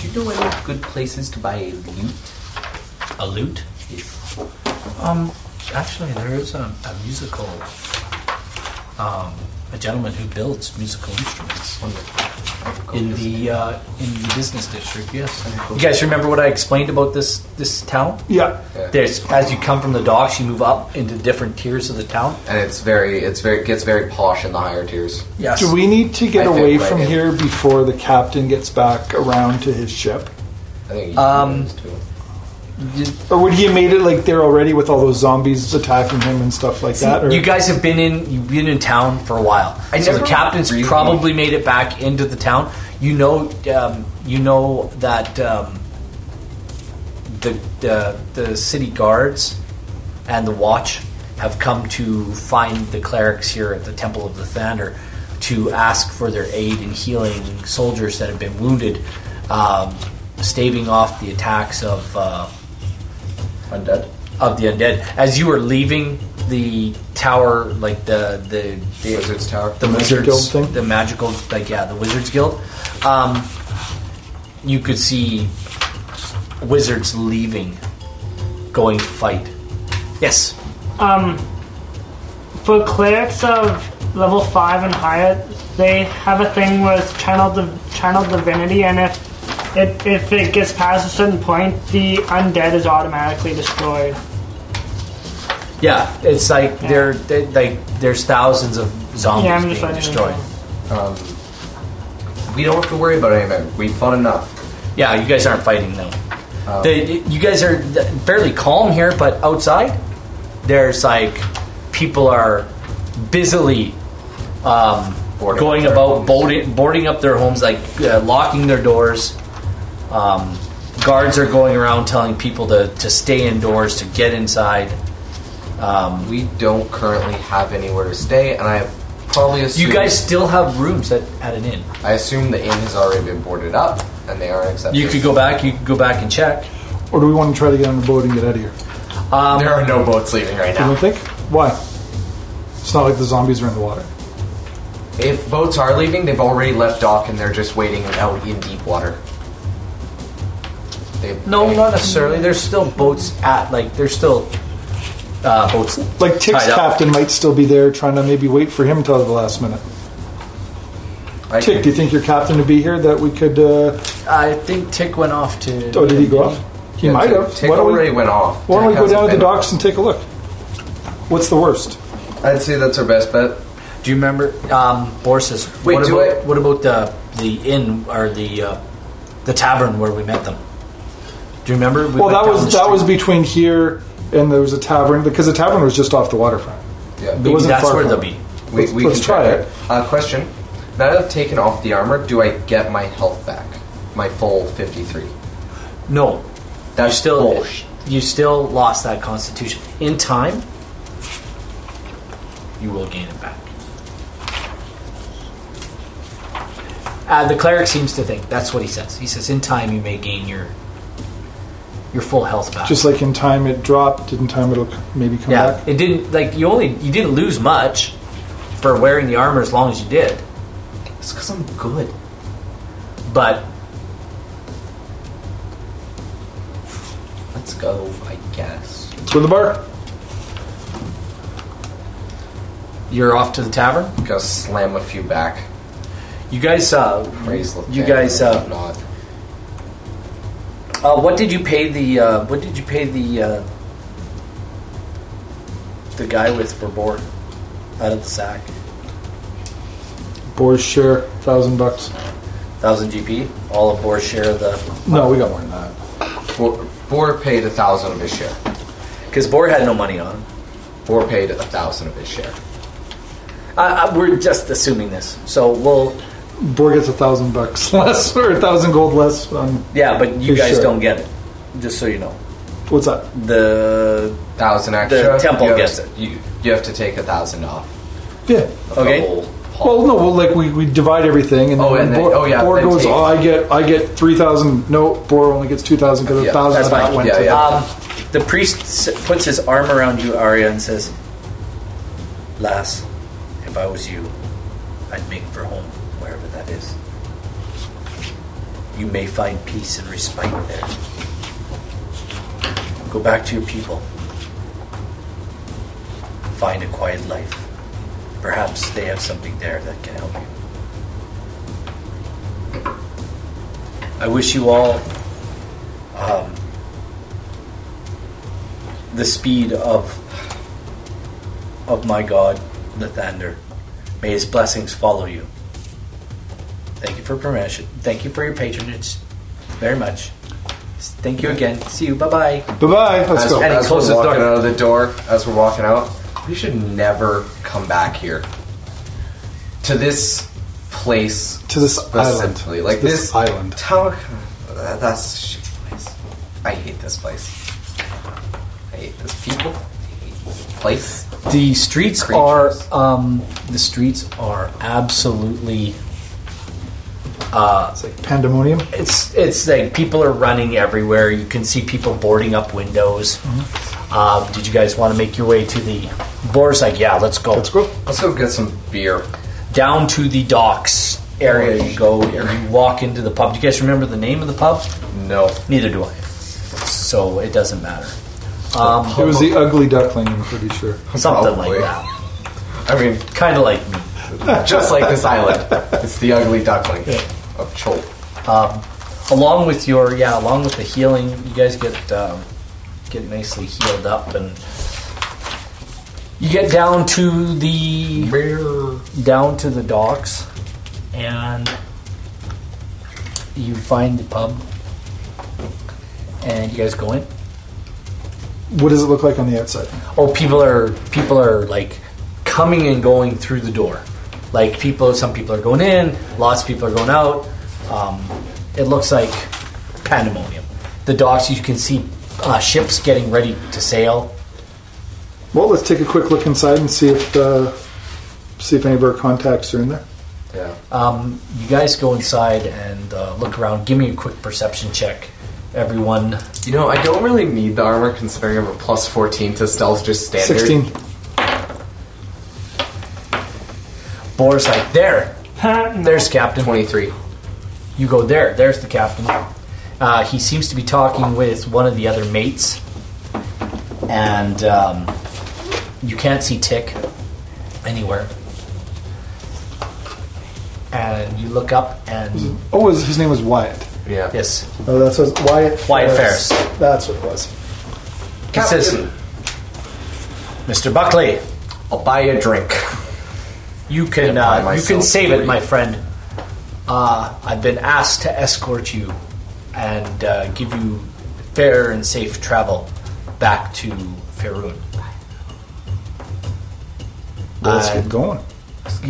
Speaker 3: Do you know any good places to buy a lute?
Speaker 1: A lute? Um, actually, there is a, a musical, um, a gentleman who builds musical instruments in the uh, in the business district. Yes,
Speaker 6: you guys remember what I explained about this this town?
Speaker 2: yeah.
Speaker 6: There's as you come from the docks, you move up into different tiers of the town.
Speaker 3: [laughs] And it's very, it's very, it gets very posh in the higher tiers.
Speaker 6: Yes,
Speaker 2: Do we need to get
Speaker 3: I fit
Speaker 2: away
Speaker 3: right
Speaker 2: from
Speaker 3: in.
Speaker 2: here before the captain gets back around to his ship?
Speaker 3: I think. You
Speaker 6: Um,
Speaker 3: can do those too.
Speaker 2: Or would he have made it like there already with all those zombies attacking him and stuff like that? Or
Speaker 6: you guys have been in you've been in town for a while.
Speaker 3: I
Speaker 6: so the
Speaker 3: never
Speaker 6: captain's
Speaker 3: really-
Speaker 6: probably made it back into the town. You know, um, you know that um, the, the the city guards and the watch have come to find the clerics here at the Temple of the Thunder to ask for their aid in healing soldiers that have been wounded, um, staving off the attacks of. Uh,
Speaker 3: Undead.
Speaker 6: of the undead. As you were leaving the tower, like the the, the
Speaker 3: Wizard's Tower.
Speaker 6: the
Speaker 2: Wizard
Speaker 6: wizards,
Speaker 2: Guild thing?
Speaker 6: the magical, like yeah, the wizards guild. Um, you could see wizards leaving, going to fight. Yes,
Speaker 4: Um, for clerics of level five and higher, they have a thing with channel div- channel divinity, and if it if it gets past a certain point, the undead is automatically destroyed. [laughs]
Speaker 6: yeah, it's like
Speaker 4: Yeah.
Speaker 6: there, they, like there's thousands of zombies
Speaker 4: Yeah, I'm just
Speaker 6: being
Speaker 4: letting you
Speaker 6: destroyed.
Speaker 4: know.
Speaker 3: Um, we don't have to worry about any of it. We fought enough.
Speaker 6: Yeah, you guys aren't fighting though. They- you guys are fairly calm here, but outside, there's like people are busily um,
Speaker 3: Boarding
Speaker 6: going
Speaker 3: up their
Speaker 6: about
Speaker 3: homes.
Speaker 6: boarding, boarding up their homes, like uh, locking their doors. Um, guards are going around telling people to, to stay indoors, to get inside. Um,
Speaker 3: We don't currently have anywhere to stay, and I probably assume
Speaker 6: you guys still have rooms at, at an inn.
Speaker 3: I assume the inn has already been boarded up, and they are accepted.
Speaker 6: You could go back. You could go back and check.
Speaker 2: or do we want to try to get on the boat and get out of here?
Speaker 6: Um,
Speaker 3: There are no boats leaving right
Speaker 2: You
Speaker 3: now.
Speaker 2: don't think? Why? It's not like the zombies are in the water.
Speaker 3: If boats are leaving, they've already left dock and they're just waiting out in deep water. They-
Speaker 6: No,
Speaker 3: they-
Speaker 6: not necessarily. There's still boats at like there's still uh, boats.
Speaker 2: Like Tick's
Speaker 6: Tied up.
Speaker 2: captain might still be there trying to maybe wait for him till the last minute.
Speaker 3: I
Speaker 2: Tick, do you think your captain would be here that we could. Uh,
Speaker 6: I think Tick went off to.
Speaker 2: oh, did he go off? He
Speaker 3: Yeah,
Speaker 2: might
Speaker 3: Tick-
Speaker 2: have.
Speaker 3: Tick
Speaker 2: why don't we-
Speaker 3: already went off.
Speaker 2: Why don't we
Speaker 3: Tick
Speaker 2: go down to
Speaker 3: hasn't
Speaker 2: the
Speaker 3: been
Speaker 2: docks and take a look? What's the worst?
Speaker 3: off. I'd say that's our best bet.
Speaker 6: Do you remember? Um, Borsis.
Speaker 3: Wait,
Speaker 6: what
Speaker 3: do
Speaker 6: about,
Speaker 3: I-
Speaker 6: What about the the inn or the uh, the tavern where we met them? Do you remember? We
Speaker 2: Well,
Speaker 6: went
Speaker 2: that
Speaker 6: down
Speaker 2: was
Speaker 6: the
Speaker 2: that was
Speaker 6: street.
Speaker 2: between here and there was a tavern because the tavern was just off the waterfront.
Speaker 3: Yeah,
Speaker 2: it
Speaker 6: Maybe
Speaker 2: wasn't
Speaker 6: that's
Speaker 2: far
Speaker 6: where
Speaker 2: from-
Speaker 6: they'll be.
Speaker 3: we,
Speaker 2: let's-
Speaker 3: we
Speaker 2: let's
Speaker 3: can
Speaker 2: try
Speaker 3: check
Speaker 2: it.
Speaker 3: Uh, question: Now that I've taken off the armor, do I get my health back? My full fifty-three.
Speaker 6: No, you
Speaker 3: That's
Speaker 6: still
Speaker 3: bullsh-
Speaker 6: you still lost that constitution. In time, you will gain it back. Uh, the cleric seems to think that's what he says. He says, "In time, you may gain your your full health back."
Speaker 2: Just like in time it dropped, in time it'll c- maybe come
Speaker 6: yeah,
Speaker 2: back.
Speaker 6: it didn't like you only you didn't lose much for wearing the armor as long as you did,
Speaker 3: It's because I'm good.
Speaker 6: but
Speaker 3: Let's go. I guess.
Speaker 2: To the bar.
Speaker 6: You're off to the tavern.
Speaker 3: Go slam a few back.
Speaker 6: You guys, uh,
Speaker 3: Praise the
Speaker 6: you
Speaker 3: Lord.
Speaker 6: guys, uh,
Speaker 3: Not.
Speaker 6: uh, what did you pay the uh, what did you pay the uh, the guy with for board out of the sack?
Speaker 2: Boar's share, thousand bucks.
Speaker 6: Thousand GP, all of board share of the
Speaker 2: No, we got more than that.
Speaker 3: Boar, Boar paid a thousand of his share.
Speaker 6: because board had no money on. him.
Speaker 3: Boar paid a thousand of his share.
Speaker 6: Uh, uh, we're just assuming this, so we'll
Speaker 2: Boar gets a thousand bucks [laughs] less, or a thousand gold less. Um,
Speaker 6: yeah. But you
Speaker 2: For
Speaker 6: guys
Speaker 2: sure.
Speaker 6: don't get it, just so you know.
Speaker 2: what's that?
Speaker 6: The
Speaker 3: Thousand extra.
Speaker 6: temple
Speaker 3: you have
Speaker 6: gets
Speaker 3: to-
Speaker 6: it.
Speaker 3: You, you have to take a thousand off.
Speaker 2: Yeah.
Speaker 3: of the
Speaker 6: Okay.
Speaker 3: whole pot.
Speaker 2: Well, no, well, like we, we divide everything, and
Speaker 3: Oh,
Speaker 2: then
Speaker 3: and then-
Speaker 2: Boar,
Speaker 3: oh, yeah,
Speaker 2: Boar
Speaker 3: then
Speaker 2: goes.
Speaker 3: take-
Speaker 2: Oh, I get I get three thousand. No, Boar only gets two thousand because
Speaker 3: Yeah,
Speaker 2: a thousand
Speaker 6: that's
Speaker 2: of that
Speaker 6: fine.
Speaker 2: went
Speaker 3: Yeah,
Speaker 2: to
Speaker 3: yeah.
Speaker 6: Um, the priest s- puts his arm around you, Arya, and says, "Lass, if I was you, I'd make for home, wherever that is. You may find peace and respite there. Go back to your people. Find a quiet life. Perhaps they have something there that can help you. I wish you all um, the speed of of my god, Lathander. May his blessings follow you. Thank you for permission. Thank you for your patronage very much. Thank you again. See you. Bye bye.
Speaker 2: Bye bye. Let's
Speaker 3: as,
Speaker 2: go.
Speaker 6: and he
Speaker 3: as
Speaker 6: closes
Speaker 3: we're
Speaker 6: the
Speaker 3: walking
Speaker 6: door.
Speaker 3: out of the door, as we're walking out, we should never come back here to this place
Speaker 2: To this
Speaker 3: specifically.
Speaker 2: island.
Speaker 3: Like
Speaker 2: To this
Speaker 3: this
Speaker 2: island.
Speaker 3: Town, that- that's a shitty place. I hate this place. I hate this people. I hate this place.
Speaker 10: The streets
Speaker 3: Creatures.
Speaker 10: are um, the streets are absolutely
Speaker 2: It's like pandemonium.
Speaker 6: It's it's like people are running everywhere. You can see people boarding up windows. Um, did you guys want to make your way to the? Boar's like, yeah, let's go.
Speaker 2: Let's go.
Speaker 3: Let's go get some beer.
Speaker 6: down to the docks area you go and you walk into the pub. Do you guys remember the name of the pub?
Speaker 3: No.
Speaker 6: Neither do I. So it doesn't matter.
Speaker 2: It was the ugly duckling. I'm pretty sure.
Speaker 6: Something
Speaker 3: Probably.
Speaker 6: like that.
Speaker 3: I mean,
Speaker 6: Kind of like me.
Speaker 3: just like
Speaker 6: [laughs]
Speaker 3: this island. It's the ugly duckling of Chol.
Speaker 6: Along with your yeah, along with the healing, you guys get um, get nicely healed up and you get down to the down to the docks and you find the pub and you guys go in.
Speaker 2: What does it look like on the outside?
Speaker 6: or people are people are like coming and going through the door. Like people, some people are going in, lots of people are going out. Um, it looks like pandemonium. The docks, you can see uh, ships getting ready to sail.
Speaker 2: Well, let's take a quick look inside and see if uh, see if any of our contacts are in there.
Speaker 3: Yeah.
Speaker 6: Um, you guys go inside and uh, look around. Give me a quick perception check, everyone.
Speaker 3: You know, I don't really need the armor considering I'm a plus 14 to stealth just standard.
Speaker 2: Sixteen.
Speaker 6: Boar's like there.
Speaker 4: There's
Speaker 6: There's captain.
Speaker 3: 23.
Speaker 6: You go there. There's the captain. Uh, he seems to be talking with one of the other mates, and um, you can't see Tick anywhere. And you look up, and
Speaker 3: Mm-hmm.
Speaker 2: Oh, was, his name was Wyatt.
Speaker 3: Yeah.
Speaker 6: yes,
Speaker 2: Oh, that's what, Wyatt.
Speaker 6: Wyatt Ferris.
Speaker 2: That's what it was.
Speaker 6: he says, "Mr. Buckley,
Speaker 3: I'll buy you a drink.
Speaker 6: you can
Speaker 3: Yeah, by
Speaker 6: uh, you can
Speaker 3: myself,
Speaker 6: save it,
Speaker 3: please.
Speaker 6: my friend. Uh, I've been asked to escort you and uh, give you fair and safe travel back to Faerun."
Speaker 2: Let's
Speaker 6: Uh,
Speaker 2: get going.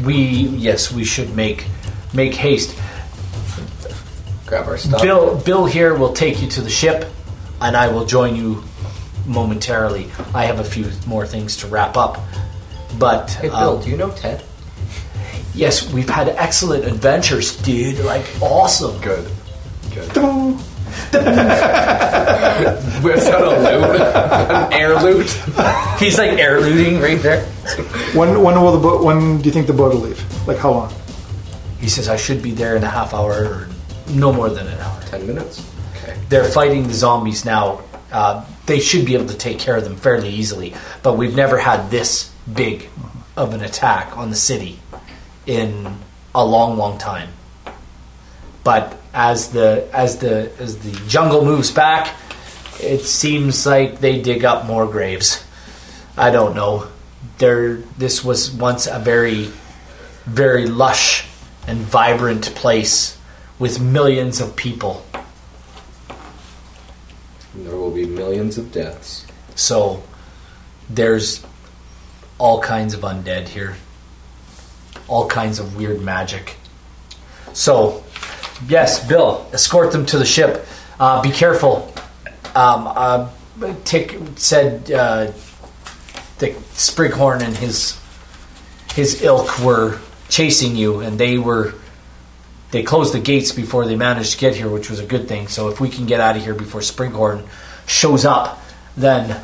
Speaker 6: We yes, we should make make haste.
Speaker 3: Grab our stuff.
Speaker 6: Bill Bill here will take you to the ship, and I will join you momentarily. I have a few more things to wrap up, but
Speaker 3: Hey,
Speaker 6: uh,
Speaker 3: Bill, do you know [laughs] Ted?
Speaker 6: yes, we've had excellent adventures, dude. Like awesome.
Speaker 3: Good. Whips out a loot. An air loot.
Speaker 6: He's like air looting right there.
Speaker 2: When when will the boat? When do you think the boat will leave? Like how long?
Speaker 6: He says I should be there in a half hour, or no more than an hour.
Speaker 3: 10 minutes. Okay.
Speaker 6: They're fighting the zombies now. Uh, they should be able to take care of them fairly easily. But we've never had this big of an attack on the city in a long, long time. But as the as the as the jungle moves back, it seems like they dig up more graves. I don't know. There, this was once a very, very lush and vibrant place with millions of people.
Speaker 3: There will be millions of deaths.
Speaker 6: So there's all kinds of undead here, all kinds of weird magic. So, yes, Bill, escort them to the ship. Uh, be careful. Um, uh, Tick said uh, that Sprighorn and his his ilk were chasing you, and they were they closed the gates before they managed to get here, which was a good thing. So if we can get out of here before Springhorn shows up, then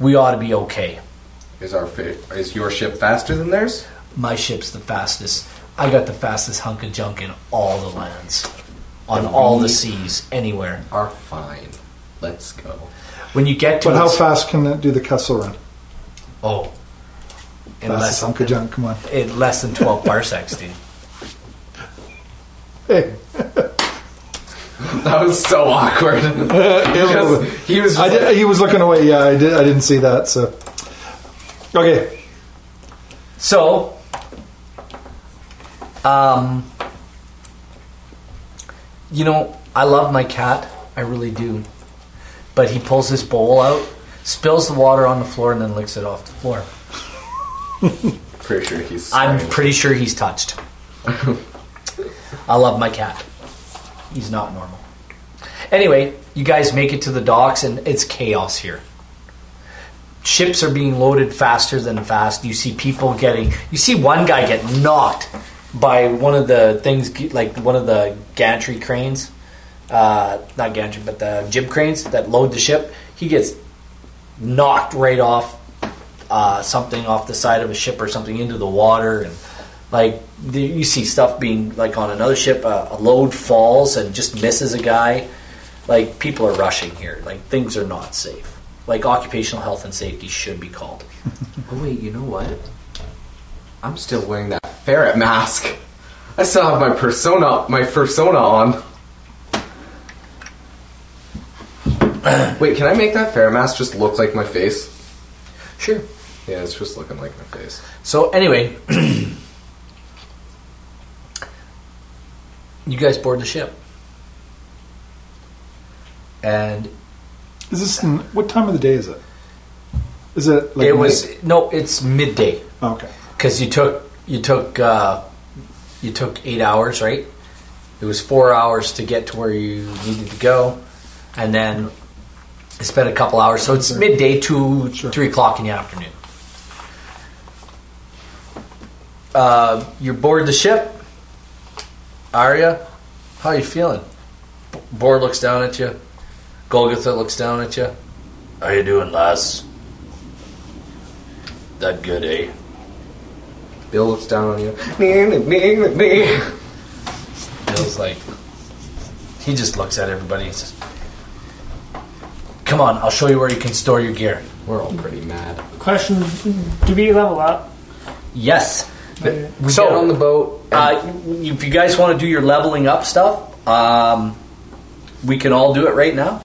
Speaker 6: we ought to be okay.
Speaker 3: Is our fa- is your ship faster than theirs?
Speaker 6: My ship's the fastest. I got the fastest hunk of junk in all the lands, on all the seas, anywhere.
Speaker 3: Are fine. Let's go. [laughs]
Speaker 6: When you get to
Speaker 2: But how
Speaker 6: its-
Speaker 2: fast can it do the Kessel run?
Speaker 6: oh, in
Speaker 2: Fast
Speaker 6: less,
Speaker 2: as Uncle John, come on.
Speaker 6: in less than twelve [laughs] parsecs, dude.
Speaker 2: Hey,
Speaker 3: That was so awkward. [laughs] Because he was.
Speaker 2: uh, I
Speaker 3: just
Speaker 2: did, he was looking away. Yeah, I did. I didn't see that. So, okay.
Speaker 6: So, um, you know, I love my cat. I really do. But he pulls his bowl out, spills the water on the floor, and then licks it off the floor.
Speaker 3: pretty sure he's.
Speaker 6: I'm
Speaker 3: sorry.
Speaker 6: pretty sure he's touched. I love my cat. He's not normal. Anyway, you guys make it to the docks and it's chaos here. Ships are being loaded faster than fast. You see people getting. You see one guy get knocked by one of the things, like one of the gantry cranes. Uh, not gantry, but the jib cranes that load the ship. He gets knocked right off uh, something off the side of a ship or something into the water and like the, you see stuff being like on another ship uh, a load falls and just misses a guy like people are rushing here like things are not safe like occupational health and safety should be called
Speaker 3: [laughs] Oh wait, you know what? I'm still wearing that ferret mask. I still have my persona, my persona on. [clears throat] wait, can I make that ferret mask just look like my face?
Speaker 6: sure
Speaker 3: Yeah, it's just looking like my face.
Speaker 6: so anyway [clears throat] you guys board the ship and
Speaker 2: Is this in, what time of the day is it? Is it? Like
Speaker 6: it was
Speaker 2: night?
Speaker 6: no it's midday
Speaker 2: okay.
Speaker 6: because you took you took uh, you took eight hours, right? It was four hours to get to where you needed to go, and then I spent a couple hours. So it's midday to
Speaker 2: Sure.
Speaker 6: three o'clock in the afternoon. Uh, you're board the ship. Arya, how you feeling? B- Boar looks down at you. Golgotha looks down at you.
Speaker 1: How you doing, lass? That good, eh?
Speaker 3: Bill looks down on you. Nee, nee, nee, nee.
Speaker 6: Bill's like, he just looks at everybody and says, Come on, I'll show you where you can store your gear.
Speaker 3: We're all pretty mad.
Speaker 4: Question: Do we level up?
Speaker 6: Yes.
Speaker 3: We
Speaker 6: So-
Speaker 3: get on the boat. and-
Speaker 6: Uh, if you guys want to do your leveling up stuff, um, we can all do it right now.